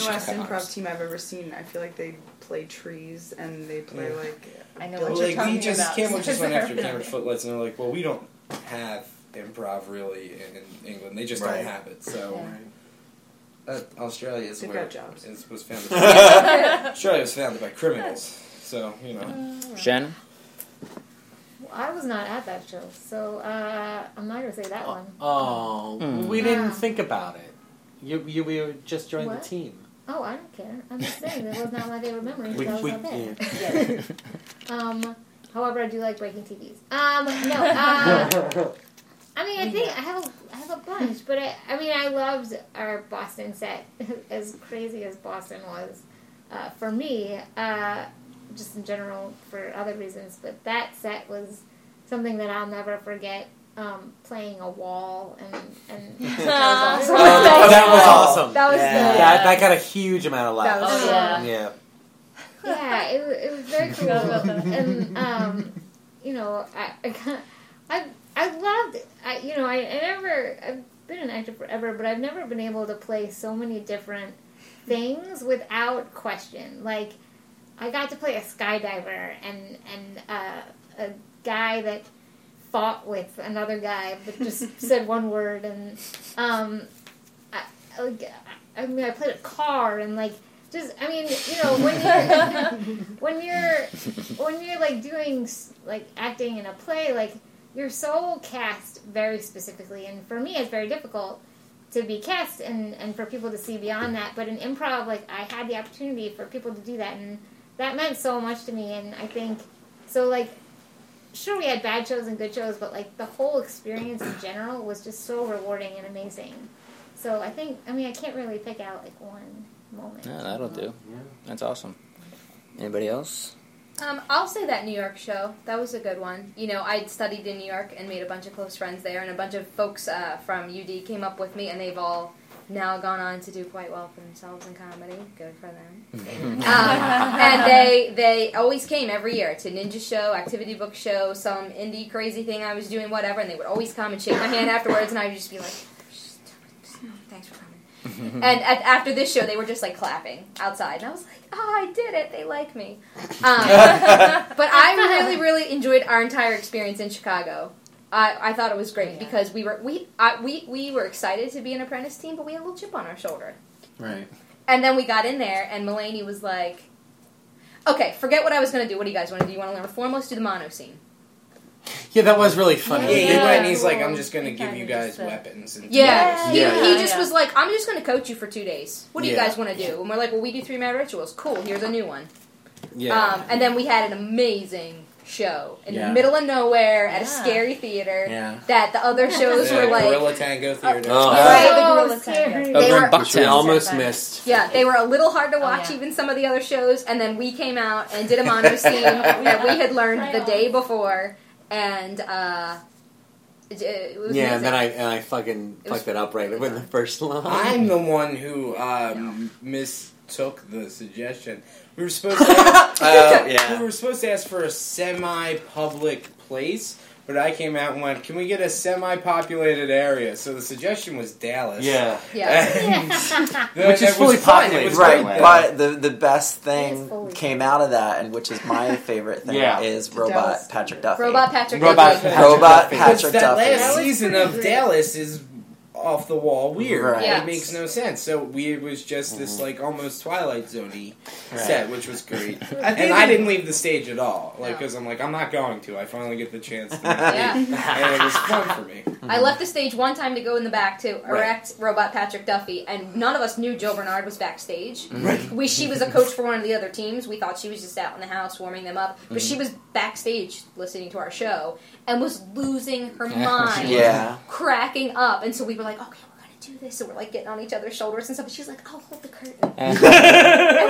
was great.
non-US improv team I've ever seen, I feel like they play trees and they play
Yeah.
like.
I know
Well,
what
like
you're talking
we just
about.
Campbell just went
[laughs]
after Cameron Footlights, and they're like, "Well, we don't have improv really in England. They just
Right.
don't have it." So uh, Australia is
They've
where
got jobs.
It was founded. Australia was founded by criminals, so you know.
Shannon,
Well, I was not at that show, so uh, I'm not gonna say that one. Uh,
Oh,
Hmm.
we didn't
Yeah.
think about it. You, you, we were just joined
What?
the team.
Oh, I don't care. I'm just saying that was not my favorite memory.
We-
because I was
we-
not there.
[laughs]
um, however, I do like breaking TVs. Um, no. Uh, I mean, I think I have a I have a bunch, but I, I mean, I loved our Boston set, [laughs] as crazy as Boston was, uh, for me, uh, just in general for other reasons. But that set was something that I'll never forget. Um, playing a wall and and
[laughs] That was
awesome.
Oh,
that was awesome.
That was
yeah.
the-
that, that got a huge amount of laughs.
Oh,
Oh,
was the-
yeah.
[laughs] yeah, it, wa- it was very cool. and um, you know, I I kinda- I, I loved. I you know, I, I never I've been an actor forever, but I've never been able to play so many different things without question. Like I got to play a skydiver and and uh, a guy that fought with another guy, but just said one word and um, I, I like, I mean, I played a car and like just I mean, you know, when you're [laughs] when you're when you're like doing s- like acting in a play, like you're so cast very specifically, and for me, it's very difficult to be cast and and for people to see beyond that. But in improv, like I had the opportunity for people to do that, and that meant so much to me. And I think so, like. Sure, we had bad shows and good shows, but like the whole experience in general was just so rewarding and amazing. So I think I mean I can't really pick out like one moment.
Yeah, that'll do. That's awesome. Anybody else?
Um, I'll say that New York show. That was a good one. You know, I'd studied in New York and made a bunch of close friends there, and a bunch of folks uh, from UD came up with me, and they've all now gone on to do quite well for themselves in comedy. Good for them.
[laughs]
um, and they they always came every year to ninja show, activity book show, some indie crazy thing I was doing, whatever. And they would always come and shake my hand afterwards, and I would just be like, "Thanks for coming." and at, after this show, they were just like clapping outside, and I was like, "Oh, I did it! They like me." Um, but I really, really enjoyed our entire experience in Chicago. I, I thought it was great because we were we I, we we were excited to be an apprentice team, but we had a little chip on our shoulder.
Right.
And then we got in there, and Mulaney was like, "Okay, forget what I was going to do. What do you guys want to do? You want to learn reform? Let's do the mono scene."
Yeah, that was really funny.
Yeah, he
Yeah.
went and he's like, I'm just
gonna
give you guys weapons. And
Yeah, he,
Yeah.
he just was like, "I'm just going to coach you for two days. What do you
Yeah.
guys want to do?" And we're like, "Well, we do three mad rituals. Cool. Here's a new one."
Yeah.
Um, and then we had an amazing show in
Yeah.
the middle of nowhere at a
Yeah.
scary theater
Yeah.
that the other shows were like
Gorilla Tango Theater.
Oh.
Right, the
Oh,
gorilla tango.
Over
They
[laughs]
in
were,
Bucktown. We Oh, almost missed.
yeah, they were a little hard to watch,
yeah.
even some of the other shows. And then we came out and did a mono scene that we had learned the day before, and uh, it, it was amazing.
Yeah, and then I and I fucking fucked it up right when the first line. [laughs]
[laughs]
I'm the one who um, mistook the suggestion. We were supposed to ask,
Oh, yeah.
we were supposed to ask for a semi-public place, but I came out and went, "Can we get a semi-populated area?" So the suggestion was Dallas.
Yeah.
And the-
which is
it was
fully
fun. It
populated,
was
right?
great.
But the the best thing came out of that, and which is my favorite thing,
Yeah.
is robot Patrick Duffy.
Robot Patrick
[laughs] Robot
Duffy.
Robot
Because
Patrick
that
Duffy.
last season of Dallas is off the wall weird.
Right.
It
Yes.
makes no sense. So we it was just this like almost Twilight Zoney
Right.
set, which was great.
I
and
think
I
it-
didn't leave the stage at all, like
No.
because I'm like I'm not going to. I finally get the chance, to
Yeah.
and it was fun for me.
I left the stage one time to go in the back to
Right.
erect robot Patrick Duffy, and none of us knew Joe Bernard was backstage. We, she was a coach for one of the other teams. We thought she was just out in the house warming them up, but she
Mhm.
was backstage listening to our show and was losing her mind,
Yeah.
cracking up. And so we were like, okay. we're gonna do This, so we're like getting on each other's shoulders and stuff. And she's like, "I'll hold the curtain." and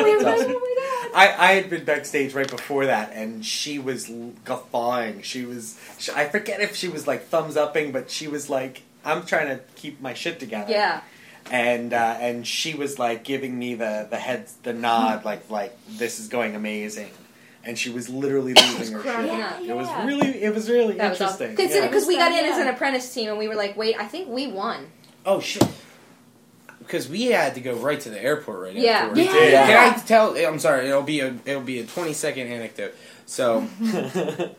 we were like,
[laughs]
"Oh,
I, I had been backstage right before that, and she was l- guffawing. She was, she, I forget if she was like thumbs upping, but she was like, I'm trying to keep my shit
[laughs]
together.
"Yeah,
And uh, and she was like giving me the the head the nod like like this is going amazing, and she was literally losing her shit.
Yeah,
It was
yeah.
really it was really
that was awesome."
interesting.
Consider
Yeah.
because we got in as an apprentice team and we were like, "Wait, I think we won."
Oh shit. Because we had to go right to the airport right
Yeah.
afterwards.
We did. Yeah.
Can I tell? I'm sorry. It'll be a it'll be a 20 second anecdote. So,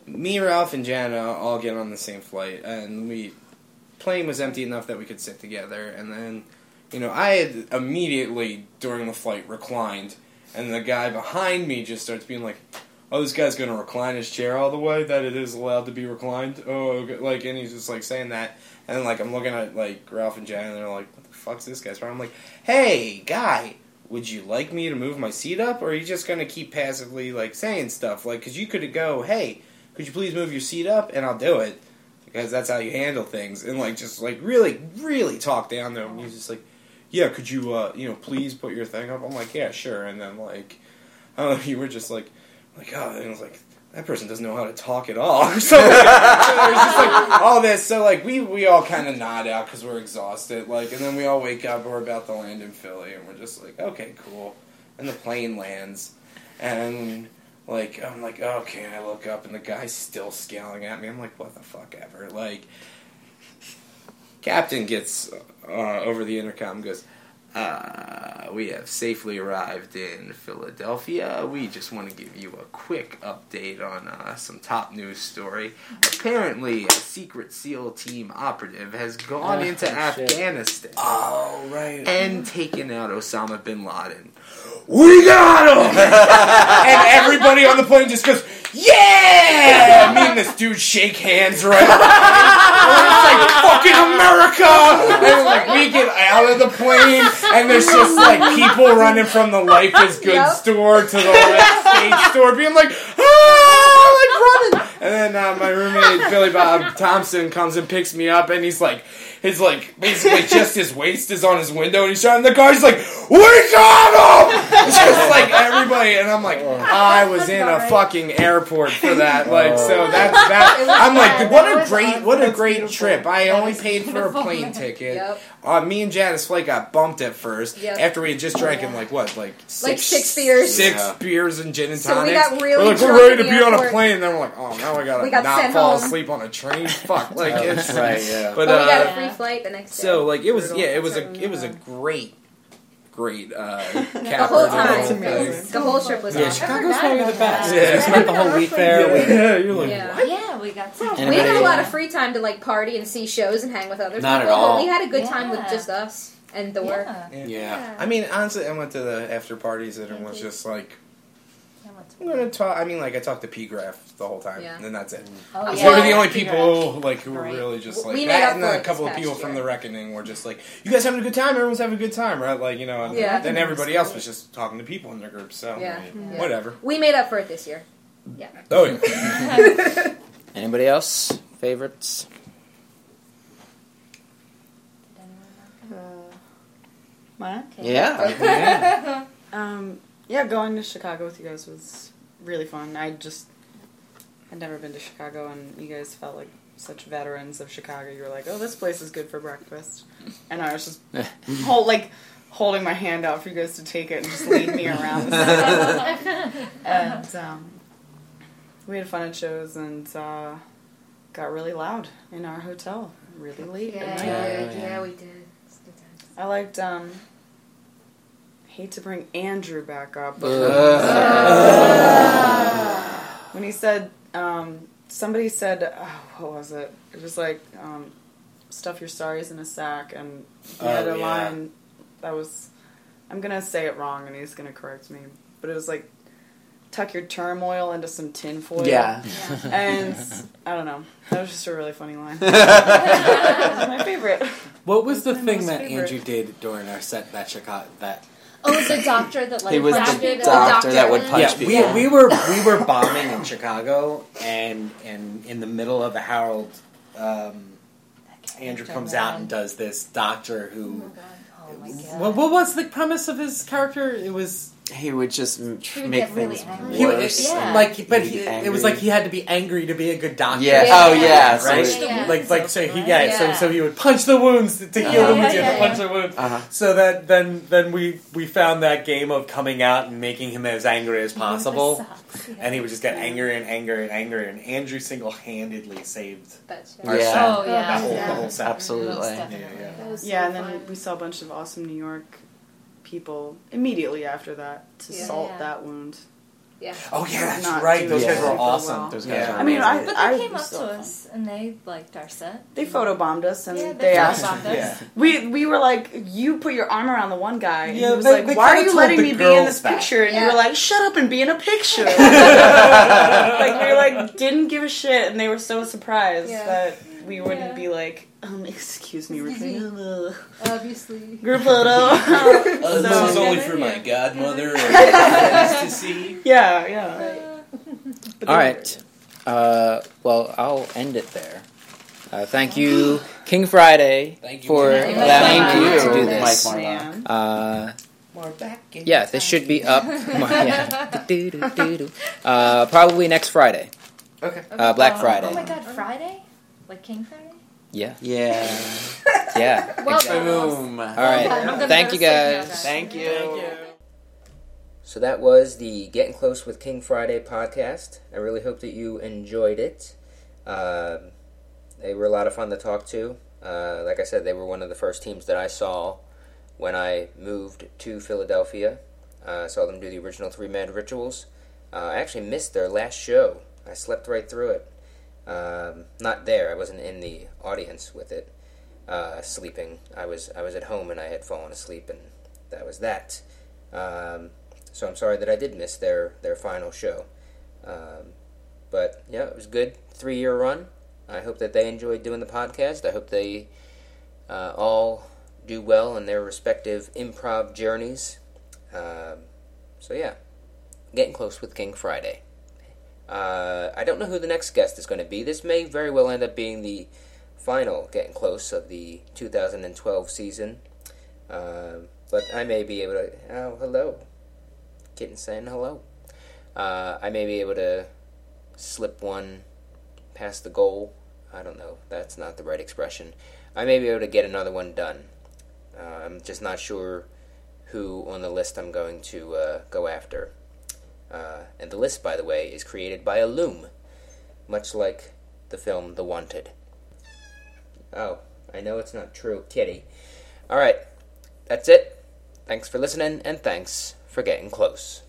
me, Ralph, and Jana all get on the same flight, and we plane was empty enough that we could sit together. And then, you know, I had immediately during the flight reclined, and the guy behind me just starts being like, "Oh, this guy's gonna recline his chair all the way that it is allowed to be reclined." Oh, okay," like, and he's just like saying that, and then like I'm looking at like Ralph and Jan, and they're like, "What the fuck's this guy's?" problem?" I'm like, "Hey, guy." Would you like me to move my seat up, or are you just gonna keep passively like saying stuff? Like, cause you could go, "Hey, could you please move your seat up?" and I'll do it because that's how you handle things and like just like really really talk down to him he's just like yeah could you uh you know please put [laughs] your thing up i'm like yeah sure and then like i don't know you were just like like oh and it was like that person doesn't know how to talk at all [laughs] or something. There's just like all this. So like we we all kind of nod out because we're exhausted. Like and then we all wake up. We're about to land in Philly, and we're just like, okay, cool. And the plane lands, and like I'm like, okay. I look up, and the guy's still scowling at me. I'm like, what the fuck ever. Like captain gets uh, over the intercom and goes. Uh, we have safely arrived in Philadelphia. We just want to give you a quick update on uh, some top news story. Apparently, a secret SEAL team operative has gone
Oh,
into
shit.
Afghanistan.
Oh, right.
And taken out Osama bin Laden. We got him! and everybody on the plane just goes, Yeah! Me and this dude shake hands right [laughs] fucking America! And like we get out of the plane, and there's just like people running from the Life is Good store to the Red State store, being like, ah, like running. And then uh, my roommate Billy Bob Thompson comes and picks me up, and he's like, his like basically just his waist is on his window, and he's shouting in the car. He's like, "We got him!" It's just like everybody, and I'm like, I was in a fucking airport for that. Like, so that's
It
that.
was
I'm
bad. That
like, what a
was
great,
awesome.
what a
That's
great
beautiful.
trip. I
That
only
is
paid for a
beautiful.
plane ticket.
Yep.
Uh, me and Janice Flake got bumped at first
Yep.
after we had just drank in like what, like six,
Like six beers.
six
Yeah.
beers and gin and
So we
tonics.
got really
we're like,
drunk
we're
at
ready to
the
be on a
airport.
plane. And then we're like, oh now I gotta
We got
not
sent
fall
home.
asleep on a train. Fuck, like
Oh,
it's
right, yeah.
But
Well,
uh,
we got a free flight the next day.
so like it was,
Brutal.
yeah, it was a, it was a great, great uh,
[laughs] the whole time. The whole trip was
Yeah,
awesome.
Chicago's probably the best.
Yeah. We spent the whole week there. We-
Yeah, you're like,
Yeah.
Yeah, we got to.
we didn't have a
Anybody-
lot of free time to like party and see shows and hang with other
Not at
people.
all.
But we had a good time with
Yeah.
just us and the work.
Oh,
Yeah. I mean, honestly, I went to the after parties and it was just like. I'm gonna talk. I mean, like I talked to P Graph the whole time,
Yeah.
and then that's it.
Oh,
Those
yeah.
were the
Yeah,
only
P.
people like who were really just like
We made
that,
up
and
for
then
it
a
this
couple of
past
people from the Reckoning were just like, "You guys having a good time? Everyone's having a good time, right?" Like you know, and
Yeah.
then everybody else was just talking to people in their group. So
Yeah.
Right. whatever.
We made up for it
[laughs]
this year.
Yeah.
Oh, yeah.
[laughs] Anybody else favorites?
What?
Oh,
Yeah.
[laughs]
yeah. um, yeah, going to Chicago with you guys was really fun. I just had never been to Chicago, and you guys felt like such veterans of Chicago. You were like, "Oh, this place is good for breakfast," and I
[laughs]
was just whole like holding my hand out for you guys to take it and just lead
[laughs]
me around. and um, we had fun at shows and uh, got really loud in our hotel, really late. at night.
yeah, we did.
I liked um hate to bring Andrew back up. but-
Uh,
when he said um somebody said oh, what was it? It was like um stuff your sorries in a sack and he had
Oh,
a
yeah.
line that was I'm going to say it wrong and he's going to correct me, but it was like tuck your turmoil into some tinfoil.
Yeah.
and I don't know. That was just a really funny
[laughs]
line. That was my favorite.
What was the thing
most
that
favorite.
Andrew did during our set that Chicago that
Oh, it's the doctor that like
He was the
doctor,
doctor that would
punch
yeah,
people.
We, we were we were bombing in Chicago, and and in the middle of a Harold, um, Andrew comes out and does this doctor who. What, what was the premise of his character? It was
He would just m- tr-
would
make
get really
things
angry. He would-
worse.
it-
and
like, but
he'd
he,
be
it
angry.
was like he had to be angry to be a good doctor.
Yeah. Yeah. Oh, yeah,
right.
absolutely. Yeah.
Like like so he yeah, so so he would punch the wounds to heal
Uh-huh.
them.
Yeah,
He
yeah,
would punch the wounds.
Uh-huh.
So that then then we we found that game of coming out and making him as angry as possible, and he would just get angrier and angrier and angrier. And Andrew single handedly saved our
Yeah.
set.
Oh, yeah.
the whole, the whole set.
Absolutely.
Yeah, yeah.
yeah, and then we saw a bunch of awesome New York people immediately after that to
Yeah.
salt
Yeah.
that wound.
Yeah.
Oh yeah, that's
Not
right.
doing
Those guys
super
were
well.
awesome. Those guys
Yeah.
were
I mean, I,
amazing.
But they
I
came
was
up to
so fun.
us and they liked our set.
They photobombed us and they,
Yeah, they
asked.
photobombed us. Yeah.
We we were like, you put your arm around the one guy. And
Yeah,
he was
they-
like,
they
why are
kinda
you
told
letting
the
me be in
girls
this
that.
picture? And you
Yeah.
were like, shut up and be in a
[laughs]
picture. like we were like, didn't give a shit, and they were so surprised
Yeah.
that we wouldn't
Yeah.
be like, um, excuse me, we're
Excuse
trying to
Obviously.
group photo.
[laughs] Uh, this
[laughs] So-
is only for my
[laughs]
godmother and friends to see.
Yeah, yeah.
All right. Uh, well, I'll end it there. Uh, thank you, King Friday,
Thank you,
for
Mike.
allowing
Thank
me
you,
to do
Mike
this.
Marlowe.
Uh,
More back. in
Yeah, this should be
[laughs]
[laughs]
up. yeah. Do-do-do-do. Uh, probably next Friday.
Okay.
Uh, Black Friday.
Oh my God, Friday? Like King Friday?
Yeah.
Yeah.
yeah.
Well
exactly.
done.
All
Well
right.
done. I'm gonna
Thank
go
you
to sleep now,
guys.
guys.
Thank you.
So that was the Getting Close with King Friday podcast. I really hope that you enjoyed it. Um they were a lot of fun to talk to. Uh, like I said, they were one of the first teams that I saw when I moved to Philadelphia. Uh, I saw them do the original Three Man Rituals. Uh, I actually missed their last show. I slept right through it. Um, not there. I wasn't in the audience with it, uh, sleeping. I was I was at home and I had fallen asleep, and that was that. Um, so I'm sorry that I did miss their their final show. Um, but yeah, it was good three year run. I hope that they enjoyed doing the podcast. I hope they uh, all do well in their respective improv journeys. Um, so yeah, getting close with King Friday. Uh, I don't know who the next guest is going to be. This may very well end up being the final getting close of the 2012 season. Um but I may be able to. Oh, hello. Kitten saying hello. Uh, I may be able to slip one past the goal. I don't know. That's not the right expression. I may be able to get another one done. Uh, I'm just not sure who on the list I'm going to uh, go after. Uh, and the list, by the way, is created by a loom, much like the film The Wanted. Oh, I know it's not true, kitty. All right, that's it. Thanks for listening, and thanks for getting close.